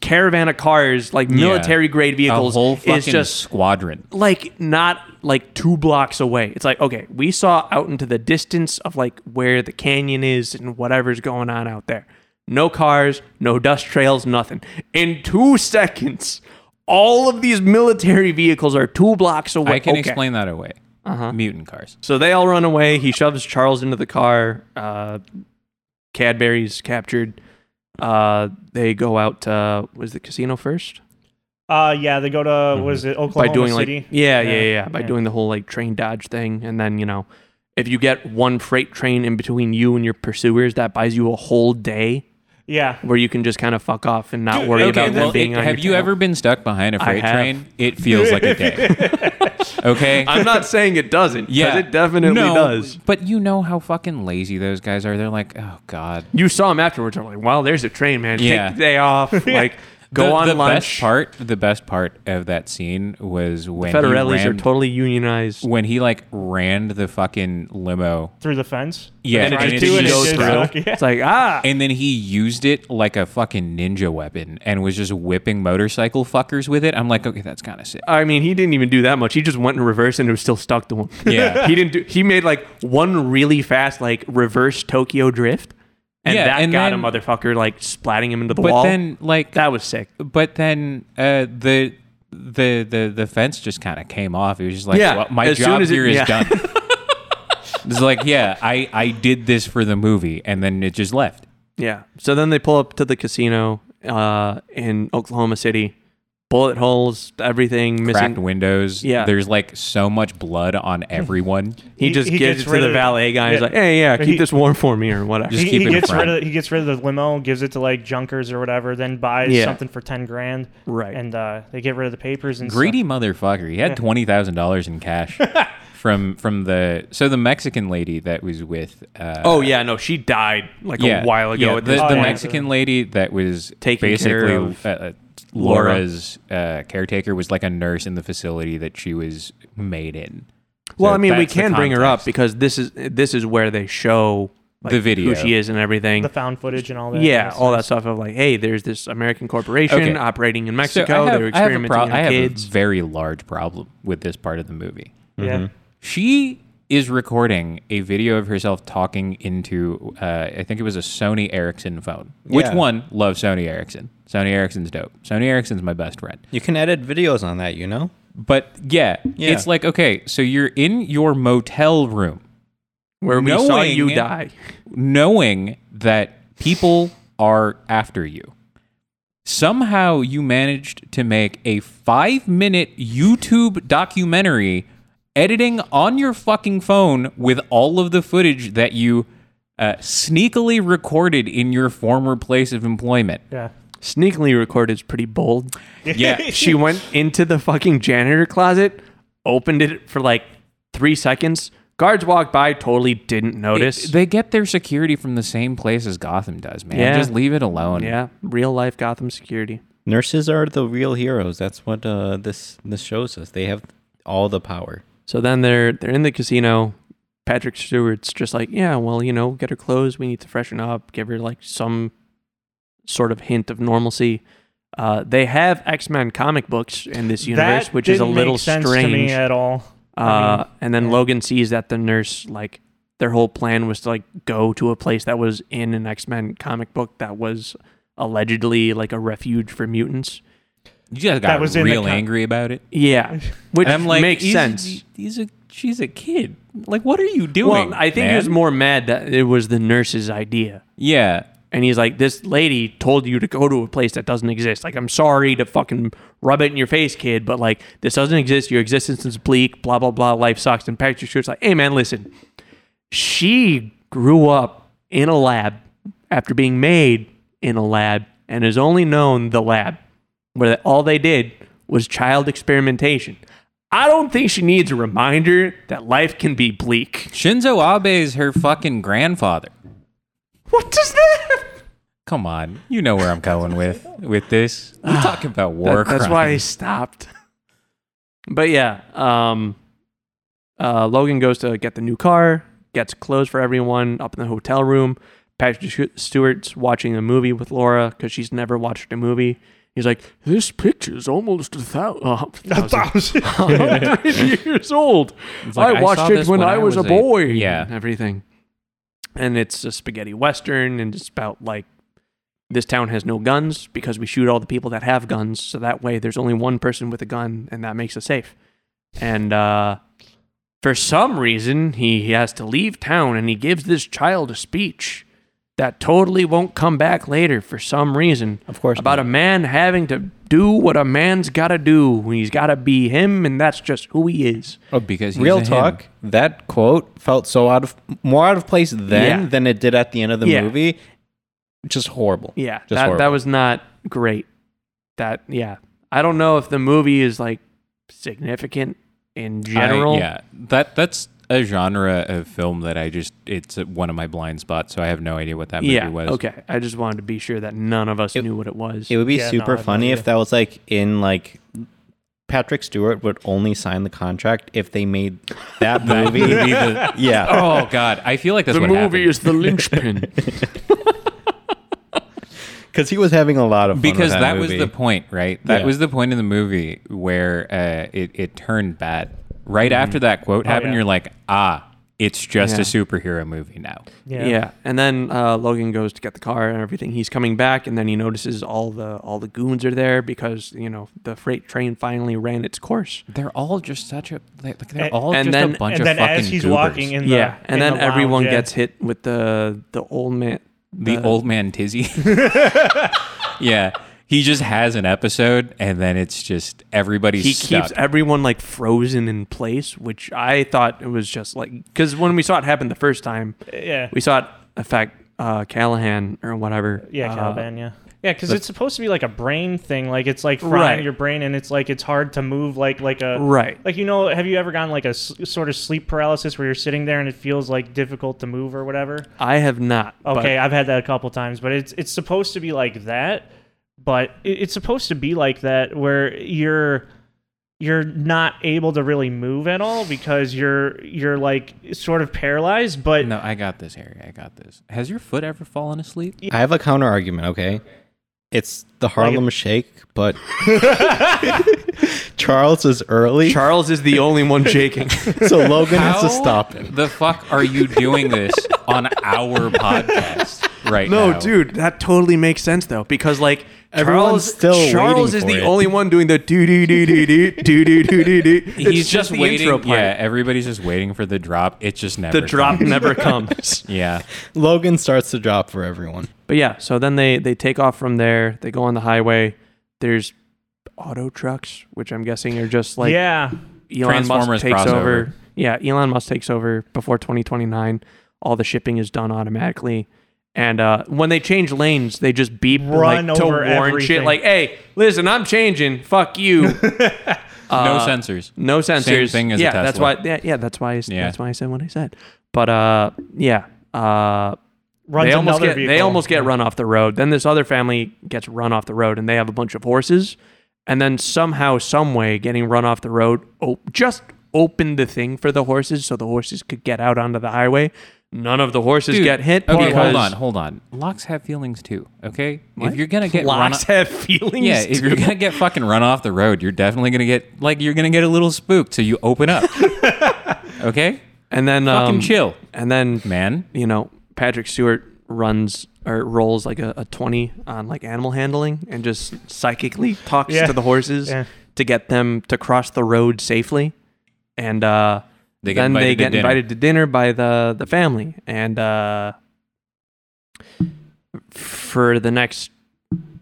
[SPEAKER 1] caravan of cars like military grade
[SPEAKER 2] A
[SPEAKER 1] vehicles
[SPEAKER 2] whole
[SPEAKER 1] is
[SPEAKER 2] fucking
[SPEAKER 1] just
[SPEAKER 2] squadron.
[SPEAKER 1] like not like two blocks away. It's like, okay, we saw out into the distance of like where the canyon is and whatever's going on out there. No cars, no dust trails, nothing. In two seconds, all of these military vehicles are two blocks away.
[SPEAKER 2] I can
[SPEAKER 1] Okay.
[SPEAKER 2] explain that away.
[SPEAKER 3] Uh-huh.
[SPEAKER 2] Mutant cars.
[SPEAKER 1] So they all run away. He shoves Charles into the car. Uh, Cadbury's captured. Uh, they go out to, was the casino first?
[SPEAKER 3] Uh, yeah, they go to was it Oklahoma
[SPEAKER 1] by doing
[SPEAKER 3] City?
[SPEAKER 1] like yeah, yeah, yeah,
[SPEAKER 3] Yeah,
[SPEAKER 1] by
[SPEAKER 3] yeah.
[SPEAKER 1] doing the whole like train dodge thing, and then you know, if you get one freight train in between you and your pursuers, that buys you a whole day
[SPEAKER 3] yeah.
[SPEAKER 1] where you can just kind of fuck off and not worry
[SPEAKER 2] Okay,
[SPEAKER 1] about them
[SPEAKER 2] well,
[SPEAKER 1] being
[SPEAKER 2] it-
[SPEAKER 1] on
[SPEAKER 2] have
[SPEAKER 1] your
[SPEAKER 2] you
[SPEAKER 1] tail.
[SPEAKER 2] ever been stuck behind a
[SPEAKER 1] I
[SPEAKER 2] freight
[SPEAKER 1] have.
[SPEAKER 2] train? It feels like a day. okay.
[SPEAKER 1] I'm not saying it doesn't. 'cause
[SPEAKER 2] yeah,
[SPEAKER 1] it definitely
[SPEAKER 2] No,
[SPEAKER 1] does.
[SPEAKER 2] But you know how fucking lazy those guys are. They're like, oh god.
[SPEAKER 1] You saw him afterwards. I'm like, wow, there's a train, man.
[SPEAKER 2] Yeah.
[SPEAKER 1] Take the day off. Like, go
[SPEAKER 2] the,
[SPEAKER 1] on
[SPEAKER 2] the
[SPEAKER 1] lunch.
[SPEAKER 2] Best part, the best part of that scene was when he
[SPEAKER 1] Federellis
[SPEAKER 2] ran,
[SPEAKER 1] are totally unionized.
[SPEAKER 2] when he like ran the fucking limo.
[SPEAKER 3] Through the fence.
[SPEAKER 2] Yeah,
[SPEAKER 1] And it
[SPEAKER 3] Right
[SPEAKER 1] just
[SPEAKER 3] to it,
[SPEAKER 1] goes
[SPEAKER 3] it's
[SPEAKER 1] through.
[SPEAKER 3] like- yeah.
[SPEAKER 1] It's like ah,
[SPEAKER 2] And then he used it like a fucking ninja weapon and was just whipping motorcycle fuckers with it. I'm like, okay, that's kind of sick.
[SPEAKER 1] I mean, he didn't even do that much. He just went in reverse and it was still stuck to him.
[SPEAKER 2] Yeah.
[SPEAKER 1] he didn't do he made like one really fast like reverse Tokyo drift. And
[SPEAKER 2] Yeah,
[SPEAKER 1] that
[SPEAKER 2] and
[SPEAKER 1] got
[SPEAKER 2] then-
[SPEAKER 1] a motherfucker like splatting him into the
[SPEAKER 2] But
[SPEAKER 1] wall.
[SPEAKER 2] then like
[SPEAKER 1] that was sick.
[SPEAKER 2] but then uh, the the the the fence just kind of came off. It was just like,
[SPEAKER 1] Yeah,
[SPEAKER 2] well, my
[SPEAKER 1] as soon
[SPEAKER 2] job
[SPEAKER 1] as it-
[SPEAKER 2] here is
[SPEAKER 1] yeah.
[SPEAKER 2] done. it's like, yeah, I I did this for the movie, and then it just left.
[SPEAKER 1] Yeah. So then they pull up to the casino uh, in Oklahoma City. Bullet holes, everything
[SPEAKER 2] Cracked
[SPEAKER 1] missing.
[SPEAKER 2] windows.
[SPEAKER 1] Yeah.
[SPEAKER 2] there's like so much blood on everyone.
[SPEAKER 1] He
[SPEAKER 3] He-
[SPEAKER 1] just
[SPEAKER 3] he
[SPEAKER 1] gives
[SPEAKER 3] gets
[SPEAKER 1] it to
[SPEAKER 3] rid
[SPEAKER 1] the
[SPEAKER 3] of-
[SPEAKER 1] valet guy. He's
[SPEAKER 3] yeah.
[SPEAKER 1] like, "Hey, yeah,
[SPEAKER 3] He-
[SPEAKER 1] keep this warm for me or whatetever."
[SPEAKER 2] Just
[SPEAKER 3] He,
[SPEAKER 2] keep
[SPEAKER 3] he
[SPEAKER 2] it
[SPEAKER 3] gets
[SPEAKER 2] fried.
[SPEAKER 3] rid of he gets rid of the limo, gives it to like junkers or whatever, then buys
[SPEAKER 1] Yeah.
[SPEAKER 3] something for ten grand.
[SPEAKER 1] Right.
[SPEAKER 3] And uh, they get rid of the papers and
[SPEAKER 2] Greedy motherfucker. He had twenty thousand dollars in cash from from the so the Mexican lady that was with. Uh,
[SPEAKER 1] oh yeah, no, she died like a while ago.
[SPEAKER 2] yeah,
[SPEAKER 1] at
[SPEAKER 2] the,
[SPEAKER 1] this
[SPEAKER 2] the
[SPEAKER 3] Oh, yeah.
[SPEAKER 1] point.
[SPEAKER 2] Mexican lady that was
[SPEAKER 1] Taking care
[SPEAKER 2] basically
[SPEAKER 1] of
[SPEAKER 2] uh, uh,
[SPEAKER 1] Laura.
[SPEAKER 2] Laura's uh, caretaker was like a nurse in the facility that she was made in.
[SPEAKER 1] Well,
[SPEAKER 2] So
[SPEAKER 1] I mean, we
[SPEAKER 2] that's the
[SPEAKER 1] can bring her up
[SPEAKER 2] context.
[SPEAKER 1] because this is this is where they show like,
[SPEAKER 2] The video.
[SPEAKER 1] who she is and everything.
[SPEAKER 3] stuff. the found footage and all that.
[SPEAKER 1] yeah, all that
[SPEAKER 3] that's
[SPEAKER 1] stuff of like, hey, there's this American corporation
[SPEAKER 2] Okay.
[SPEAKER 1] operating in
[SPEAKER 2] So
[SPEAKER 1] Mexico.
[SPEAKER 2] I
[SPEAKER 1] They're
[SPEAKER 2] have, I have a
[SPEAKER 1] experimenting
[SPEAKER 2] pro-
[SPEAKER 1] on
[SPEAKER 2] I have
[SPEAKER 1] kids.
[SPEAKER 2] a very large problem with this part of the movie.
[SPEAKER 3] Yeah.
[SPEAKER 1] Mm-hmm.
[SPEAKER 2] She is recording a video of herself talking into, uh, I think it was a Sony Ericsson phone. Which
[SPEAKER 4] Yeah.
[SPEAKER 2] one? Love Sony Ericsson. Sony Ericsson's dope. Sony Ericsson's my best friend.
[SPEAKER 4] You can edit videos on that, you know?
[SPEAKER 2] But yeah,
[SPEAKER 4] Yeah.
[SPEAKER 2] it's like, okay, so you're in your motel room
[SPEAKER 1] where we saw
[SPEAKER 2] knowing-
[SPEAKER 1] you die.
[SPEAKER 2] knowing that people are after you. Somehow you managed to make a five minute YouTube documentary editing on your fucking phone with all of the footage that you uh, sneakily recorded in your former place of employment.
[SPEAKER 3] Yeah.
[SPEAKER 1] Sneakily recorded is pretty bold.
[SPEAKER 2] Yeah.
[SPEAKER 1] She went into the fucking janitor closet, opened it for like three seconds. Guards walked by, totally didn't notice.
[SPEAKER 2] They get their security from the same place as Gotham does, man.
[SPEAKER 1] Yeah.
[SPEAKER 2] Just leave it alone.
[SPEAKER 1] yeah, real life Gotham security.
[SPEAKER 4] Nurses are the real heroes. That's what uh, this this shows us. They have all the power.
[SPEAKER 1] So then they're they're in the casino. Patrick Stewart's just like, yeah, well, you know, get her clothes. We need to freshen up. Give her like some sort of hint of normalcy. Uh, they have X Men comic books in this universe,
[SPEAKER 3] That
[SPEAKER 1] which is a
[SPEAKER 3] didn't
[SPEAKER 1] little
[SPEAKER 3] make sense to
[SPEAKER 1] strange.
[SPEAKER 3] me at all. I
[SPEAKER 1] uh,
[SPEAKER 3] mean,
[SPEAKER 1] and then
[SPEAKER 3] yeah.
[SPEAKER 1] Logan sees that the nurse like their whole plan was to like go to a place that was in an X Men comic book that was allegedly like a refuge for mutants.
[SPEAKER 2] You just got
[SPEAKER 3] was in the
[SPEAKER 2] real
[SPEAKER 3] con-
[SPEAKER 2] angry about it.
[SPEAKER 1] Yeah, which
[SPEAKER 2] And I'm like,
[SPEAKER 1] makes
[SPEAKER 2] he's-
[SPEAKER 1] sense.
[SPEAKER 2] He's a she's a kid. Like, what are you doing?
[SPEAKER 1] Well, I think he was
[SPEAKER 2] man?
[SPEAKER 1] more mad that it was the nurse's idea.
[SPEAKER 2] Yeah,
[SPEAKER 1] And he's like, This lady told you to go to a place that doesn't exist. Like, I'm sorry to fucking rub it in your face, kid, but like, this doesn't exist. Your existence is bleak, blah, blah, blah. Life sucks. And Patrick Stewart's like, Hey, man, listen, she grew up in a lab after being made in a lab and has only known the lab where all they did was child experimentation. I don't think she needs a reminder that life can be bleak.
[SPEAKER 2] Shinzo Abe is her fucking grandfather.
[SPEAKER 1] What does that?
[SPEAKER 2] Come on, you know where I'm going with with this. We're talking about war.
[SPEAKER 1] Ah, That's why I stopped. But yeah, um, uh, Logan goes to get the new car, gets clothes for everyone up in the hotel room. Patrick Stu- Stewart's watching a movie with Laura because she's never watched a movie. He's like, this picture's almost a thousand, uh, thousand hundred years old.
[SPEAKER 2] like,
[SPEAKER 1] I
[SPEAKER 2] I
[SPEAKER 1] watched
[SPEAKER 2] saw
[SPEAKER 1] it
[SPEAKER 2] this
[SPEAKER 1] when, I was, a boy.
[SPEAKER 2] Yeah.
[SPEAKER 1] and everything. And it's a spaghetti western, and it's about like this town has no guns because we shoot all the people that have guns. So that way there's only one person with a gun and that makes us safe. And uh, for some reason, he, he has to leave town and he gives this child a speech that totally won't come back later for some reason
[SPEAKER 4] Of course.
[SPEAKER 1] about a man having to do what a man's got to do. He's got to be him, and that's just who he is.
[SPEAKER 2] Oh, because he's a
[SPEAKER 4] Real
[SPEAKER 2] him.
[SPEAKER 4] talk. That quote felt so out of more out of place then
[SPEAKER 1] Yeah.
[SPEAKER 4] than it did at the end of the
[SPEAKER 1] Yeah.
[SPEAKER 4] movie. Just horrible.
[SPEAKER 1] Yeah,
[SPEAKER 4] Just
[SPEAKER 1] that, that
[SPEAKER 4] horrible.
[SPEAKER 1] was not great. That yeah, I don't know if the movie is like significant in
[SPEAKER 2] I-
[SPEAKER 1] general.
[SPEAKER 2] yeah, that that's a genre of film that I just it's one of my blind spots, so I have no idea what that movie
[SPEAKER 1] yeah.
[SPEAKER 2] was.
[SPEAKER 1] Okay, I just wanted to be sure that none of us knew what it was.
[SPEAKER 4] It would be
[SPEAKER 3] Yeah, no,
[SPEAKER 4] super
[SPEAKER 3] I've no
[SPEAKER 4] funny
[SPEAKER 3] idea.
[SPEAKER 4] if that was like in like Patrick Stewart would only sign the contract if they made that
[SPEAKER 2] That would be
[SPEAKER 4] movie.
[SPEAKER 2] the-
[SPEAKER 4] yeah.
[SPEAKER 2] oh God, I feel like that's
[SPEAKER 1] the
[SPEAKER 2] what
[SPEAKER 1] movie
[SPEAKER 2] happened.
[SPEAKER 1] is the linchpin.
[SPEAKER 4] Because he was having a lot of fun with
[SPEAKER 2] Oh. because that, was
[SPEAKER 4] movie.
[SPEAKER 2] the point, right? That
[SPEAKER 4] Yeah.
[SPEAKER 2] was the point in the movie where uh, it it turned bad. Right after that quote happened,
[SPEAKER 3] yeah.
[SPEAKER 2] you're like, ah, it's just
[SPEAKER 1] Yeah.
[SPEAKER 2] a superhero movie now.
[SPEAKER 1] yeah. and then uh, Logan goes to get the car and everything. He's coming back, and then he notices all the all the goons are there because you know the freight train finally ran its course.
[SPEAKER 2] They're all just such a like they're
[SPEAKER 3] And-
[SPEAKER 2] all
[SPEAKER 1] and
[SPEAKER 2] just
[SPEAKER 1] then-
[SPEAKER 2] a bunch
[SPEAKER 3] and
[SPEAKER 2] of
[SPEAKER 3] then
[SPEAKER 2] fucking
[SPEAKER 3] as he's
[SPEAKER 2] goobers.
[SPEAKER 3] walking in the
[SPEAKER 1] yeah, and
[SPEAKER 3] in
[SPEAKER 1] then
[SPEAKER 3] the lounge,
[SPEAKER 1] everyone
[SPEAKER 3] yeah.
[SPEAKER 1] gets hit with the the old man.
[SPEAKER 2] the old man Tizzy. yeah, he just has an episode, and then it's just everybody's
[SPEAKER 1] he
[SPEAKER 2] stuck.
[SPEAKER 1] keeps everyone like frozen in place, which I thought it was just like because when we saw it happen the first time,
[SPEAKER 3] yeah.
[SPEAKER 1] we saw it affect uh, Callahan or whatever.
[SPEAKER 3] Yeah,
[SPEAKER 1] uh,
[SPEAKER 3] Caliban, yeah. Yeah, because it's supposed to be like a brain thing. Like it's like frying
[SPEAKER 1] Right.
[SPEAKER 3] your brain, and it's like it's hard to move. Like like a
[SPEAKER 1] Right.
[SPEAKER 3] Like you know, have you ever gotten like a s- sort of sleep paralysis where you're sitting there and it feels like difficult to move or whatever?
[SPEAKER 1] I have not. but-
[SPEAKER 3] Okay, I've had that a couple times, but it's it's supposed to be like that, but it, it's supposed to be like that where you're you're not able to really move at all because you're you're like sort of paralyzed. But
[SPEAKER 2] no, I got this, Harry. I got this. Has your foot ever fallen asleep?
[SPEAKER 4] I have a counter argument, okay? It's the Harlem Shake, but Charles is early,
[SPEAKER 1] Charles is the only one shaking.
[SPEAKER 4] so Logan has to
[SPEAKER 2] How
[SPEAKER 4] stop him.
[SPEAKER 2] The fuck are you doing this on our podcast right
[SPEAKER 1] No,
[SPEAKER 2] now?
[SPEAKER 1] dude, that totally makes sense though, because like
[SPEAKER 4] Everyone's
[SPEAKER 1] Charles,
[SPEAKER 4] still
[SPEAKER 1] Charles
[SPEAKER 4] waiting
[SPEAKER 1] is
[SPEAKER 4] for
[SPEAKER 1] the
[SPEAKER 4] it.
[SPEAKER 1] only one doing the do do do do do do do do do do. It's
[SPEAKER 2] He's just,
[SPEAKER 1] the
[SPEAKER 2] waiting.
[SPEAKER 1] Intro part.
[SPEAKER 2] Yeah, everybody's just waiting for the drop. It just never.
[SPEAKER 1] the drop
[SPEAKER 2] comes.
[SPEAKER 1] never comes.
[SPEAKER 2] Yeah.
[SPEAKER 4] Logan starts to drop for everyone.
[SPEAKER 1] But yeah, so then they they take off from there. They go on the highway. There's auto trucks, which I'm guessing are just like
[SPEAKER 3] yeah,
[SPEAKER 1] Elon Musk
[SPEAKER 2] Transformers
[SPEAKER 1] takes
[SPEAKER 2] crossover.
[SPEAKER 1] over. Yeah, Elon Musk takes over before 2029. All the shipping is done automatically. And uh, when they change lanes, they just beep
[SPEAKER 3] Run
[SPEAKER 1] like, to
[SPEAKER 3] over
[SPEAKER 1] warn shit
[SPEAKER 3] everything.
[SPEAKER 1] like, "Hey, listen, I'm changing. Fuck you."
[SPEAKER 2] No
[SPEAKER 1] Uh,
[SPEAKER 2] sensors.
[SPEAKER 1] no sensors.
[SPEAKER 2] thing as a
[SPEAKER 1] yeah, that's why.
[SPEAKER 2] Tesla.
[SPEAKER 1] Yeah, yeah, that's why. I, s-
[SPEAKER 2] Yeah.
[SPEAKER 1] That's why I said what I said. But uh, yeah, uh,
[SPEAKER 3] runs
[SPEAKER 1] they almost
[SPEAKER 3] another
[SPEAKER 1] get
[SPEAKER 3] vehicle.
[SPEAKER 1] they almost get run off the road. Then this other family gets run off the road, and they have a bunch of horses. And then somehow, some way, getting run off the road, op- just opened the thing for the horses, so the horses could get out onto the highway. None of the horses
[SPEAKER 2] Dude,
[SPEAKER 1] get hit.
[SPEAKER 2] Okay,
[SPEAKER 1] because
[SPEAKER 2] hold on, hold on. Locks have feelings too. Okay, if you're gonna get run
[SPEAKER 1] Locks
[SPEAKER 2] off,
[SPEAKER 1] have feelings.
[SPEAKER 2] Yeah, if
[SPEAKER 1] too.
[SPEAKER 2] you're gonna get fucking run off the road, you're definitely gonna get like you're gonna get a little spooked, so you open up. okay,
[SPEAKER 1] and then
[SPEAKER 2] fucking
[SPEAKER 1] um,
[SPEAKER 2] chill,
[SPEAKER 1] And then
[SPEAKER 2] man.
[SPEAKER 1] you know, Patrick Stewart runs or rolls like a, a 20 on like animal handling and just psychically talks
[SPEAKER 3] Yeah.
[SPEAKER 1] to the horses
[SPEAKER 3] Yeah.
[SPEAKER 1] to get them to cross the road safely. And uh,
[SPEAKER 2] They get
[SPEAKER 1] then
[SPEAKER 2] invited
[SPEAKER 1] they
[SPEAKER 2] to
[SPEAKER 1] get
[SPEAKER 2] dinner.
[SPEAKER 1] invited to dinner by the, the family. And uh, for the next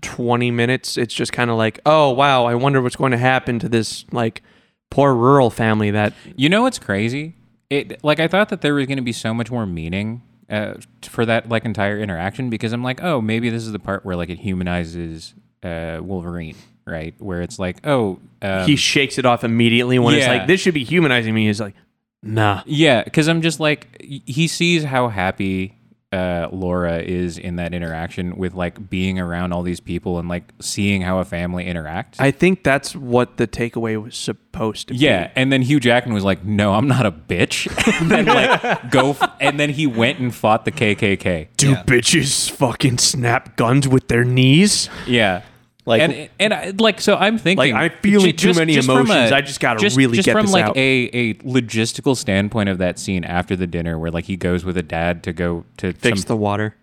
[SPEAKER 1] 20 minutes, it's just kind of like, oh, wow, I wonder what's going to happen to this like poor rural family that
[SPEAKER 2] You know what's crazy? It like I thought that there was gonna be so much more meaning uh, for that like entire interaction because I'm like, oh, maybe this is the part where like it humanizes uh, Wolverine, right? Where it's like, oh, um,
[SPEAKER 1] he shakes it off immediately when it's
[SPEAKER 2] yeah.
[SPEAKER 1] like, this should be humanizing me. He's like, nah.
[SPEAKER 2] Yeah, because I'm just like y- he sees how happy uh, Laura is in that interaction with like being around all these people and like seeing how a family interacts.
[SPEAKER 1] I think that's what the takeaway was supposed to
[SPEAKER 2] yeah, and then Hugh Jackman was like, "No, I'm not a bitch." and then like go, f- and then he went and fought the KKK.
[SPEAKER 1] be. Do bitches fucking snap guns with their knees?
[SPEAKER 2] Yeah.
[SPEAKER 4] Like-
[SPEAKER 2] and and I, like so, I'm
[SPEAKER 1] Like,
[SPEAKER 2] thinking
[SPEAKER 1] I'm feeling
[SPEAKER 2] ju-
[SPEAKER 1] too many
[SPEAKER 2] from
[SPEAKER 1] emotions. I just gotta really
[SPEAKER 2] just
[SPEAKER 1] get
[SPEAKER 2] from
[SPEAKER 1] this
[SPEAKER 2] like
[SPEAKER 1] out.
[SPEAKER 2] a a logistical standpoint of that scene after the dinner, where like he goes with a dad to go to
[SPEAKER 1] Fix
[SPEAKER 2] some
[SPEAKER 1] the water.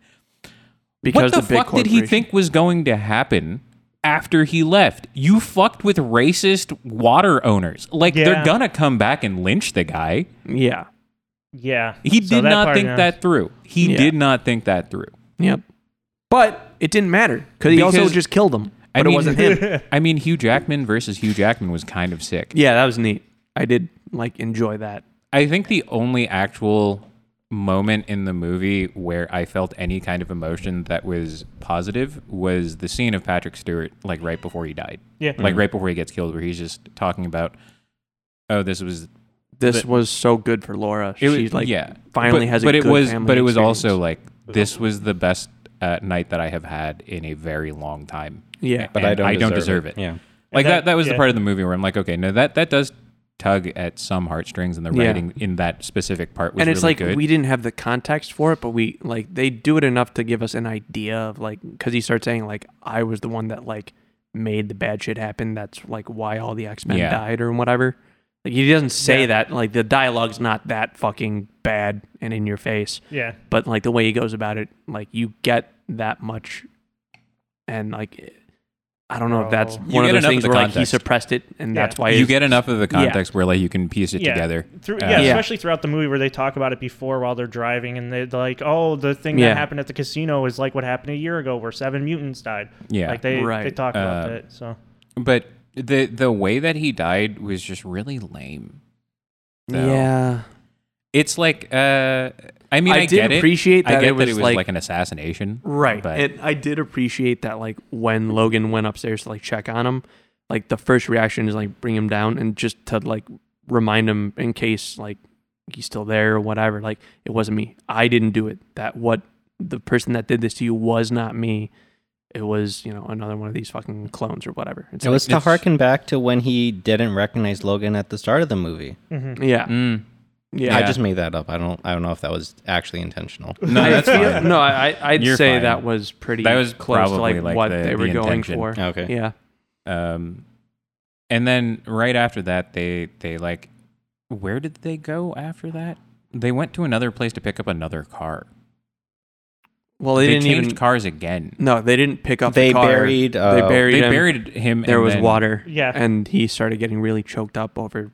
[SPEAKER 1] because
[SPEAKER 2] what the,
[SPEAKER 1] the, big
[SPEAKER 2] fuck did he
[SPEAKER 1] corporation-
[SPEAKER 2] think was going to happen after he left? You fucked with racist water owners. Like
[SPEAKER 3] Yeah.
[SPEAKER 2] they're gonna come back and lynch the guy.
[SPEAKER 1] Yeah.
[SPEAKER 3] Yeah.
[SPEAKER 2] He
[SPEAKER 3] So
[SPEAKER 2] did
[SPEAKER 3] that
[SPEAKER 2] not
[SPEAKER 3] part,
[SPEAKER 2] think
[SPEAKER 3] yeah.
[SPEAKER 2] that through. He
[SPEAKER 1] Yeah.
[SPEAKER 2] did not think that through.
[SPEAKER 1] Yep. But it didn't matter because he also
[SPEAKER 2] Because-
[SPEAKER 1] just killed him. But
[SPEAKER 2] I mean,
[SPEAKER 1] it wasn't him.
[SPEAKER 2] I mean, Hugh Jackman versus Hugh Jackman was kind of sick.
[SPEAKER 1] yeah, that was neat. I did like enjoy that.
[SPEAKER 2] I think the only actual moment in the movie where I felt any kind of emotion that was positive was the scene of Patrick Stewart, like right before he died,
[SPEAKER 3] Yeah.
[SPEAKER 1] Mm-hmm.
[SPEAKER 2] like right before he gets killed, where he's just talking about, oh, this was
[SPEAKER 1] This was so good for Laura.
[SPEAKER 2] it was
[SPEAKER 1] She's like,
[SPEAKER 2] yeah,
[SPEAKER 1] finally
[SPEAKER 2] but,
[SPEAKER 1] has a
[SPEAKER 2] but it
[SPEAKER 1] good
[SPEAKER 2] was
[SPEAKER 1] family
[SPEAKER 2] but it was also
[SPEAKER 1] experience.
[SPEAKER 2] like this was the best uh, night that I have had in a very long time,
[SPEAKER 1] yeah,
[SPEAKER 4] But
[SPEAKER 2] and
[SPEAKER 4] I don't.
[SPEAKER 2] I
[SPEAKER 4] deserve
[SPEAKER 2] don't deserve it.
[SPEAKER 4] Yeah.
[SPEAKER 2] like
[SPEAKER 3] And
[SPEAKER 2] that,
[SPEAKER 3] that-
[SPEAKER 2] that was the
[SPEAKER 3] yeah.
[SPEAKER 2] part of the movie where I'm like, okay, no, that that does tug at some heartstrings, and the
[SPEAKER 1] Yeah.
[SPEAKER 2] writing in that specific part was
[SPEAKER 1] and it's
[SPEAKER 2] really
[SPEAKER 1] like
[SPEAKER 2] good.
[SPEAKER 1] we didn't have the context for it, but we like they do it enough to give us an idea of like because he starts saying like I was the one that like made the bad shit happen. That's like why all the X Men
[SPEAKER 2] Yeah.
[SPEAKER 1] died or whatever. Like he doesn't say
[SPEAKER 3] Yeah.
[SPEAKER 1] that. Like the dialogue's not that fucking bad and in your face,
[SPEAKER 3] Yeah.
[SPEAKER 1] but like the way he goes about it, like you get that much, and like I don't know if that's
[SPEAKER 3] Bro.
[SPEAKER 2] You
[SPEAKER 1] one
[SPEAKER 2] get
[SPEAKER 1] of those
[SPEAKER 2] enough of
[SPEAKER 1] things
[SPEAKER 2] the
[SPEAKER 1] where like he
[SPEAKER 2] context.
[SPEAKER 1] suppressed it, and
[SPEAKER 3] Yeah.
[SPEAKER 1] that's why
[SPEAKER 2] you
[SPEAKER 1] it's-
[SPEAKER 2] get enough of the
[SPEAKER 1] Yeah.
[SPEAKER 2] context where like you can piece it
[SPEAKER 3] Yeah.
[SPEAKER 2] together.
[SPEAKER 3] Through,
[SPEAKER 2] Uh,
[SPEAKER 3] yeah,
[SPEAKER 1] Yeah.
[SPEAKER 3] especially throughout the movie where they talk about it before while they're driving, and they're like, "Oh, the thing
[SPEAKER 1] Yeah.
[SPEAKER 3] that happened at the casino is like what happened a year ago, where seven mutants died."
[SPEAKER 2] Yeah.
[SPEAKER 3] like they
[SPEAKER 1] Right.
[SPEAKER 3] they talk about
[SPEAKER 2] Uh,
[SPEAKER 3] it. So
[SPEAKER 2] But the the way that he died was just really lame. though.
[SPEAKER 1] yeah.
[SPEAKER 2] It's like uh I mean
[SPEAKER 1] I
[SPEAKER 2] I,
[SPEAKER 1] did
[SPEAKER 2] get it.
[SPEAKER 1] appreciate
[SPEAKER 2] I
[SPEAKER 1] that it
[SPEAKER 2] get that
[SPEAKER 1] was
[SPEAKER 2] it was
[SPEAKER 1] like-
[SPEAKER 2] like, an assassination.
[SPEAKER 1] Right.
[SPEAKER 2] But-
[SPEAKER 1] and I did appreciate that like when Logan went upstairs to like check on him, like the first reaction is like bring him down and just to like remind him in case like he's still there or whatever. Like it wasn't me. I didn't do it. That what the person that did this to you was not me. It was, you know, another one of these fucking clones or whatever. It's
[SPEAKER 4] It was to
[SPEAKER 2] it's-
[SPEAKER 4] harken back to when he didn't recognize Logan at the start of the movie.
[SPEAKER 1] like- yeah.
[SPEAKER 2] Mm.
[SPEAKER 1] Yeah.
[SPEAKER 4] I
[SPEAKER 2] Yeah.
[SPEAKER 4] just made that up. I don't. I don't know if that was actually intentional.
[SPEAKER 2] No,
[SPEAKER 1] I
[SPEAKER 2] that's
[SPEAKER 1] feel-
[SPEAKER 2] fine.
[SPEAKER 1] No, I, I- I'd
[SPEAKER 2] You're
[SPEAKER 1] say
[SPEAKER 2] fine.
[SPEAKER 1] that was pretty
[SPEAKER 2] That was
[SPEAKER 1] close to
[SPEAKER 2] probably,
[SPEAKER 1] like,
[SPEAKER 2] like,
[SPEAKER 1] what
[SPEAKER 2] the-
[SPEAKER 1] they were
[SPEAKER 2] the
[SPEAKER 1] going
[SPEAKER 2] intention.
[SPEAKER 1] for.
[SPEAKER 4] Okay.
[SPEAKER 1] Yeah.
[SPEAKER 2] Um and then right after that they they like where did they go after that? They went to another place to pick up another car.
[SPEAKER 1] Well, they, didn't
[SPEAKER 2] changed
[SPEAKER 1] even.
[SPEAKER 2] cars again.
[SPEAKER 1] no, they didn't pick up
[SPEAKER 4] They
[SPEAKER 1] the car.
[SPEAKER 4] buried. Uh,
[SPEAKER 1] they buried
[SPEAKER 2] They
[SPEAKER 1] him.
[SPEAKER 2] buried him.
[SPEAKER 1] there
[SPEAKER 2] and
[SPEAKER 1] was
[SPEAKER 2] then-
[SPEAKER 1] water.
[SPEAKER 3] Yeah.
[SPEAKER 1] And he started getting really choked up over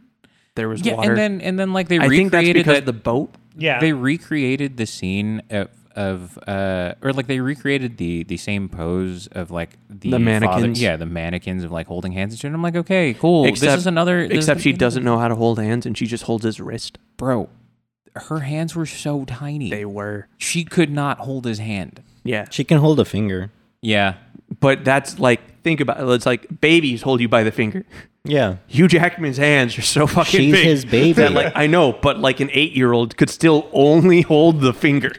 [SPEAKER 1] there was
[SPEAKER 2] Yeah,
[SPEAKER 1] water.
[SPEAKER 2] and then and then like they
[SPEAKER 1] I
[SPEAKER 2] recreated
[SPEAKER 1] think that's because
[SPEAKER 2] that
[SPEAKER 1] the boat.
[SPEAKER 3] yeah,
[SPEAKER 2] they recreated the scene of of uh or like they recreated the the same pose of like
[SPEAKER 1] The
[SPEAKER 2] the, father-
[SPEAKER 1] mannequins.
[SPEAKER 2] yeah the mannequins of like holding hands and shit i'm like okay cool
[SPEAKER 1] Except-
[SPEAKER 2] this is another this is
[SPEAKER 1] Except she
[SPEAKER 2] another-
[SPEAKER 1] doesn't know how to hold hands and she just holds his wrist.
[SPEAKER 2] bro her hands were so tiny
[SPEAKER 1] They were.
[SPEAKER 2] she could not hold his hand
[SPEAKER 1] Yeah.
[SPEAKER 4] She can hold a finger.
[SPEAKER 2] yeah
[SPEAKER 1] But that's like think about it. It's like babies hold you by the finger.
[SPEAKER 4] Yeah.
[SPEAKER 1] Hugh Jackman's hands are so fucking
[SPEAKER 4] She's
[SPEAKER 1] big.
[SPEAKER 4] his baby.
[SPEAKER 1] That like I know, but like an eight year old could still only hold the finger.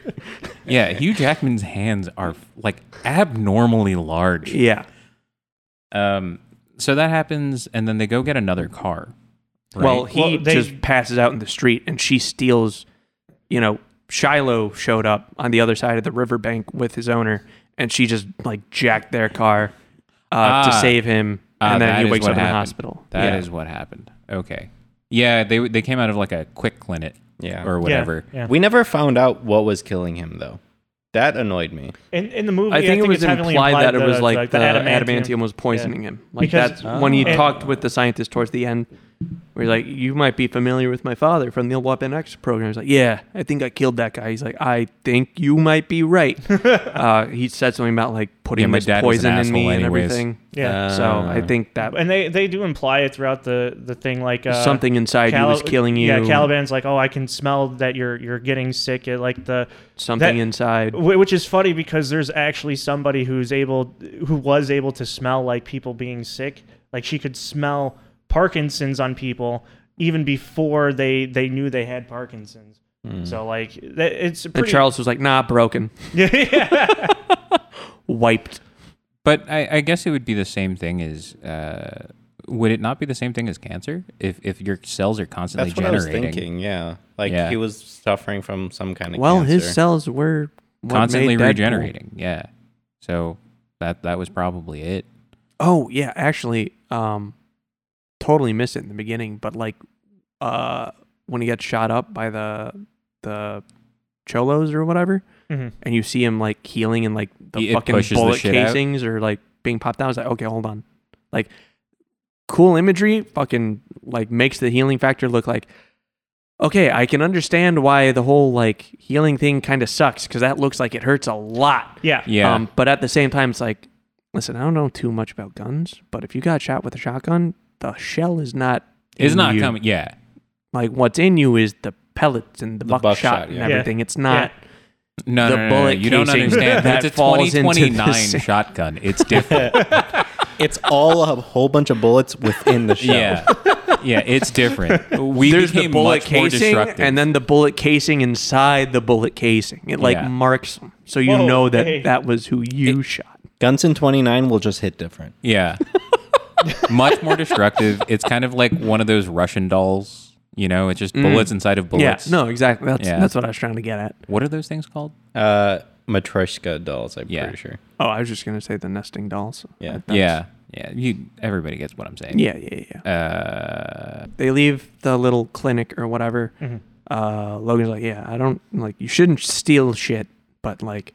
[SPEAKER 2] yeah hugh jackman's hands are like abnormally large
[SPEAKER 1] Yeah.
[SPEAKER 2] um so that happens and then they go get another car right?
[SPEAKER 1] Well, he
[SPEAKER 3] Well, they-
[SPEAKER 1] just passes out in the street, and she steals. You know, Shiloh showed up on the other side of the riverbank with his owner, and she just like jacked their car uh, to
[SPEAKER 2] Ah.
[SPEAKER 1] save him,
[SPEAKER 2] Ah,
[SPEAKER 1] and then
[SPEAKER 2] that
[SPEAKER 1] he
[SPEAKER 2] is
[SPEAKER 1] wakes
[SPEAKER 2] what
[SPEAKER 1] up in the
[SPEAKER 2] happened.
[SPEAKER 1] hospital.
[SPEAKER 2] That is
[SPEAKER 1] yeah.
[SPEAKER 2] what happened. Okay. Yeah, they they came out of like a quick clinic
[SPEAKER 4] Yeah.
[SPEAKER 2] or whatever.
[SPEAKER 3] Yeah, yeah.
[SPEAKER 4] We never found out what in the movie, I think it's heavily implied though. That annoyed me.
[SPEAKER 3] in, in the movie,
[SPEAKER 1] I think, it was
[SPEAKER 3] it's heavily
[SPEAKER 1] implied, that it
[SPEAKER 3] the-
[SPEAKER 1] was like, the, adamantium.
[SPEAKER 3] adamantium.
[SPEAKER 1] was poisoning him. Like
[SPEAKER 3] Because-
[SPEAKER 1] that's when he
[SPEAKER 3] Oh.
[SPEAKER 1] talked with the scientist towards the end. Where he's like, you might be familiar with my father from the Weapon X program. He's like, yeah, I think I killed that guy. He's like, I think you might be right. uh, he said something about like putting
[SPEAKER 2] Yeah, my
[SPEAKER 1] this
[SPEAKER 2] dad was an
[SPEAKER 1] poison in me
[SPEAKER 2] asshole
[SPEAKER 1] and
[SPEAKER 2] anyways.
[SPEAKER 1] everything.
[SPEAKER 3] Yeah,
[SPEAKER 1] so I think uh, that
[SPEAKER 3] and they they do imply it throughout the the thing like uh,
[SPEAKER 1] something inside
[SPEAKER 3] Cali-
[SPEAKER 1] you is killing you.
[SPEAKER 3] Yeah, Caliban's like, oh, I can smell that you're you're getting sick. It like the
[SPEAKER 1] something
[SPEAKER 3] that-
[SPEAKER 1] inside.
[SPEAKER 3] Wh- Which is funny because there's actually somebody who's able, who was able to smell like people being sick. Like she could smell Parkinson's on people even before they they knew they had Parkinson's.
[SPEAKER 4] Hmm.
[SPEAKER 3] So like that, it's a
[SPEAKER 1] And
[SPEAKER 3] pretty.
[SPEAKER 1] Charles was like, nah, broken,
[SPEAKER 3] yeah,
[SPEAKER 1] wiped.
[SPEAKER 2] But I, I guess it would be the same thing as uh, would it not be the same thing as cancer if if your cells are constantly
[SPEAKER 4] That's what I was
[SPEAKER 2] generating
[SPEAKER 4] thinking. Yeah. Like
[SPEAKER 2] Yeah.
[SPEAKER 4] he was suffering from some kind of
[SPEAKER 1] Well, his
[SPEAKER 4] cancer.
[SPEAKER 1] cells were what
[SPEAKER 2] constantly
[SPEAKER 1] made Deadpool.
[SPEAKER 2] regenerating? Yeah. So that that was probably it.
[SPEAKER 1] Oh yeah, actually, um, totally missed it in the beginning. But like, uh, when he gets shot up by the the cholos or whatever,
[SPEAKER 3] Mm-hmm.
[SPEAKER 1] and you see him like healing and like the
[SPEAKER 2] It
[SPEAKER 1] fucking
[SPEAKER 2] pushes the
[SPEAKER 1] bullet
[SPEAKER 2] shit out.
[SPEAKER 1] casings or like being popped out. I was like, okay, hold on. Like, cool imagery fucking like makes the healing factor look like, okay, I can understand why the whole like healing thing kind of sucks because that looks like it hurts a lot.
[SPEAKER 3] Yeah.
[SPEAKER 2] Yeah.
[SPEAKER 1] Um, but at the same time, it's like, listen, I don't know too much about guns, but if you got shot with a shotgun, the shell is not.
[SPEAKER 2] it's
[SPEAKER 1] in
[SPEAKER 2] not
[SPEAKER 1] you.
[SPEAKER 2] coming. Yeah.
[SPEAKER 1] Like, what's in you is the pellets and the,
[SPEAKER 4] The
[SPEAKER 1] buckshot,
[SPEAKER 4] buckshot,
[SPEAKER 1] and
[SPEAKER 4] yeah.
[SPEAKER 3] Yeah.
[SPEAKER 1] everything. It's not.
[SPEAKER 2] No,
[SPEAKER 1] The
[SPEAKER 2] no, no, no, no,
[SPEAKER 1] bullet
[SPEAKER 2] You don't
[SPEAKER 1] casing
[SPEAKER 2] understand.
[SPEAKER 1] that
[SPEAKER 2] That's a
[SPEAKER 1] falls into the
[SPEAKER 2] 2029
[SPEAKER 1] sand.
[SPEAKER 2] shotgun. It's different.
[SPEAKER 4] It's all a whole bunch of bullets within the shell.
[SPEAKER 2] yeah. Yeah, it's different. We
[SPEAKER 1] There's the
[SPEAKER 2] became
[SPEAKER 1] bullet
[SPEAKER 2] much more
[SPEAKER 1] casing,
[SPEAKER 2] destructive.
[SPEAKER 1] and then the bullet casing inside the bullet casing. It like
[SPEAKER 2] Yeah.
[SPEAKER 1] marks them, so you
[SPEAKER 3] Whoa,
[SPEAKER 1] know that
[SPEAKER 3] hey.
[SPEAKER 1] that was who you shot.
[SPEAKER 4] Guns in 29 will just hit different.
[SPEAKER 2] Yeah. Much more destructive. It's kind of like one of those Russian dolls, you know, it's just bullets inside of bullets.
[SPEAKER 1] Mm. Yeah, no, exactly. That's
[SPEAKER 2] Yeah.
[SPEAKER 1] that's what I was trying to get at.
[SPEAKER 2] What are those things called?
[SPEAKER 4] Uh, Matryoshka dolls, I'm
[SPEAKER 2] Yeah.
[SPEAKER 4] pretty sure.
[SPEAKER 1] Oh, I was just gonna say the nesting dolls.
[SPEAKER 4] Yeah.
[SPEAKER 1] That's-
[SPEAKER 2] Yeah. Yeah. You everybody gets what I'm saying.
[SPEAKER 1] yeah, yeah, yeah.
[SPEAKER 2] Uh
[SPEAKER 1] they leave the little clinic or whatever.
[SPEAKER 3] Mm-hmm.
[SPEAKER 1] Uh, Logan's like, yeah, I don't like you shouldn't steal shit, but like,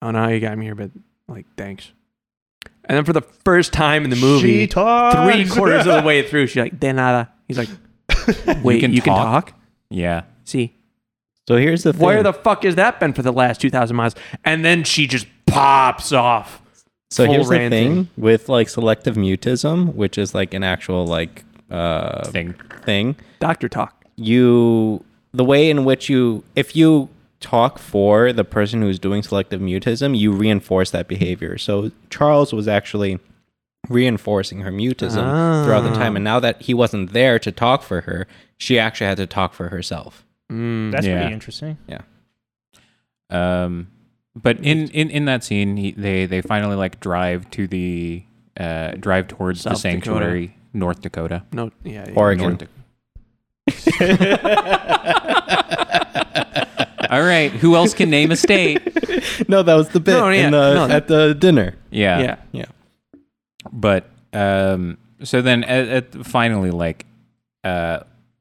[SPEAKER 1] I don't know how you got me here, but like, thanks. And then for the first time in the movie, three quarters of the way through, she's like, de nada. He's like, wait, you
[SPEAKER 2] can
[SPEAKER 1] can,
[SPEAKER 2] talk?
[SPEAKER 1] talk?
[SPEAKER 2] yeah.
[SPEAKER 1] See,
[SPEAKER 4] So here's the thing.
[SPEAKER 1] where the fuck has that been for the last two thousand miles? And then she just pops off.
[SPEAKER 4] so
[SPEAKER 1] full
[SPEAKER 4] here's the
[SPEAKER 1] ranting.
[SPEAKER 4] thing with like selective mutism, which is like an actual like uh,
[SPEAKER 2] Thing.
[SPEAKER 4] thing.
[SPEAKER 1] Doctor talk.
[SPEAKER 4] you the way in which you if you talk for the person who's doing selective mutism you reinforce that behavior so charles was actually reinforcing her mutism throughout the
[SPEAKER 1] Ah.
[SPEAKER 4] time and now that he wasn't there to talk for her she actually had to talk for herself
[SPEAKER 1] Mm,
[SPEAKER 3] That's
[SPEAKER 2] Yeah.
[SPEAKER 3] pretty interesting.
[SPEAKER 4] yeah
[SPEAKER 2] Um but in, in, in that scene he, they they finally like drive to the uh drive towards the
[SPEAKER 1] South Dakota.
[SPEAKER 2] sanctuary, North Dakota.
[SPEAKER 1] No, yeah, yeah.
[SPEAKER 4] oregon
[SPEAKER 2] North Dak- All right, who else can name a state?
[SPEAKER 4] no that was the bit
[SPEAKER 1] No, yeah,
[SPEAKER 4] in the,
[SPEAKER 1] no.
[SPEAKER 4] at the dinner
[SPEAKER 2] Yeah.
[SPEAKER 1] yeah.
[SPEAKER 4] yeah
[SPEAKER 2] But um, so then at, at finally, like, uh,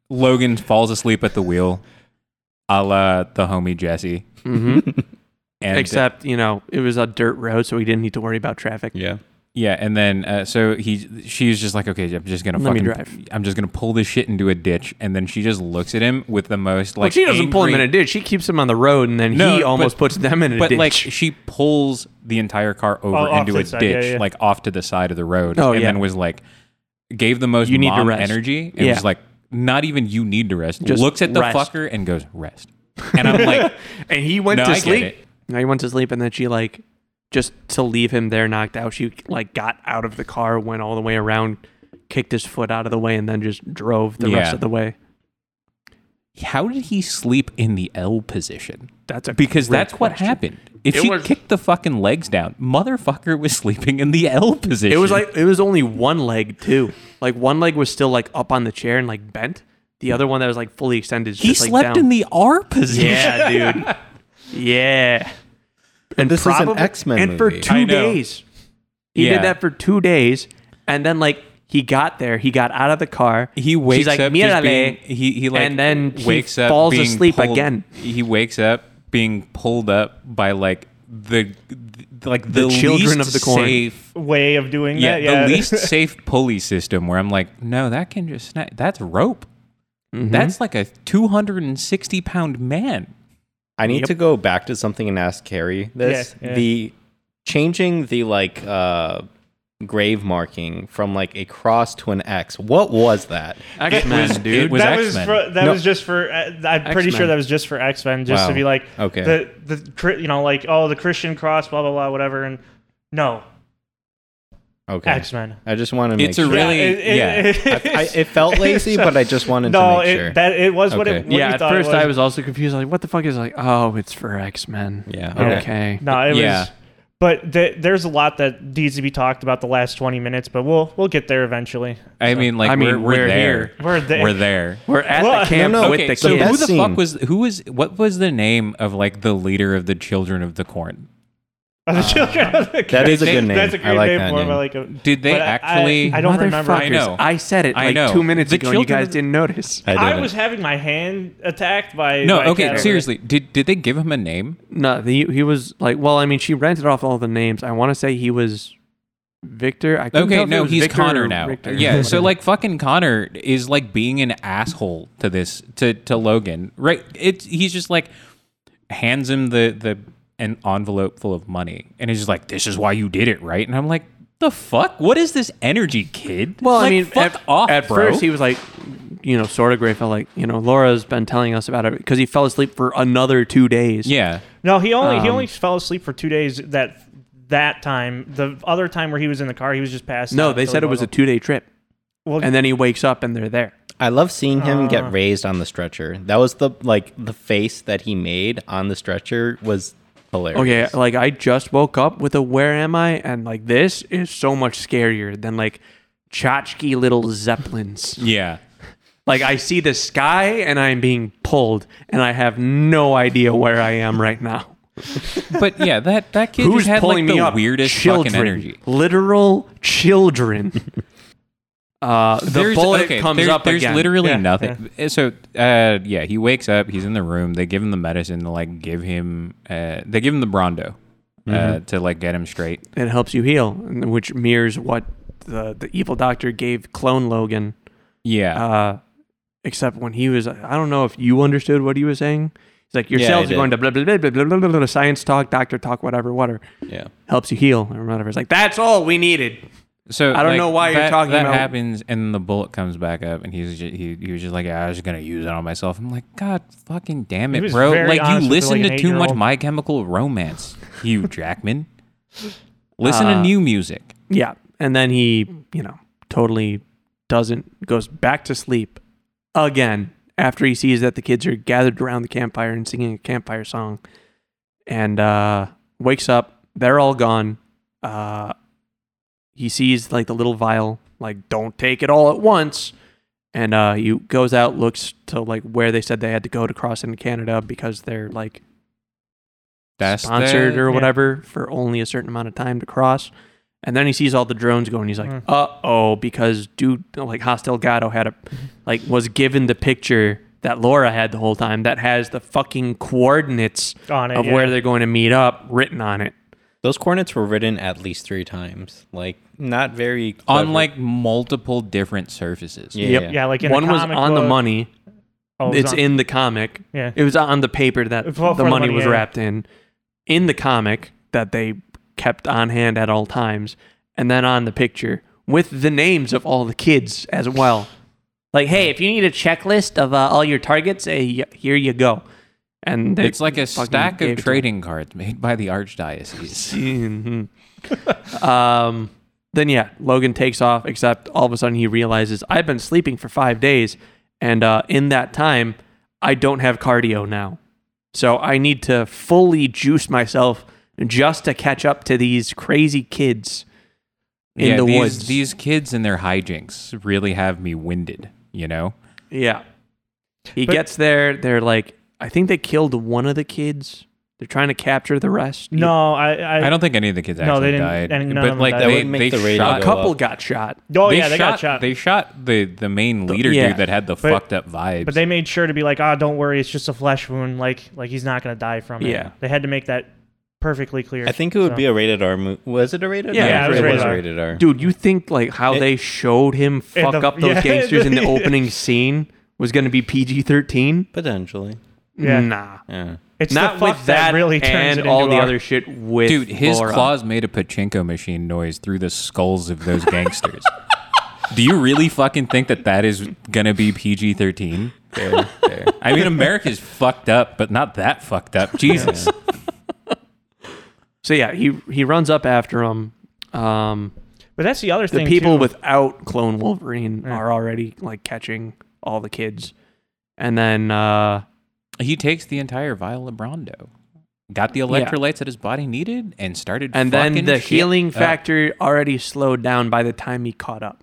[SPEAKER 2] Logan falls asleep at the wheel, a la the homie Jesse.
[SPEAKER 1] hmm
[SPEAKER 4] Mm-hmm.
[SPEAKER 2] And,
[SPEAKER 1] Except you know, it was a dirt road, so we didn't need to worry about traffic.
[SPEAKER 4] yeah
[SPEAKER 2] yeah, and then uh, so he she's just like, okay, I'm just gonna
[SPEAKER 1] Let me
[SPEAKER 2] fucking,
[SPEAKER 1] drive."
[SPEAKER 2] I'm just gonna pull this shit into a ditch, and then she just looks at him with the most like.
[SPEAKER 1] well, she doesn't pull him in
[SPEAKER 2] angry-
[SPEAKER 1] a ditch. She keeps him on the road, and then
[SPEAKER 2] No,
[SPEAKER 1] he
[SPEAKER 2] but-
[SPEAKER 1] almost puts them in a
[SPEAKER 2] But
[SPEAKER 1] ditch.
[SPEAKER 2] like she pulls the entire car over
[SPEAKER 3] Oh, off
[SPEAKER 2] into
[SPEAKER 3] to
[SPEAKER 2] a
[SPEAKER 3] the side, yeah,
[SPEAKER 2] ditch,
[SPEAKER 3] yeah.
[SPEAKER 2] like off to the side of the road,
[SPEAKER 1] Oh,
[SPEAKER 2] and
[SPEAKER 1] yeah.
[SPEAKER 2] then was like, gave the most
[SPEAKER 1] You need to
[SPEAKER 2] mom
[SPEAKER 1] rest.
[SPEAKER 2] energy, and
[SPEAKER 1] Yeah.
[SPEAKER 2] was like, not even you need to rest.
[SPEAKER 1] Just
[SPEAKER 2] looks at the
[SPEAKER 1] rest.
[SPEAKER 2] fucker and goes rest, and I'm like,
[SPEAKER 1] and he went
[SPEAKER 2] No,
[SPEAKER 1] to
[SPEAKER 2] I get
[SPEAKER 1] sleep.
[SPEAKER 2] it.
[SPEAKER 1] No, he went to sleep, and then she like just to leave him there knocked out. She like got out of the car, went all the way around, kicked his foot out of the way, and then just drove the
[SPEAKER 2] Yeah.
[SPEAKER 1] rest of the way.
[SPEAKER 2] how did he sleep in the L position?
[SPEAKER 1] That's a
[SPEAKER 2] Because
[SPEAKER 1] great
[SPEAKER 2] that's what
[SPEAKER 1] question.
[SPEAKER 2] happened. If
[SPEAKER 1] It
[SPEAKER 2] she
[SPEAKER 1] was-
[SPEAKER 2] kicked the fucking legs down, motherfucker was sleeping in the L position.
[SPEAKER 1] It was like it was only one leg too. Like one leg was still like up on the chair and like bent. The other one that was like fully extended. is
[SPEAKER 2] he
[SPEAKER 1] just, like,
[SPEAKER 2] slept
[SPEAKER 1] down.
[SPEAKER 2] in the R position.
[SPEAKER 1] Yeah, dude. Yeah. And
[SPEAKER 4] this is an X-Men
[SPEAKER 1] And for
[SPEAKER 4] movie.
[SPEAKER 2] I
[SPEAKER 1] two
[SPEAKER 2] know.
[SPEAKER 1] days, he
[SPEAKER 2] Yeah.
[SPEAKER 1] did that for two days, and then like he got there, he got out of the car.
[SPEAKER 2] he wakes
[SPEAKER 1] She's like,
[SPEAKER 2] up
[SPEAKER 1] "Mírale,"
[SPEAKER 2] just being, he, he like
[SPEAKER 1] and then he
[SPEAKER 2] wakes up
[SPEAKER 1] falls
[SPEAKER 2] being
[SPEAKER 1] asleep
[SPEAKER 2] pulled-
[SPEAKER 1] again.
[SPEAKER 2] he wakes up being pulled up by like the the- like the,
[SPEAKER 1] The children
[SPEAKER 2] least
[SPEAKER 1] of the corn.
[SPEAKER 2] safe
[SPEAKER 3] Way of doing
[SPEAKER 2] yeah,
[SPEAKER 3] that. Yeah.
[SPEAKER 2] the least safe pulley system where i'm like no that can just snap that's rope
[SPEAKER 1] Hmm?
[SPEAKER 2] that's like a 260 pound man
[SPEAKER 4] I need
[SPEAKER 1] Yep.
[SPEAKER 4] to go back to something and ask Carrie this.
[SPEAKER 3] Yeah, yeah.
[SPEAKER 4] The changing the like uh grave marking from like a cross to an X. What was that?
[SPEAKER 1] X-Men,
[SPEAKER 2] was-
[SPEAKER 1] dude.
[SPEAKER 2] it was-
[SPEAKER 3] that
[SPEAKER 2] X-Men.
[SPEAKER 3] was for, that
[SPEAKER 4] No.
[SPEAKER 3] was just for uh, I'm pretty
[SPEAKER 1] X-Men.
[SPEAKER 3] sure that was just for X Men just to
[SPEAKER 4] Wow.
[SPEAKER 3] be like
[SPEAKER 4] Okay.
[SPEAKER 3] the the cri- you know like oh the Christian cross blah blah blah whatever and no
[SPEAKER 4] Okay.
[SPEAKER 3] X Men
[SPEAKER 4] I just want to make
[SPEAKER 2] it's a
[SPEAKER 4] sure.
[SPEAKER 2] really
[SPEAKER 3] it- it-
[SPEAKER 2] yeah
[SPEAKER 4] I, it felt lazy, but I just wanted
[SPEAKER 3] no
[SPEAKER 4] to make
[SPEAKER 3] it,
[SPEAKER 4] sure.
[SPEAKER 3] that it was what it
[SPEAKER 4] Okay.
[SPEAKER 3] what
[SPEAKER 1] yeah,
[SPEAKER 3] you
[SPEAKER 1] at
[SPEAKER 3] thought
[SPEAKER 1] first
[SPEAKER 3] it was.
[SPEAKER 1] I was also confused. Like, what the fuck is like? Oh, it's for X Men.
[SPEAKER 4] Yeah,
[SPEAKER 1] Okay.
[SPEAKER 4] okay.
[SPEAKER 3] No, it
[SPEAKER 2] Yeah.
[SPEAKER 3] was. But th- there's a lot that needs to be talked about the last 20 minutes, but we'll we'll get there eventually.
[SPEAKER 2] i mean like
[SPEAKER 1] I mean,
[SPEAKER 2] we're, we're,
[SPEAKER 1] we're
[SPEAKER 2] there
[SPEAKER 1] here.
[SPEAKER 3] We're there.
[SPEAKER 2] we're there
[SPEAKER 1] We're at
[SPEAKER 3] Well,
[SPEAKER 1] the camp
[SPEAKER 4] no, no,
[SPEAKER 1] with
[SPEAKER 2] okay,
[SPEAKER 1] the
[SPEAKER 2] so
[SPEAKER 1] kids.
[SPEAKER 2] who
[SPEAKER 4] That
[SPEAKER 2] the
[SPEAKER 4] scene.
[SPEAKER 2] fuck was who was what was the name of like the leader of the children of the corn
[SPEAKER 3] Are the children of the
[SPEAKER 4] Ah, That is a
[SPEAKER 2] They-
[SPEAKER 4] good name.
[SPEAKER 3] That's a great
[SPEAKER 4] I like
[SPEAKER 3] name
[SPEAKER 4] that
[SPEAKER 3] for
[SPEAKER 4] name.
[SPEAKER 3] him. I like it.
[SPEAKER 2] Did they
[SPEAKER 3] But I- I-
[SPEAKER 2] actually?
[SPEAKER 3] I, don't remember.
[SPEAKER 2] I know.
[SPEAKER 1] I said it
[SPEAKER 2] I
[SPEAKER 1] like
[SPEAKER 2] know.
[SPEAKER 1] two minutes
[SPEAKER 2] The
[SPEAKER 1] ago and you
[SPEAKER 2] children
[SPEAKER 1] guys
[SPEAKER 2] of-
[SPEAKER 1] didn't notice.
[SPEAKER 4] I,
[SPEAKER 3] I
[SPEAKER 4] didn't.
[SPEAKER 3] was having my hand attacked by
[SPEAKER 2] No.
[SPEAKER 3] by
[SPEAKER 2] Okay.
[SPEAKER 3] Catherine.
[SPEAKER 2] Seriously. Did did they give him a name?
[SPEAKER 1] No, he, he was like, well, I mean, she rented off all the names. I want to say he was Victor. I couldn't tell
[SPEAKER 2] Okay.
[SPEAKER 1] if it
[SPEAKER 2] No.
[SPEAKER 1] was
[SPEAKER 2] He's
[SPEAKER 1] Victor
[SPEAKER 2] Connor
[SPEAKER 1] or
[SPEAKER 2] now.
[SPEAKER 1] Richter.
[SPEAKER 2] Yeah. So like fucking Connor is like being an asshole to this to to Logan. Right. It's he's just like hands him the the an envelope full of money and he's just like this is why you did it right and I'm like. The fuck? What is this energy, kid?
[SPEAKER 1] Well, I
[SPEAKER 2] Like,
[SPEAKER 1] mean,
[SPEAKER 2] fuck
[SPEAKER 1] at,
[SPEAKER 2] off,
[SPEAKER 1] at
[SPEAKER 2] bro.
[SPEAKER 1] first he was like, you know, sort of grateful. Like, you know, Laura's been telling us about it because he fell asleep for another two days.
[SPEAKER 2] yeah,
[SPEAKER 3] No, he only
[SPEAKER 4] Um,
[SPEAKER 3] he only fell asleep for two days. That that time, the other time where he was in the car, he was just passed.
[SPEAKER 1] No,
[SPEAKER 3] out
[SPEAKER 1] they
[SPEAKER 3] until
[SPEAKER 1] said
[SPEAKER 3] he
[SPEAKER 1] it was a
[SPEAKER 3] woke
[SPEAKER 1] two day trip.
[SPEAKER 3] up. well,
[SPEAKER 1] And then he wakes up and they're there.
[SPEAKER 4] I love seeing him
[SPEAKER 3] Uh.
[SPEAKER 4] get raised on the stretcher. That was the like the face that he made on the stretcher was hilarious.
[SPEAKER 1] Okay, like I just woke up with a where am I? And like this is so much scarier than like tchotchke little zeppelins.
[SPEAKER 2] yeah.
[SPEAKER 1] like I see the sky and I'm being pulled and I have no idea where I am right now.
[SPEAKER 2] But yeah, that that kid
[SPEAKER 1] Who's
[SPEAKER 2] just had
[SPEAKER 1] pulling
[SPEAKER 2] like the
[SPEAKER 1] me up?
[SPEAKER 2] weirdest
[SPEAKER 1] children,
[SPEAKER 2] fucking energy.
[SPEAKER 1] literal children. uh, the bullet
[SPEAKER 2] okay,
[SPEAKER 1] comes
[SPEAKER 2] there-
[SPEAKER 1] up
[SPEAKER 2] There's
[SPEAKER 1] again.
[SPEAKER 2] literally
[SPEAKER 3] Yeah,
[SPEAKER 2] nothing. So uh, yeah, he wakes up. He's in the room. They give him the medicine to like give him. Uh, they give him the Brondo uh,
[SPEAKER 1] Mm-hmm.
[SPEAKER 2] to like get him straight.
[SPEAKER 1] it helps you heal, which mirrors what the the evil doctor gave clone Logan.
[SPEAKER 2] Yeah,
[SPEAKER 1] Uh, except when he was, I don't know if you understood what he was saying. He's like, your
[SPEAKER 4] Yeah, I
[SPEAKER 1] cells are
[SPEAKER 4] did.
[SPEAKER 1] going to blah blah blah blah blah blah blah, blah science talk, doctor talk, whatever, whatever.
[SPEAKER 4] Yeah.
[SPEAKER 1] Helps you heal or whatever. It's like that's all we needed.
[SPEAKER 2] so
[SPEAKER 1] I don't
[SPEAKER 2] like,
[SPEAKER 1] know why you're
[SPEAKER 2] that-
[SPEAKER 1] talking
[SPEAKER 2] that
[SPEAKER 1] about-
[SPEAKER 2] happens, and the bullet comes back up, and he's just, he he was just like, "Yeah, I was just gonna use it on myself. I'm like, God fucking damn it,
[SPEAKER 3] was
[SPEAKER 2] bro!
[SPEAKER 3] very
[SPEAKER 2] Like
[SPEAKER 3] honest
[SPEAKER 2] you
[SPEAKER 3] with,
[SPEAKER 2] listen
[SPEAKER 3] like,
[SPEAKER 2] to
[SPEAKER 3] an
[SPEAKER 2] too much
[SPEAKER 3] eight-year-old.
[SPEAKER 2] My Chemical Romance, Hugh Jackman. listen to
[SPEAKER 1] Uh,
[SPEAKER 2] new music.
[SPEAKER 1] Yeah. And then he, you know, totally doesn't, goes back to sleep again after he sees that the kids are gathered around the campfire and singing a campfire song and uh, wakes up. They're all gone. Uh, he sees like the little vial, like, don't take it all at once. And uh, he goes out, looks to like where they said they had to go to cross into Canada because they're like
[SPEAKER 2] That's the-
[SPEAKER 1] sponsored or
[SPEAKER 3] yeah.
[SPEAKER 1] whatever for only a certain amount of time to cross. And then he sees all the drones going. He's like,
[SPEAKER 3] Mm.
[SPEAKER 1] "Uh oh," because dude, like Hostel Gato had a,
[SPEAKER 3] Mm-hmm.
[SPEAKER 1] like, was given the picture that Laura had the whole time that has the fucking coordinates
[SPEAKER 3] on it.
[SPEAKER 1] of
[SPEAKER 3] yeah.
[SPEAKER 1] where they're going to meet up written on it.
[SPEAKER 4] Those coordinates were written at least three times. Like not very clever.
[SPEAKER 2] on like multiple different surfaces.
[SPEAKER 4] yeah,
[SPEAKER 1] Yep.
[SPEAKER 4] yeah.
[SPEAKER 3] yeah, like in a
[SPEAKER 1] One was
[SPEAKER 3] comic
[SPEAKER 1] on the
[SPEAKER 3] book.
[SPEAKER 1] money.
[SPEAKER 3] Oh, it was
[SPEAKER 1] It's
[SPEAKER 3] on-
[SPEAKER 1] in the comic.
[SPEAKER 3] Yeah.
[SPEAKER 1] It was on the paper that
[SPEAKER 3] For- for
[SPEAKER 1] the
[SPEAKER 3] the
[SPEAKER 1] money
[SPEAKER 3] money,
[SPEAKER 1] was
[SPEAKER 3] yeah.
[SPEAKER 1] wrapped in, in the comic that they kept on hand at all times, and then on the picture with the names of all the kids as well. Like, hey, if you need a checklist of uh, all your targets, uh, y- here you go. And they
[SPEAKER 2] It's like a
[SPEAKER 1] fucking
[SPEAKER 2] stack
[SPEAKER 1] gave
[SPEAKER 2] of
[SPEAKER 1] it to
[SPEAKER 2] trading cards made by the archdiocese.
[SPEAKER 1] him. Mhm. um, then yeah, Logan takes off. Except all of a sudden he realizes I've been sleeping for five days, and uh, in that time I don't have cardio now. So I need to fully juice myself just to catch up to these crazy kids in
[SPEAKER 2] yeah,
[SPEAKER 1] the
[SPEAKER 2] these,
[SPEAKER 1] woods.
[SPEAKER 2] these kids and their hijinks really have me winded. You know,
[SPEAKER 1] yeah. He
[SPEAKER 3] But-
[SPEAKER 1] gets there. They're like, I think they killed one of the kids. They're trying to capture the rest.
[SPEAKER 3] No, I I,
[SPEAKER 2] I don't think any of the kids actually
[SPEAKER 3] No, they didn't-
[SPEAKER 2] died,
[SPEAKER 3] and none of
[SPEAKER 2] but
[SPEAKER 3] them
[SPEAKER 2] like
[SPEAKER 3] died.
[SPEAKER 4] That
[SPEAKER 2] they,
[SPEAKER 4] would make
[SPEAKER 2] they
[SPEAKER 4] the radio
[SPEAKER 1] a
[SPEAKER 2] shot.
[SPEAKER 4] go up.
[SPEAKER 1] couple got shot.
[SPEAKER 3] Oh
[SPEAKER 2] they
[SPEAKER 3] yeah, they
[SPEAKER 2] shot,
[SPEAKER 3] got shot.
[SPEAKER 2] They shot the the main leader
[SPEAKER 1] yeah.
[SPEAKER 2] dude that had the
[SPEAKER 3] But-
[SPEAKER 2] fucked up vibes.
[SPEAKER 3] but they made sure to be like, "Ah, don't worry, it's just a flesh wound. Like, like he's not gonna die from it."
[SPEAKER 1] Yeah.
[SPEAKER 3] they had to make that perfectly clear.
[SPEAKER 4] I think it would
[SPEAKER 3] So-
[SPEAKER 4] be a rated R movie. Was it a rated
[SPEAKER 1] Yeah,
[SPEAKER 4] R?
[SPEAKER 1] Yeah, it was
[SPEAKER 4] it
[SPEAKER 1] rated
[SPEAKER 4] was
[SPEAKER 3] R.
[SPEAKER 4] rated R.
[SPEAKER 1] Dude, you think like how
[SPEAKER 4] It-
[SPEAKER 1] they showed him fuck
[SPEAKER 3] the-
[SPEAKER 1] up those
[SPEAKER 3] yeah.
[SPEAKER 1] gangsters in the opening scene was going to be PG thirteen?
[SPEAKER 4] Potentially.
[SPEAKER 3] Yeah.
[SPEAKER 1] Nah,
[SPEAKER 4] Yeah.
[SPEAKER 3] it's
[SPEAKER 1] not
[SPEAKER 3] the fuck
[SPEAKER 1] with that,
[SPEAKER 3] really turns
[SPEAKER 1] and
[SPEAKER 3] it
[SPEAKER 1] all
[SPEAKER 3] into
[SPEAKER 1] the
[SPEAKER 3] our-
[SPEAKER 1] other shit with
[SPEAKER 2] dude, his
[SPEAKER 1] Laura.
[SPEAKER 2] claws made a pachinko machine noise through the skulls of those gangsters. Do you really fucking think that that is gonna be PG thirteen?
[SPEAKER 4] Fair, fair.
[SPEAKER 2] I mean, America's fucked up, but not that fucked up. Jesus.
[SPEAKER 1] So yeah, he he runs up after him. Um,
[SPEAKER 3] But that's the other
[SPEAKER 1] the
[SPEAKER 3] thing.
[SPEAKER 1] people
[SPEAKER 3] too.
[SPEAKER 1] without Clone Wolverine
[SPEAKER 3] Yeah.
[SPEAKER 1] are already like catching all the kids, and then uh,
[SPEAKER 2] He takes the entire vial of Brondo, got the electrolytes that his body needed, and started.
[SPEAKER 1] and then
[SPEAKER 2] fucking
[SPEAKER 1] the
[SPEAKER 2] shit Uh.
[SPEAKER 1] healing
[SPEAKER 2] up.
[SPEAKER 1] factor already slowed down by the time he caught up.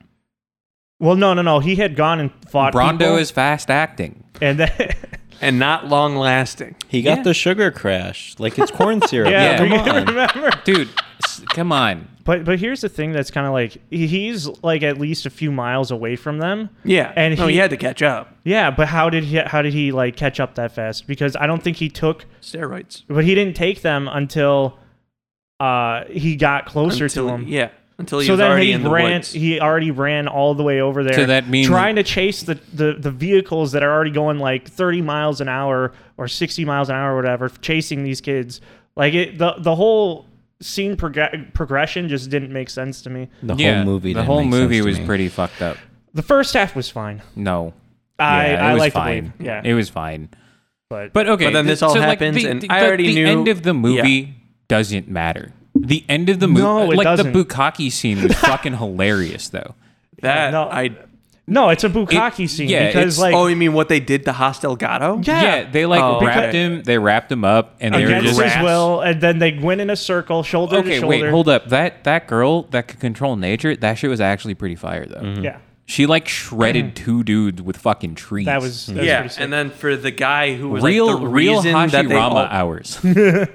[SPEAKER 3] Well, no, no, no. He had gone and fought
[SPEAKER 2] Brondo
[SPEAKER 3] people,
[SPEAKER 2] is fast acting.
[SPEAKER 3] and then
[SPEAKER 1] and not long lasting.
[SPEAKER 4] He got
[SPEAKER 2] Yeah.
[SPEAKER 4] the sugar crash. Like it's corn syrup.
[SPEAKER 3] Yeah,
[SPEAKER 2] Yeah.
[SPEAKER 4] Come on.
[SPEAKER 3] remember.
[SPEAKER 2] dude. s- Come on.
[SPEAKER 3] But but here's the thing that's kind of like he- he's like at least a few miles away from them.
[SPEAKER 1] Yeah,
[SPEAKER 3] And
[SPEAKER 1] no,
[SPEAKER 3] he-
[SPEAKER 1] he had to catch up.
[SPEAKER 3] Yeah, but how did he how did he like catch up that fast? Because I don't think he took
[SPEAKER 1] Steroids
[SPEAKER 3] but he didn't take them until uh he got closer
[SPEAKER 1] until
[SPEAKER 3] to him.
[SPEAKER 1] yeah, until he
[SPEAKER 3] so
[SPEAKER 1] was
[SPEAKER 3] then
[SPEAKER 1] already
[SPEAKER 3] he
[SPEAKER 1] in the
[SPEAKER 3] ran
[SPEAKER 1] woods.
[SPEAKER 3] he already ran all the way over there.
[SPEAKER 2] So that means-
[SPEAKER 3] trying to chase the, the the vehicles that are already going like 30 miles an hour or 60 miles an hour or whatever chasing these kids. Like it the the whole scene prog- progression just didn't make sense to me.
[SPEAKER 4] The
[SPEAKER 2] yeah,
[SPEAKER 4] whole movie.
[SPEAKER 2] The
[SPEAKER 4] didn't
[SPEAKER 2] whole
[SPEAKER 4] make sense
[SPEAKER 2] movie
[SPEAKER 4] to
[SPEAKER 2] was
[SPEAKER 4] me.
[SPEAKER 2] pretty fucked up.
[SPEAKER 3] The first half was fine.
[SPEAKER 2] No.
[SPEAKER 3] I
[SPEAKER 2] Yeah, it
[SPEAKER 3] I
[SPEAKER 2] was
[SPEAKER 3] like the
[SPEAKER 2] fine.
[SPEAKER 3] blade. Yeah.
[SPEAKER 2] It was fine.
[SPEAKER 3] but
[SPEAKER 2] But okay.
[SPEAKER 1] But then this
[SPEAKER 2] th-
[SPEAKER 1] all
[SPEAKER 2] so, like,
[SPEAKER 1] happens,
[SPEAKER 2] the-
[SPEAKER 1] and
[SPEAKER 2] the-
[SPEAKER 1] I already
[SPEAKER 2] the
[SPEAKER 1] knew-
[SPEAKER 2] end of the movie doesn't matter. The end of the movie,
[SPEAKER 3] No, it
[SPEAKER 2] like
[SPEAKER 3] doesn't.
[SPEAKER 2] the Bukaki scene, was fucking hilarious though.
[SPEAKER 1] that
[SPEAKER 3] no.
[SPEAKER 1] I
[SPEAKER 3] no, it's a bukkake
[SPEAKER 2] It-
[SPEAKER 3] scene
[SPEAKER 2] yeah,
[SPEAKER 3] because
[SPEAKER 2] it's-
[SPEAKER 3] like
[SPEAKER 1] oh, you mean what they did to Hostel Gato?
[SPEAKER 3] Yeah.
[SPEAKER 2] they like
[SPEAKER 1] Oh,
[SPEAKER 2] wrapped
[SPEAKER 1] okay.
[SPEAKER 2] him. They wrapped him up, and they were
[SPEAKER 3] against
[SPEAKER 2] just
[SPEAKER 3] his will, and then they went in a circle, shoulder to
[SPEAKER 2] okay.
[SPEAKER 3] shoulder.
[SPEAKER 2] Wait, hold up. That that girl that could control nature. That shit was actually pretty fire though.
[SPEAKER 1] Mm-hmm.
[SPEAKER 3] Yeah,
[SPEAKER 2] She like shredded two dudes with fucking trees.
[SPEAKER 3] that was that was
[SPEAKER 1] Yeah,
[SPEAKER 3] pretty sick.
[SPEAKER 1] and then for the guy who was
[SPEAKER 2] real
[SPEAKER 1] like the
[SPEAKER 2] real
[SPEAKER 1] reason that they
[SPEAKER 2] Hashirama
[SPEAKER 1] all-
[SPEAKER 2] hours.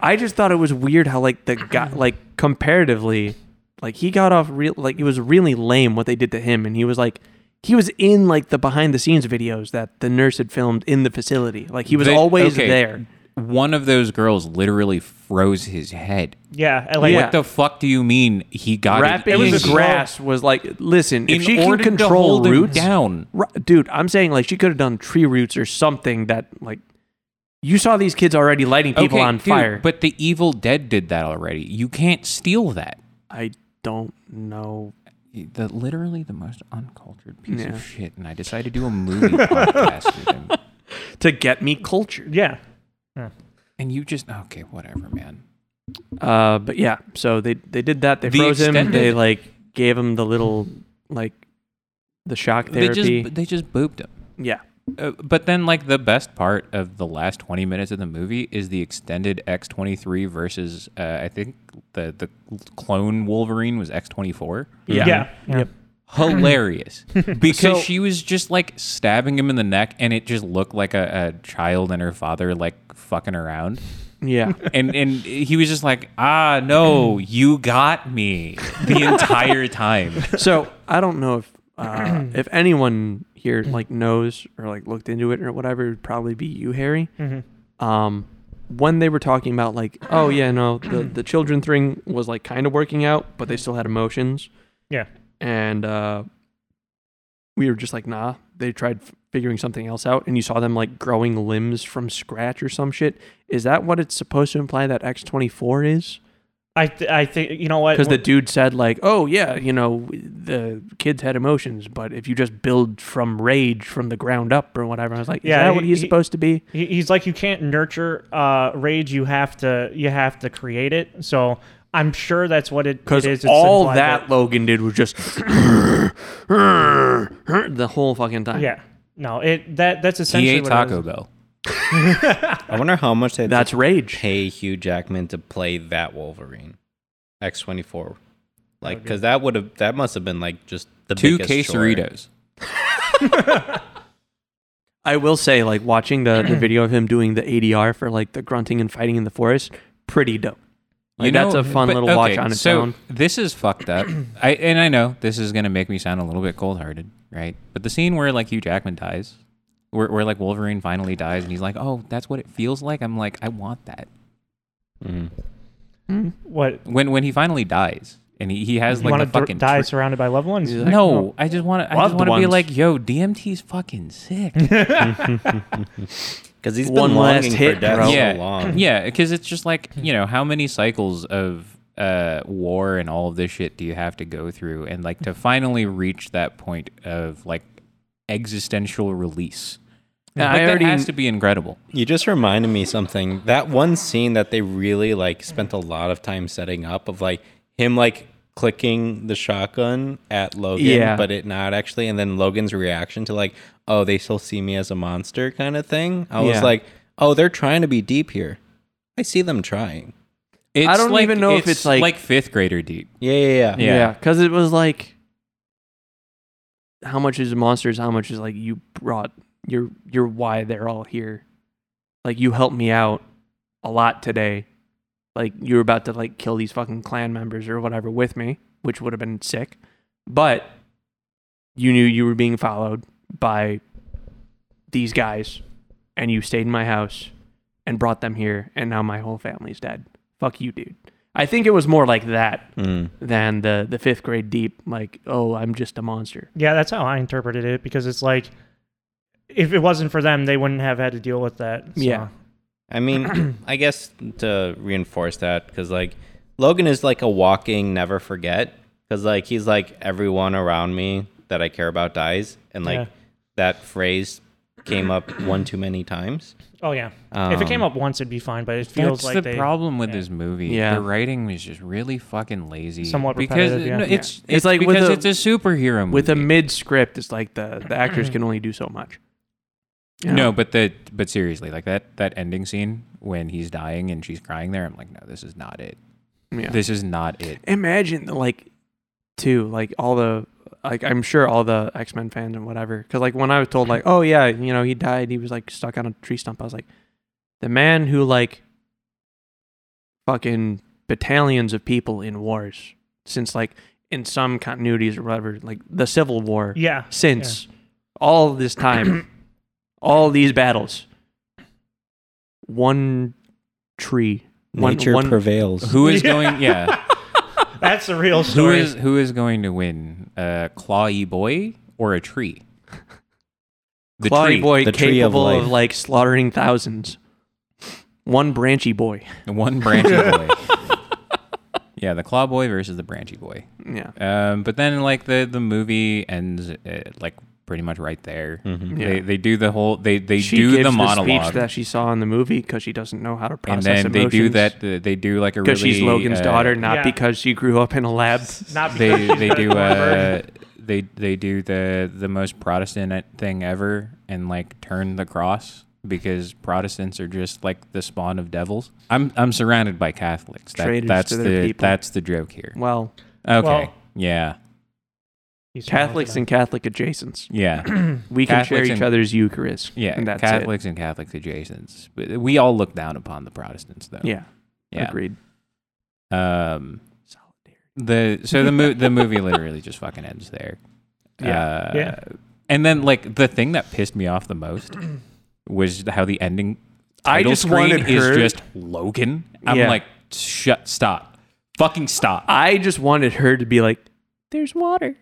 [SPEAKER 1] I just thought it was weird how like the guy like comparatively like he got off real like it was really lame what they did to him and he was like he was in like the behind the scenes videos that the nurse had filmed in the facility like he was
[SPEAKER 2] They-
[SPEAKER 1] always
[SPEAKER 2] okay,
[SPEAKER 1] there
[SPEAKER 2] One of those girls literally froze his head.
[SPEAKER 3] yeah, and like
[SPEAKER 1] Yeah.
[SPEAKER 2] What the fuck do you mean he got
[SPEAKER 1] wrapping
[SPEAKER 3] was
[SPEAKER 1] in
[SPEAKER 3] a
[SPEAKER 2] It
[SPEAKER 3] slow-
[SPEAKER 1] grass was like listen
[SPEAKER 2] in
[SPEAKER 1] if she can
[SPEAKER 2] order to
[SPEAKER 1] control
[SPEAKER 2] hold him
[SPEAKER 1] roots
[SPEAKER 2] down.
[SPEAKER 1] Ru- dude I'm saying like she could have done tree roots or something that like you saw these kids already lighting people
[SPEAKER 2] Okay,
[SPEAKER 1] on
[SPEAKER 2] dude,
[SPEAKER 1] fire
[SPEAKER 2] But the Evil Dead did that already. You can't steal that.
[SPEAKER 1] I don't know
[SPEAKER 2] The literally the most uncultured piece
[SPEAKER 1] Yeah.
[SPEAKER 2] of shit, and I decided to do a movie podcast with him.
[SPEAKER 1] to get me cultured
[SPEAKER 3] yeah,
[SPEAKER 2] And you just okay, whatever, man.
[SPEAKER 1] Uh, but yeah, so they they did that. They
[SPEAKER 2] The
[SPEAKER 1] froze him. They
[SPEAKER 2] extended-
[SPEAKER 1] like gave him the little like the shock
[SPEAKER 2] They
[SPEAKER 1] therapy.
[SPEAKER 2] just they just booped him.
[SPEAKER 1] yeah,
[SPEAKER 2] Uh, but then like the best part of the last 20 minutes of the movie is the extended X23 versus uh, I think the the clone Wolverine was X24.
[SPEAKER 1] yeah,
[SPEAKER 3] Yeah.
[SPEAKER 1] Yep.
[SPEAKER 2] Hilarious because
[SPEAKER 1] So-
[SPEAKER 2] she was just like stabbing him in the neck, and it just looked like a, a child and her father like fucking around,
[SPEAKER 1] yeah.
[SPEAKER 2] and and he was just like, ah, no, you got me the entire time.
[SPEAKER 1] so I don't know if uh, if anyone here like knows or like looked into it or whatever. It'd probably be you, Harry.
[SPEAKER 3] Mm-hmm.
[SPEAKER 1] Um, when they were talking about like, oh yeah, no, the the children thing was like kind of working out, but they still had emotions.
[SPEAKER 3] yeah,
[SPEAKER 1] and uh, we were just like, nah. They tried f- figuring something else out, and you saw them like growing limbs from scratch or some shit. Is that what it's supposed to imply that X twenty four is?
[SPEAKER 3] I th- I think you know what
[SPEAKER 1] Because the dude said like, oh yeah, you know, w- the kids had emotions, but if you just build from rage from the ground up or whatever, I was like, yeah,
[SPEAKER 3] Yeah,
[SPEAKER 1] is that what
[SPEAKER 3] he-
[SPEAKER 1] he's
[SPEAKER 3] he-
[SPEAKER 1] supposed to be?
[SPEAKER 3] He- he's like you can't nurture uh, rage. You have to you have to create it. So I'm sure that's what it, it
[SPEAKER 1] Because
[SPEAKER 3] is. It's
[SPEAKER 1] all
[SPEAKER 3] implied
[SPEAKER 1] that Logan did was just the whole fucking time.
[SPEAKER 3] yeah. No, it that that's
[SPEAKER 2] He
[SPEAKER 3] essentially
[SPEAKER 2] ate
[SPEAKER 3] what It
[SPEAKER 2] Taco
[SPEAKER 3] is.
[SPEAKER 2] Bell.
[SPEAKER 4] I wonder how much they
[SPEAKER 1] that's rage.
[SPEAKER 4] pay Hugh Jackman to play that Wolverine, X twenty four, like because that would have that must have been like just the
[SPEAKER 2] Two
[SPEAKER 4] biggest chore.
[SPEAKER 2] quesaritos.
[SPEAKER 1] I will say, like watching the, the video of him doing the ADR for like the grunting and fighting in the forest, pretty dope. Like, that's a fun
[SPEAKER 2] but-
[SPEAKER 1] little watch
[SPEAKER 2] okay,
[SPEAKER 1] on its
[SPEAKER 2] so
[SPEAKER 1] own.
[SPEAKER 2] This is fucked up. I and I know this is gonna make me sound a little bit cold hearted, right? But the scene where like Hugh Jackman dies, where, where like Wolverine finally dies and he's like, Oh, that's what it feels like. I'm like, I want that. Mm-hmm.
[SPEAKER 4] Mhm.
[SPEAKER 3] What
[SPEAKER 2] When when he finally dies and he, he has
[SPEAKER 3] you
[SPEAKER 2] like
[SPEAKER 3] want
[SPEAKER 2] the
[SPEAKER 3] to
[SPEAKER 2] fucking
[SPEAKER 3] die Oh.
[SPEAKER 2] tri-
[SPEAKER 3] surrounded by loved ones? Mm-hmm.
[SPEAKER 1] He's like,
[SPEAKER 2] No, I just wanna I just
[SPEAKER 1] Loved
[SPEAKER 2] wanna be
[SPEAKER 1] ones.
[SPEAKER 2] like, yo, DMT's fucking sick.
[SPEAKER 4] Because he's
[SPEAKER 1] One
[SPEAKER 4] been
[SPEAKER 1] last
[SPEAKER 4] longing
[SPEAKER 1] hit,
[SPEAKER 4] for death
[SPEAKER 1] bro.
[SPEAKER 4] so
[SPEAKER 2] yeah,
[SPEAKER 4] long.
[SPEAKER 2] Yeah, because it's just like you know how many cycles of uh, war and all of this shit do you have to go through, and like to finally reach that point of like existential release.
[SPEAKER 1] Yeah,
[SPEAKER 2] Like,
[SPEAKER 1] I
[SPEAKER 2] that
[SPEAKER 1] already-
[SPEAKER 2] has to be incredible.
[SPEAKER 4] You just reminded me something. That one scene that they really like spent a lot of time setting up of like him like clicking the shotgun at Logan,
[SPEAKER 1] Yeah.
[SPEAKER 4] but it not actually, and then Logan's reaction to like, oh, they still see me as a monster kind of thing. I was
[SPEAKER 1] Yeah.
[SPEAKER 4] like, oh, they're trying to be deep here. I see them trying.
[SPEAKER 2] It's
[SPEAKER 1] don't
[SPEAKER 2] like-
[SPEAKER 1] even know if it's, like-
[SPEAKER 2] fifth grader deep.
[SPEAKER 4] Yeah, yeah, yeah.
[SPEAKER 2] Yeah.
[SPEAKER 1] Yeah, because it was like, how much is monsters? How much is like you brought? You're you're why they're all here. like you helped me out a lot today. Like you were about to like kill these fucking clan members or whatever with me, which would have been sick. But you knew you were being followed by these guys and you stayed in my house and brought them here and now my whole family's dead. Fuck you, dude. I think it was more like that
[SPEAKER 4] Mm.
[SPEAKER 1] than the the 5th grade deep like, "Oh, I'm just a monster."
[SPEAKER 3] Yeah, that's how I interpreted it because it's like if it wasn't for them, they wouldn't have had to deal with that. so.
[SPEAKER 1] Yeah.
[SPEAKER 4] I mean, I guess to reinforce that, because like Logan is like a walking never forget, because like he's like everyone around me that I care about dies, and like
[SPEAKER 3] Yeah.
[SPEAKER 4] that phrase came up one too many times.
[SPEAKER 3] Oh yeah. if it came
[SPEAKER 4] Um,
[SPEAKER 3] up once, it'd be fine, but it feels
[SPEAKER 2] That's
[SPEAKER 3] like
[SPEAKER 2] the
[SPEAKER 3] they.
[SPEAKER 2] problem with
[SPEAKER 3] yeah.
[SPEAKER 2] this movie.
[SPEAKER 1] Yeah.
[SPEAKER 2] The writing was just really fucking lazy.
[SPEAKER 3] Somewhat
[SPEAKER 2] because
[SPEAKER 3] repetitive, yeah.
[SPEAKER 2] no,
[SPEAKER 1] Yeah.
[SPEAKER 2] it's,
[SPEAKER 1] It's
[SPEAKER 2] it's
[SPEAKER 1] like
[SPEAKER 2] like
[SPEAKER 1] with
[SPEAKER 2] because
[SPEAKER 1] a-
[SPEAKER 2] it's a superhero movie.
[SPEAKER 1] With a mid script, it's like the the actors can only do so much. You know?
[SPEAKER 2] No, but the but seriously, like that that ending scene when he's dying and she's crying there, I'm like, no, this is not it.
[SPEAKER 1] Yeah.
[SPEAKER 2] This is not it.
[SPEAKER 1] imagine like too like all the like i'm sure all the x-men fans and whatever because like when i was told like oh yeah you know he died he was like stuck on a tree stump i was like the man who like fucking battalions of people in wars since like in some continuities or whatever like the civil war
[SPEAKER 3] Yeah.
[SPEAKER 1] since all this time all these battles one tree one,
[SPEAKER 4] Nature
[SPEAKER 1] one
[SPEAKER 4] prevails.
[SPEAKER 2] Who is
[SPEAKER 3] Yeah.
[SPEAKER 2] going? Yeah.
[SPEAKER 3] That's the real
[SPEAKER 2] Who
[SPEAKER 3] story.
[SPEAKER 2] is who is going to win? A clawy boy or a tree? The
[SPEAKER 1] clawy
[SPEAKER 2] tree.
[SPEAKER 1] boy
[SPEAKER 4] The tree of
[SPEAKER 1] capable of,
[SPEAKER 4] life.
[SPEAKER 1] like slaughtering thousands. One branchy boy.
[SPEAKER 2] One branchy boy. yeah, the claw boy versus the branchy boy.
[SPEAKER 1] Yeah.
[SPEAKER 2] Um, but then like the the movie ends uh, like pretty much right there.
[SPEAKER 1] Mm, Yeah.
[SPEAKER 2] They they do the whole they they
[SPEAKER 1] she
[SPEAKER 2] do
[SPEAKER 1] gives
[SPEAKER 2] the
[SPEAKER 1] speech
[SPEAKER 2] monologue.
[SPEAKER 1] that she saw in the movie because she doesn't know how to
[SPEAKER 2] and
[SPEAKER 1] process
[SPEAKER 2] then they do
[SPEAKER 1] emotions
[SPEAKER 2] that uh, they do like a
[SPEAKER 1] because
[SPEAKER 2] really
[SPEAKER 1] she's Logan's
[SPEAKER 2] uh,
[SPEAKER 1] daughter, not
[SPEAKER 3] Yeah.
[SPEAKER 1] because she grew up in a lab.
[SPEAKER 3] Not because
[SPEAKER 2] They
[SPEAKER 3] she's
[SPEAKER 2] they
[SPEAKER 3] better
[SPEAKER 2] do
[SPEAKER 3] than Warburg.
[SPEAKER 2] uh they they do the the most Protestant thing ever and like turn the cross because Protestants are just like the spawn of devils. I'm I'm surrounded by Catholics. That,
[SPEAKER 1] Traitors
[SPEAKER 2] that's
[SPEAKER 1] to
[SPEAKER 2] the
[SPEAKER 1] their people.
[SPEAKER 2] that's the joke here.
[SPEAKER 1] Well,
[SPEAKER 2] Okay.
[SPEAKER 3] Well-
[SPEAKER 2] yeah.
[SPEAKER 3] He's surrounded
[SPEAKER 1] Catholics
[SPEAKER 3] by-
[SPEAKER 1] and Catholic adjacents,
[SPEAKER 2] Yeah.
[SPEAKER 1] we can share
[SPEAKER 2] Catholics
[SPEAKER 1] each
[SPEAKER 2] and-
[SPEAKER 1] other's Eucharist.
[SPEAKER 2] Yeah.
[SPEAKER 1] and that's it.
[SPEAKER 2] Catholics and Catholic adjacents. But We all look down upon the Protestants though.
[SPEAKER 1] Yeah,
[SPEAKER 2] Yeah.
[SPEAKER 1] agreed.
[SPEAKER 2] Um
[SPEAKER 1] Solidarity.
[SPEAKER 2] the so the mo- the movie literally just fucking ends there.
[SPEAKER 1] Yeah.
[SPEAKER 2] Uh,
[SPEAKER 3] Yeah.
[SPEAKER 2] And then like the thing that pissed me off the most was how the ending
[SPEAKER 1] I
[SPEAKER 2] title
[SPEAKER 1] just
[SPEAKER 2] screen
[SPEAKER 1] wanted her-
[SPEAKER 2] is just Logan. I'm
[SPEAKER 1] Yeah.
[SPEAKER 2] like, shut, stop, fucking stop.
[SPEAKER 1] I just wanted her to be like, "There's water."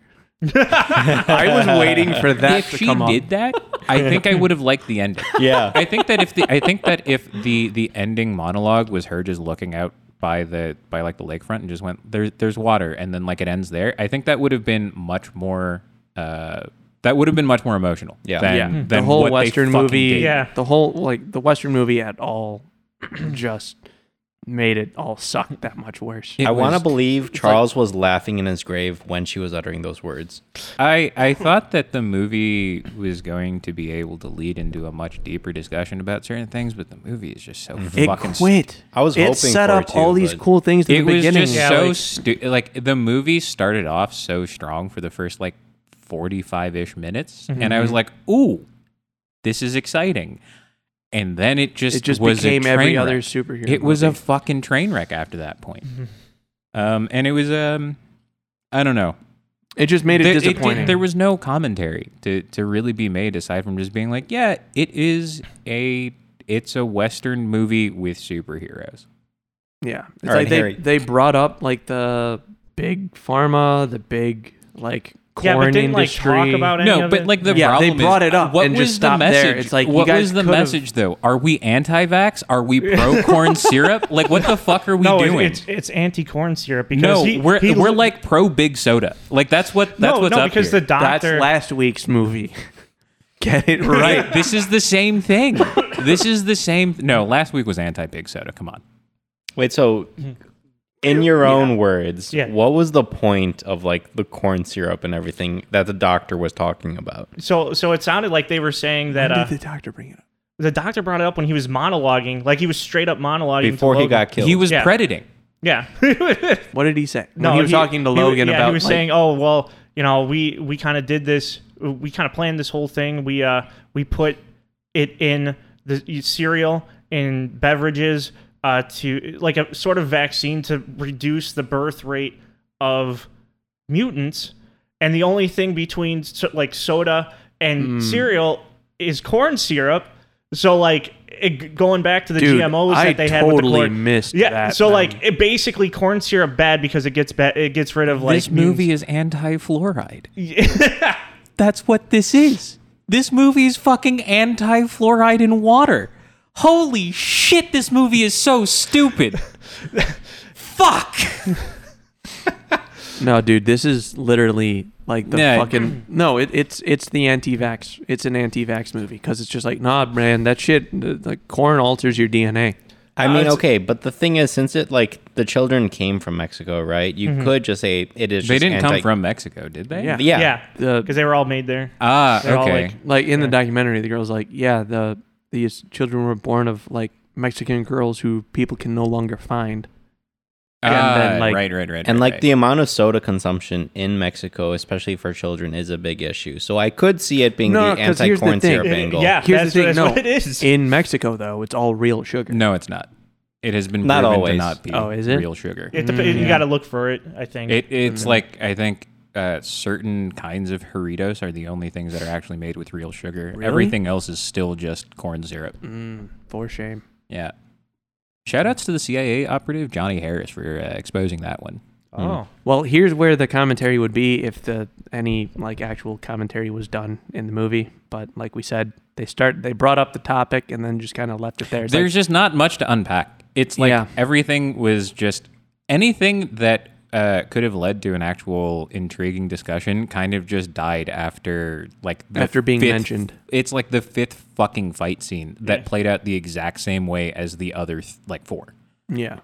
[SPEAKER 1] I was waiting for that
[SPEAKER 2] if
[SPEAKER 1] to
[SPEAKER 2] she
[SPEAKER 1] come
[SPEAKER 2] did
[SPEAKER 1] up.
[SPEAKER 2] that, I think I would have liked the ending.
[SPEAKER 4] Yeah.
[SPEAKER 2] I think that if the I think that if the the ending monologue was her just looking out by the by like the lakefront and just went there's there's water and then like it ends there. I think that would have been much more uh that would have been much more emotional.
[SPEAKER 4] Yeah.
[SPEAKER 2] Than,
[SPEAKER 1] yeah,
[SPEAKER 2] Than
[SPEAKER 1] the whole
[SPEAKER 2] what they
[SPEAKER 1] Western
[SPEAKER 2] fucking
[SPEAKER 1] movie,
[SPEAKER 2] did.
[SPEAKER 3] Yeah.
[SPEAKER 1] the whole like the Western movie at all, just made it all suck that much worse.
[SPEAKER 2] It
[SPEAKER 4] I want to
[SPEAKER 2] was-
[SPEAKER 4] believe Charles was laughing in his grave when she was uttering those words.
[SPEAKER 2] I I thought that the movie was going to be able to lead into a much deeper discussion about certain things, but the movie is just so
[SPEAKER 1] It
[SPEAKER 2] fucking
[SPEAKER 1] quit.
[SPEAKER 4] I was
[SPEAKER 1] it
[SPEAKER 4] hoping
[SPEAKER 1] set
[SPEAKER 4] for
[SPEAKER 1] up
[SPEAKER 4] it too,
[SPEAKER 1] all these
[SPEAKER 4] but-
[SPEAKER 1] cool things at
[SPEAKER 2] it
[SPEAKER 1] the
[SPEAKER 2] was
[SPEAKER 1] beginning.
[SPEAKER 2] just
[SPEAKER 3] Yeah,
[SPEAKER 2] so
[SPEAKER 3] like-
[SPEAKER 2] stupid. Like the movie started off so strong for the first like forty-five ish minutes,
[SPEAKER 1] Mm-hmm,
[SPEAKER 2] and I was like, "Ooh, this is exciting," and then it just
[SPEAKER 1] it just
[SPEAKER 2] was
[SPEAKER 1] became
[SPEAKER 2] a
[SPEAKER 1] every
[SPEAKER 2] train
[SPEAKER 1] other
[SPEAKER 2] wreck.
[SPEAKER 1] superhero.
[SPEAKER 2] It was a
[SPEAKER 1] movie. Mm-hmm.
[SPEAKER 2] fucking train wreck after that point. Um, and it was um, I don't know.
[SPEAKER 1] It just made it
[SPEAKER 2] There- did-
[SPEAKER 1] disappointing.
[SPEAKER 2] there was no commentary to to really be made aside from just being like, "Yeah, it is a." It's a Western movie with superheroes.
[SPEAKER 1] yeah, it's
[SPEAKER 4] All right,
[SPEAKER 1] like they,
[SPEAKER 4] Harry.
[SPEAKER 1] they brought up like the big pharma, the big like corn
[SPEAKER 3] yeah, but didn't like
[SPEAKER 1] industry.
[SPEAKER 3] talk about any
[SPEAKER 2] No,
[SPEAKER 3] of
[SPEAKER 2] but
[SPEAKER 3] it.
[SPEAKER 2] like the
[SPEAKER 1] Yeah, they
[SPEAKER 2] problem is,
[SPEAKER 1] brought it up
[SPEAKER 2] what
[SPEAKER 1] and
[SPEAKER 2] was
[SPEAKER 1] just stopped
[SPEAKER 2] the
[SPEAKER 1] there.
[SPEAKER 2] message?
[SPEAKER 1] It's like, you
[SPEAKER 2] what
[SPEAKER 1] guys
[SPEAKER 2] was the
[SPEAKER 1] could've-
[SPEAKER 2] message though? Are we anti-vax? Are we pro corn syrup? Like what the fuck are we
[SPEAKER 3] no, it-
[SPEAKER 2] doing?
[SPEAKER 3] it's it's anti corn syrup because
[SPEAKER 2] no,
[SPEAKER 3] he-
[SPEAKER 2] we're
[SPEAKER 3] he-
[SPEAKER 2] we're like pro big soda. Like that's what that's
[SPEAKER 3] no,
[SPEAKER 2] what's
[SPEAKER 3] no,
[SPEAKER 2] up
[SPEAKER 3] because
[SPEAKER 2] here.
[SPEAKER 3] the
[SPEAKER 1] That's
[SPEAKER 3] doctor
[SPEAKER 1] last week's movie. Get it right.
[SPEAKER 2] right. this is the same thing. This is the same. No, last week was anti big soda. Come on.
[SPEAKER 4] Wait, so in your own words,
[SPEAKER 3] Yeah.
[SPEAKER 4] what was the point of like the corn syrup and everything that the doctor was talking about?
[SPEAKER 3] So so it sounded like they were saying that uh,
[SPEAKER 1] Did the doctor bring it up?
[SPEAKER 3] the doctor brought it up when he was monologuing, like he was straight up monologuing to
[SPEAKER 4] Before he
[SPEAKER 3] Logan.
[SPEAKER 4] got killed.
[SPEAKER 2] He was
[SPEAKER 3] Yeah.
[SPEAKER 2] predating.
[SPEAKER 3] Yeah.
[SPEAKER 1] What did he say? When
[SPEAKER 3] no,
[SPEAKER 1] he was talking to
[SPEAKER 3] he wa-
[SPEAKER 1] Logan
[SPEAKER 3] yeah,
[SPEAKER 1] about
[SPEAKER 3] he was
[SPEAKER 1] like,
[SPEAKER 3] saying, "Oh well, you know, we we kind of did this. We kind of planned this whole thing. We uh we put it in the cereal and beverages uh, to like a sort of vaccine to reduce the birth rate of mutants. And the only thing between so, like soda
[SPEAKER 1] Hmm.
[SPEAKER 3] and cereal is corn syrup. So like it, going back to the
[SPEAKER 1] Dude,
[SPEAKER 3] GMOs
[SPEAKER 1] I
[SPEAKER 3] that they had with the
[SPEAKER 1] totally
[SPEAKER 3] corn-
[SPEAKER 1] missed
[SPEAKER 3] yeah.
[SPEAKER 1] that,
[SPEAKER 3] so
[SPEAKER 1] man.
[SPEAKER 3] like it basically corn syrup bad because it gets bad. It gets rid of like
[SPEAKER 2] this movie is anti-fluoride.
[SPEAKER 3] mutants.
[SPEAKER 2] That's what this is. This movie is fucking anti-fluoride in water. Holy shit! This movie is so stupid. Fuck.
[SPEAKER 1] No, dude, this is literally like the
[SPEAKER 2] Yeah.
[SPEAKER 1] fucking no. It, it's it's the anti-vax. It's an anti-vax movie because it's just like nah, man. That shit, the, the corn alters your DNA.
[SPEAKER 4] I mean,
[SPEAKER 3] it's-
[SPEAKER 4] okay, but the thing is, since it like the children came from Mexico, right? You could just say it is.
[SPEAKER 2] They
[SPEAKER 4] just
[SPEAKER 2] didn't come
[SPEAKER 4] anti-
[SPEAKER 2] from Mexico, did they?
[SPEAKER 1] Yeah.
[SPEAKER 4] Yeah.
[SPEAKER 3] yeah,
[SPEAKER 1] The-
[SPEAKER 3] because they were all made there.
[SPEAKER 2] Ah,
[SPEAKER 3] They're all
[SPEAKER 2] okay.
[SPEAKER 3] like-
[SPEAKER 1] Like in the documentary, the girl's like, yeah, the these children were born of like Mexican girls who people can no longer find. and
[SPEAKER 2] Ah,
[SPEAKER 1] then, like-
[SPEAKER 2] right, right, right.
[SPEAKER 4] And
[SPEAKER 2] right,
[SPEAKER 4] like
[SPEAKER 2] right.
[SPEAKER 4] the amount of soda consumption in Mexico, especially for children, is a big issue. So I could see it being
[SPEAKER 1] No, no,
[SPEAKER 4] the
[SPEAKER 1] 'cause here's the
[SPEAKER 4] anti-corn
[SPEAKER 1] thing.
[SPEAKER 4] syrup angle.
[SPEAKER 3] Yeah,
[SPEAKER 1] Here's
[SPEAKER 3] that's,
[SPEAKER 1] the thing,
[SPEAKER 3] that's
[SPEAKER 1] no.
[SPEAKER 3] what it is.
[SPEAKER 1] In Mexico, though, it's all real sugar.
[SPEAKER 2] no, it's not. It has been
[SPEAKER 4] Not
[SPEAKER 2] proven to
[SPEAKER 4] always.
[SPEAKER 2] not be
[SPEAKER 1] Oh, is it?
[SPEAKER 2] real sugar.
[SPEAKER 3] It dep- you got to look for it. I think.
[SPEAKER 2] It,
[SPEAKER 1] mm-hmm.
[SPEAKER 2] it's like I think uh, certain kinds of Doritos are the only things that are actually made with real sugar. Everything else is still just corn syrup.
[SPEAKER 1] Mm, for shame.
[SPEAKER 2] Yeah. Shout outs to the CIA operative Johnny Harris for uh, exposing that one.
[SPEAKER 3] oh,
[SPEAKER 1] Well, here's where the commentary would be if the any like actual commentary was done in the movie. But like we said, they start they brought up the topic and then just kind of left it there. It's like,
[SPEAKER 2] There's just not much to unpack. It's like
[SPEAKER 1] Yeah.
[SPEAKER 2] everything was just anything that uh, could have led to an actual intriguing discussion kind of just died after like the
[SPEAKER 1] After being mentioned.
[SPEAKER 2] It's like the fifth fucking fight scene that played out the exact same way as the other th- like four.
[SPEAKER 1] yeah,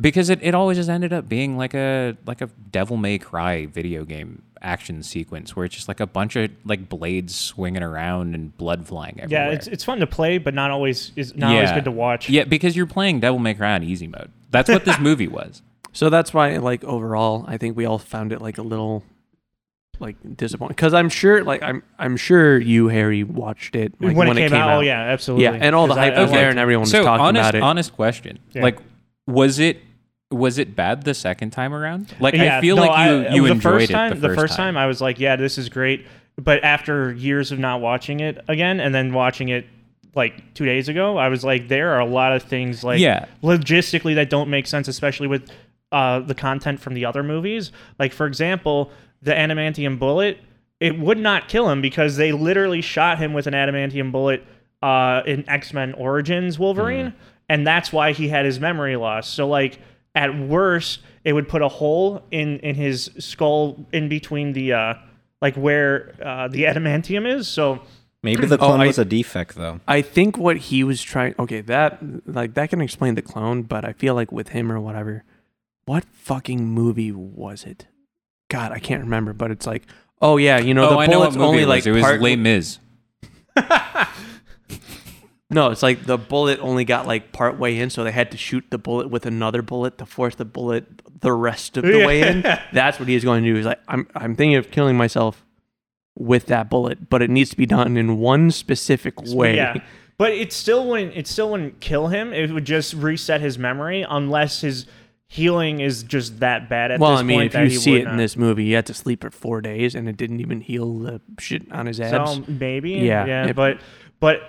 [SPEAKER 2] because it, it always just ended up being like a like a devil may cry video game action sequence where it's just like a bunch of like blades swinging around and blood flying everywhere.
[SPEAKER 3] yeah. It's it's fun to play, but not always is not always
[SPEAKER 2] Yeah.
[SPEAKER 3] good to watch.
[SPEAKER 2] Yeah, because you're playing Devil May Cry on easy mode. That's what this movie was.
[SPEAKER 1] so that's why like overall, I think we all found it like a little like disappointing because I'm sure like I'm I'm sure you Harry watched it like,
[SPEAKER 3] when, it came, out, oh yeah, absolutely.
[SPEAKER 1] Yeah, and all the
[SPEAKER 3] 'Cause I-
[SPEAKER 1] hype
[SPEAKER 3] I
[SPEAKER 1] was there,
[SPEAKER 3] liked-
[SPEAKER 1] and everyone was
[SPEAKER 2] so
[SPEAKER 1] talking
[SPEAKER 2] honest,
[SPEAKER 1] about it.
[SPEAKER 2] honest question.
[SPEAKER 3] Yeah.
[SPEAKER 2] Like, was it was it bad the second time around? Like,
[SPEAKER 3] Yeah,
[SPEAKER 2] I feel
[SPEAKER 3] no,
[SPEAKER 2] like you
[SPEAKER 3] I-
[SPEAKER 2] you
[SPEAKER 3] the
[SPEAKER 2] enjoyed
[SPEAKER 3] first
[SPEAKER 2] it
[SPEAKER 3] time,
[SPEAKER 2] the first,
[SPEAKER 3] time. I was like, yeah, this is great. But after years of not watching it again, and then watching it like two days ago, I was like, there are a lot of things like
[SPEAKER 2] Yeah.
[SPEAKER 3] logistically that don't make sense, especially with uh, the content from the other movies. Like for example, the adamantium bullet, it would not kill him because they literally shot him with an adamantium bullet uh, in X Men Origins Wolverine, and that's why he had his memory loss. So like at worst, it would put a hole in in his skull in between the uh, like where uh, the adamantium is. So
[SPEAKER 4] Maybe the
[SPEAKER 1] Oh,
[SPEAKER 4] clone
[SPEAKER 1] I-
[SPEAKER 4] was a defect, though.
[SPEAKER 1] I think what he was trying. Okay, that like that can explain the clone, but I feel like with him or whatever, what fucking movie was it? God, I can't remember. But it's like, oh yeah, you know
[SPEAKER 2] oh,
[SPEAKER 1] the
[SPEAKER 2] I know what
[SPEAKER 1] bullet's
[SPEAKER 2] movie
[SPEAKER 1] only
[SPEAKER 2] it was.
[SPEAKER 1] like
[SPEAKER 2] it was
[SPEAKER 1] part-
[SPEAKER 2] Les Mis.
[SPEAKER 1] No, it's like the bullet only got like part way in, so they had to shoot the bullet with another bullet to force the bullet the rest of the way in. That's what he was going to do. He's like, I'm I'm thinking of killing myself with that bullet, but it needs to be done in one specific way.
[SPEAKER 3] yeah. But it still wouldn't it still wouldn't kill him. It would just reset his memory unless his healing is just that bad at
[SPEAKER 1] Well,
[SPEAKER 3] this
[SPEAKER 1] I mean,
[SPEAKER 3] point
[SPEAKER 1] if
[SPEAKER 3] that
[SPEAKER 1] you
[SPEAKER 3] he
[SPEAKER 1] see
[SPEAKER 3] would
[SPEAKER 1] it in
[SPEAKER 3] not.
[SPEAKER 1] this movie, he had to sleep for four days, and it didn't even heal the shit on his abs.
[SPEAKER 3] So maybe,
[SPEAKER 1] Yeah,
[SPEAKER 3] yeah,
[SPEAKER 1] it-
[SPEAKER 3] but but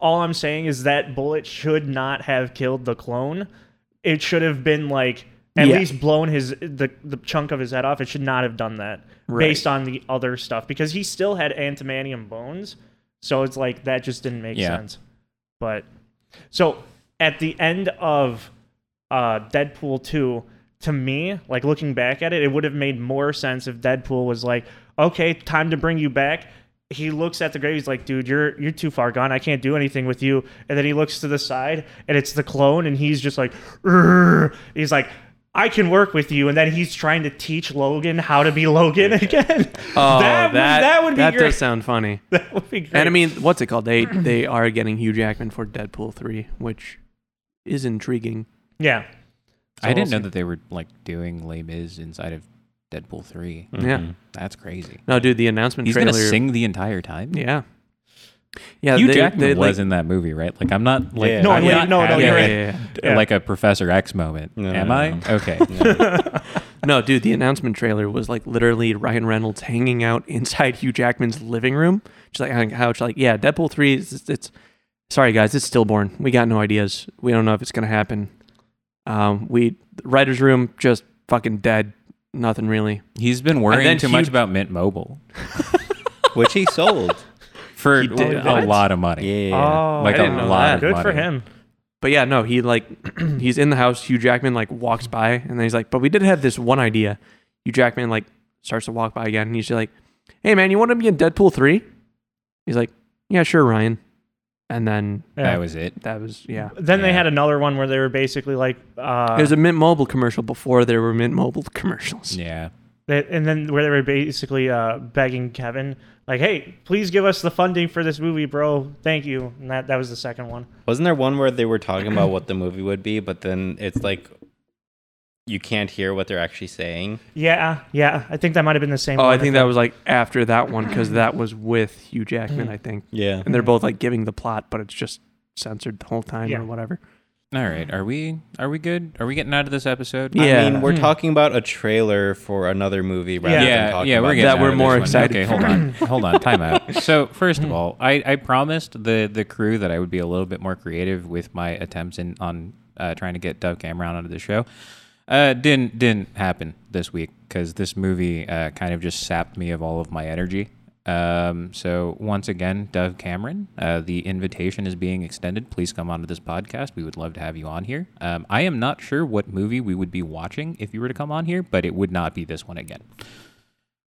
[SPEAKER 3] all I'm saying is that bullet should not have killed the clone. It should have been like at
[SPEAKER 1] Yeah.
[SPEAKER 3] least blown his the the chunk of his head off. It should not have done that
[SPEAKER 1] Right.
[SPEAKER 3] based on the other stuff because he still had antimanium bones. So it's like that just didn't make
[SPEAKER 2] Yeah.
[SPEAKER 3] sense. But so at the end of uh, Deadpool 2, to me, like looking back at it, it would have made more sense if Deadpool was like, okay, time to bring you back. He looks at the grave. He's like, dude, you're you're too far gone. I can't do anything with you. And then he looks to the side, and it's the clone, and he's just like, "Urgh." he's like, I can work with you. And then he's trying to teach Logan how to be Logan again.
[SPEAKER 1] Oh,
[SPEAKER 3] that, would- that would be
[SPEAKER 1] that
[SPEAKER 3] great.
[SPEAKER 1] does sound funny.
[SPEAKER 3] that would be great.
[SPEAKER 1] And I mean, what's it called? They they are getting Hugh Jackman for Deadpool three, which is intriguing.
[SPEAKER 3] yeah.
[SPEAKER 2] I didn't
[SPEAKER 3] we'll
[SPEAKER 2] know
[SPEAKER 3] see.
[SPEAKER 2] that they were like doing Les Mis inside of Deadpool three.
[SPEAKER 1] Yeah.
[SPEAKER 4] Mm-hmm.
[SPEAKER 2] That's crazy.
[SPEAKER 1] No, dude, the announcement
[SPEAKER 2] He's
[SPEAKER 1] trailer.
[SPEAKER 2] gonna sing the entire time.
[SPEAKER 1] Yeah. Yeah,
[SPEAKER 2] Hugh
[SPEAKER 1] they-
[SPEAKER 2] Jackman
[SPEAKER 1] they, like-
[SPEAKER 2] was in that movie, right? Like I'm not like
[SPEAKER 4] Yeah.
[SPEAKER 3] No,
[SPEAKER 2] I'm
[SPEAKER 3] wait,
[SPEAKER 2] not
[SPEAKER 3] Oh, no, no,
[SPEAKER 2] having
[SPEAKER 1] yeah,
[SPEAKER 3] you're
[SPEAKER 1] yeah,
[SPEAKER 3] right.
[SPEAKER 1] yeah, yeah.
[SPEAKER 3] Yeah.
[SPEAKER 2] like a Professor X moment.
[SPEAKER 4] No,
[SPEAKER 2] Am
[SPEAKER 4] no,
[SPEAKER 2] I
[SPEAKER 4] no.
[SPEAKER 2] okay?
[SPEAKER 1] No, dude, the announcement trailer was like literally Ryan Reynolds hanging out inside Hugh Jackman's living room. Just like on a couch, like, yeah, Deadpool 3 is it's, it's sorry guys, it's stillborn. We got no ideas. We don't know if it's gonna happen. Um we the writer's room just fucking dead. Nothing really.
[SPEAKER 2] He's been
[SPEAKER 1] then
[SPEAKER 2] worrying too much
[SPEAKER 1] Hugh-
[SPEAKER 2] about Mint Mobile
[SPEAKER 4] which he sold.
[SPEAKER 2] for
[SPEAKER 1] He did-
[SPEAKER 2] a
[SPEAKER 1] what?
[SPEAKER 2] lot of money.
[SPEAKER 4] Yeah.
[SPEAKER 3] Oh,
[SPEAKER 2] Like
[SPEAKER 1] I didn't
[SPEAKER 2] a
[SPEAKER 1] know
[SPEAKER 2] lot
[SPEAKER 1] that.
[SPEAKER 2] of
[SPEAKER 3] good
[SPEAKER 2] money.
[SPEAKER 3] for him.
[SPEAKER 1] But yeah, no, he like he's in the house, Hugh Jackman like walks by and then he's like, But we did have this one idea. Hugh Jackman like starts to walk by again and he's like, Hey man, you wanna be in Deadpool three? He's like, Yeah, sure, Ryan. And then
[SPEAKER 3] Yeah.
[SPEAKER 2] That was it.
[SPEAKER 1] That was yeah.
[SPEAKER 3] Then they
[SPEAKER 2] Yeah.
[SPEAKER 3] had another one where they were basically like, uh,
[SPEAKER 1] There's a Mint Mobile commercial before there were Mint Mobile commercials.
[SPEAKER 2] Yeah.
[SPEAKER 3] they, and then where they were basically uh, begging Kevin, like, "Hey, please give us the funding for this movie, bro. Thank you." And that that was the second one.
[SPEAKER 4] Wasn't there one where they were talking about what the movie would be, but then it's like you can't hear what they're actually saying?
[SPEAKER 3] Yeah, yeah. I think that might have been the same.
[SPEAKER 1] Oh,
[SPEAKER 3] Oh,
[SPEAKER 1] I think that was like after that one because that was with Hugh Jackman, I think.
[SPEAKER 4] Yeah.
[SPEAKER 1] And they're both like giving the plot, but it's just censored the whole time
[SPEAKER 3] Yeah.
[SPEAKER 1] or whatever.
[SPEAKER 2] All right. Are we are we good? Are we getting out of this episode?
[SPEAKER 1] Yeah.
[SPEAKER 4] I mean, we're talking about a trailer for another movie rather
[SPEAKER 3] Yeah.
[SPEAKER 4] than
[SPEAKER 2] Hmm. Yeah,
[SPEAKER 4] talking
[SPEAKER 2] yeah,
[SPEAKER 4] about
[SPEAKER 2] we're getting
[SPEAKER 1] That
[SPEAKER 2] out of
[SPEAKER 1] we're
[SPEAKER 2] this
[SPEAKER 1] more
[SPEAKER 2] one.
[SPEAKER 1] excited
[SPEAKER 2] Okay, hold on, hold on, time out. So first of all, I, I promised the the crew that I would be a little bit more creative with my attempts in on uh, trying to get Dove Cameron onto the show. Uh, didn't didn't happen this week because this movie uh, kind of just sapped me of all of my energy. Um, so once again, Dove Cameron, uh, the invitation is being extended. Please come onto this podcast. We would love to have you on here. Um, I am not sure what movie we would be watching if you were to come on here, but it would not be this one again.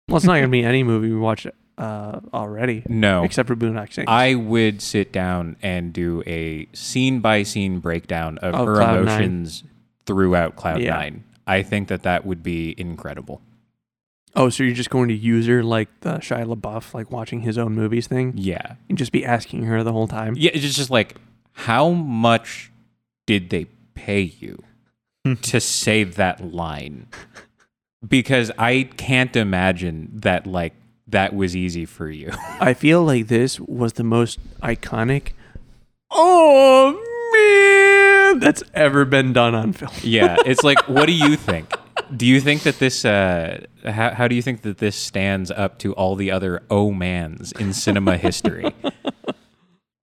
[SPEAKER 1] Well, it's not going to be any movie we watched uh, already,
[SPEAKER 2] No,
[SPEAKER 1] except for Boondock Saints.
[SPEAKER 2] I would sit down and do a scene by scene breakdown of
[SPEAKER 1] Of
[SPEAKER 2] her
[SPEAKER 1] Cloud Nine.
[SPEAKER 2] emotions throughout Cloud
[SPEAKER 1] Yeah.
[SPEAKER 2] Nine. I think that that would be incredible.
[SPEAKER 1] oh, so you're just going to use her like the Shia LaBeouf, like watching his own movies thing,
[SPEAKER 2] Yeah,
[SPEAKER 1] and just be asking her the whole time?
[SPEAKER 2] yeah. It's just like, how much did they pay you to say that line? Because I can't imagine that like that was easy for you.
[SPEAKER 1] I feel like this was the most iconic. Oh man, that's ever been done on film.
[SPEAKER 2] Yeah, it's like, what do you think? Do you think that this? Uh, how, how do you think that this stands up to all the other oh mans in cinema history?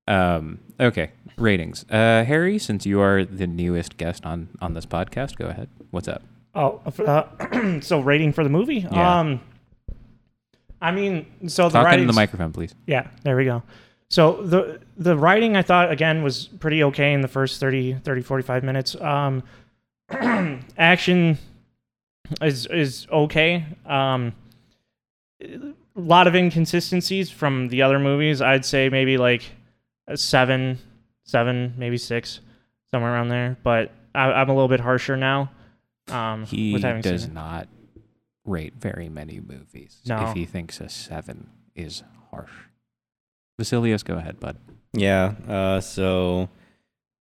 [SPEAKER 2] Um. Okay. Ratings. Uh, Harry, since you are the newest guest on on this podcast, go ahead. What's up?
[SPEAKER 3] Oh, uh, so rating for the movie.
[SPEAKER 2] Yeah.
[SPEAKER 3] Um, I mean, so the
[SPEAKER 2] Talk into
[SPEAKER 3] Mm-hmm. writing.
[SPEAKER 2] the microphone, please.
[SPEAKER 3] Yeah, there we go. So the the writing I thought again was pretty okay in the first 30 30 45 minutes. Um action is is okay. Um a lot of inconsistencies from the other movies. I'd say maybe like a 7 7 maybe 6 somewhere around there, but I I'm a little bit harsher now. Um
[SPEAKER 2] He
[SPEAKER 3] with having seen
[SPEAKER 2] does
[SPEAKER 3] it.
[SPEAKER 2] not rate very many movies.
[SPEAKER 3] No.
[SPEAKER 2] If he thinks a seven is harsh. Vasilius, go ahead, bud.
[SPEAKER 4] Yeah. Uh, so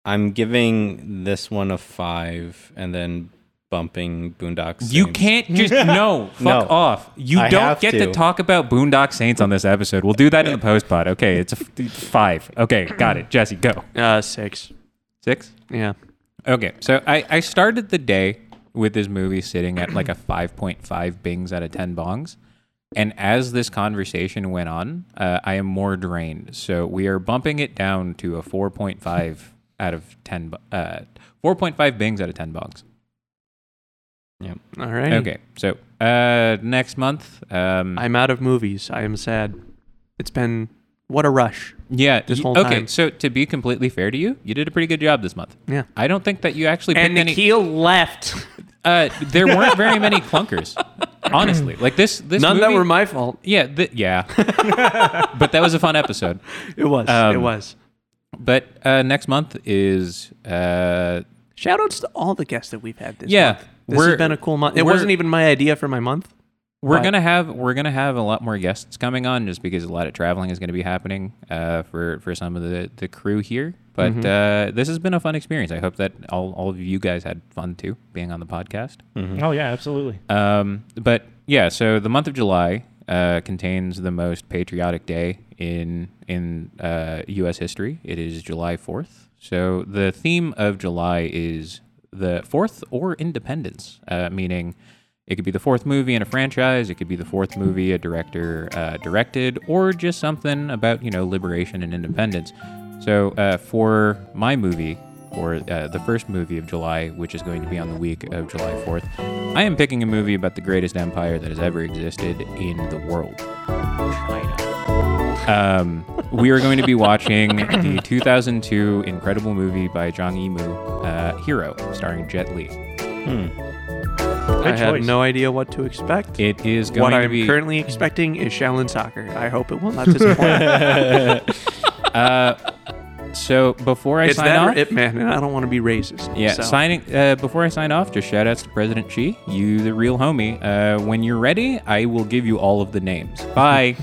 [SPEAKER 4] I'm giving this one a five and then bumping Boondocks.
[SPEAKER 2] You can't just no. Fuck
[SPEAKER 4] No.
[SPEAKER 2] off. You
[SPEAKER 4] I
[SPEAKER 2] don't
[SPEAKER 4] have
[SPEAKER 2] get to.
[SPEAKER 4] to.
[SPEAKER 2] talk about Boondock Saints on this episode. We'll do that in the post pod. Okay, it's a f- five. Okay, got it. Jesse, go
[SPEAKER 1] Uh, six.
[SPEAKER 2] six.
[SPEAKER 1] Yeah.
[SPEAKER 2] Okay, so I I started the day with this movie sitting at like a five point five bings out of ten bongs, and as this conversation went on, uh, I am more drained. So we are bumping it down to a four point five out of ten. bu- Uh, four point five bings out of ten bongs.
[SPEAKER 1] All right.
[SPEAKER 2] Okay, so uh, next month, um,
[SPEAKER 1] I'm out of movies. I am sad. It's been what a rush.
[SPEAKER 2] Yeah.
[SPEAKER 1] this
[SPEAKER 2] y-
[SPEAKER 1] whole
[SPEAKER 2] okay,
[SPEAKER 1] time.
[SPEAKER 2] so to be completely fair to you, you did a pretty good job this month.
[SPEAKER 1] Yeah.
[SPEAKER 2] I don't think that you actually picked any.
[SPEAKER 1] Nikhil left.
[SPEAKER 2] uh, there weren't very many clunkers, honestly. Like this, this
[SPEAKER 1] None that
[SPEAKER 2] movie-
[SPEAKER 1] were my fault.
[SPEAKER 2] yeah, th- yeah. but that was a fun episode.
[SPEAKER 1] It was. it
[SPEAKER 2] Um,
[SPEAKER 1] was.
[SPEAKER 2] But uh, next month is uh,
[SPEAKER 1] Shout outs to all the guests that we've had this
[SPEAKER 2] Yeah,
[SPEAKER 1] month. This
[SPEAKER 2] we're-
[SPEAKER 1] has been a cool month. It
[SPEAKER 2] we're-
[SPEAKER 1] wasn't even my idea for my month.
[SPEAKER 2] we're
[SPEAKER 1] Right.
[SPEAKER 2] gonna have we're gonna have a lot more guests coming on just because a lot of traveling is gonna be happening uh, for for some of the the crew here. But
[SPEAKER 1] Mm-hmm.
[SPEAKER 2] uh, this has been a fun experience. I hope that all all of you guys had fun too being on the podcast.
[SPEAKER 3] Oh yeah, absolutely.
[SPEAKER 2] Um, but yeah, so the month of July uh, contains the most patriotic day in in uh, U.S. history. It is July Fourth. So the theme of July is the Fourth or Independence, uh, meaning it could be the fourth movie in a franchise. It could be the fourth movie a director uh, directed, or just something about you know liberation and independence. So uh, for my movie, or uh, the first movie of July, which is going to be on the week of July 4th, I am picking a movie about the greatest empire that has ever existed in the world, China. Um, we are going to be watching the 2002 incredible movie by Zhang Yimou, uh, Hero, starring Jet Li.
[SPEAKER 1] I
[SPEAKER 3] Good
[SPEAKER 1] have
[SPEAKER 3] choice.
[SPEAKER 1] no idea what to expect.
[SPEAKER 2] It is going
[SPEAKER 1] what
[SPEAKER 2] to
[SPEAKER 1] I'm
[SPEAKER 2] be
[SPEAKER 1] currently expecting is Shaolin Soccer. I hope it will not disappoint.
[SPEAKER 2] so. Before I
[SPEAKER 1] it's
[SPEAKER 2] sign
[SPEAKER 1] that
[SPEAKER 2] off,
[SPEAKER 1] or Ip Man, and I don't want to be racist.
[SPEAKER 2] Yeah,
[SPEAKER 1] so.
[SPEAKER 2] signing. Uh, before I sign off, just shout outs to President Xi. You, the real homie. Uh, when you're ready, I will give you all of the names. Bye.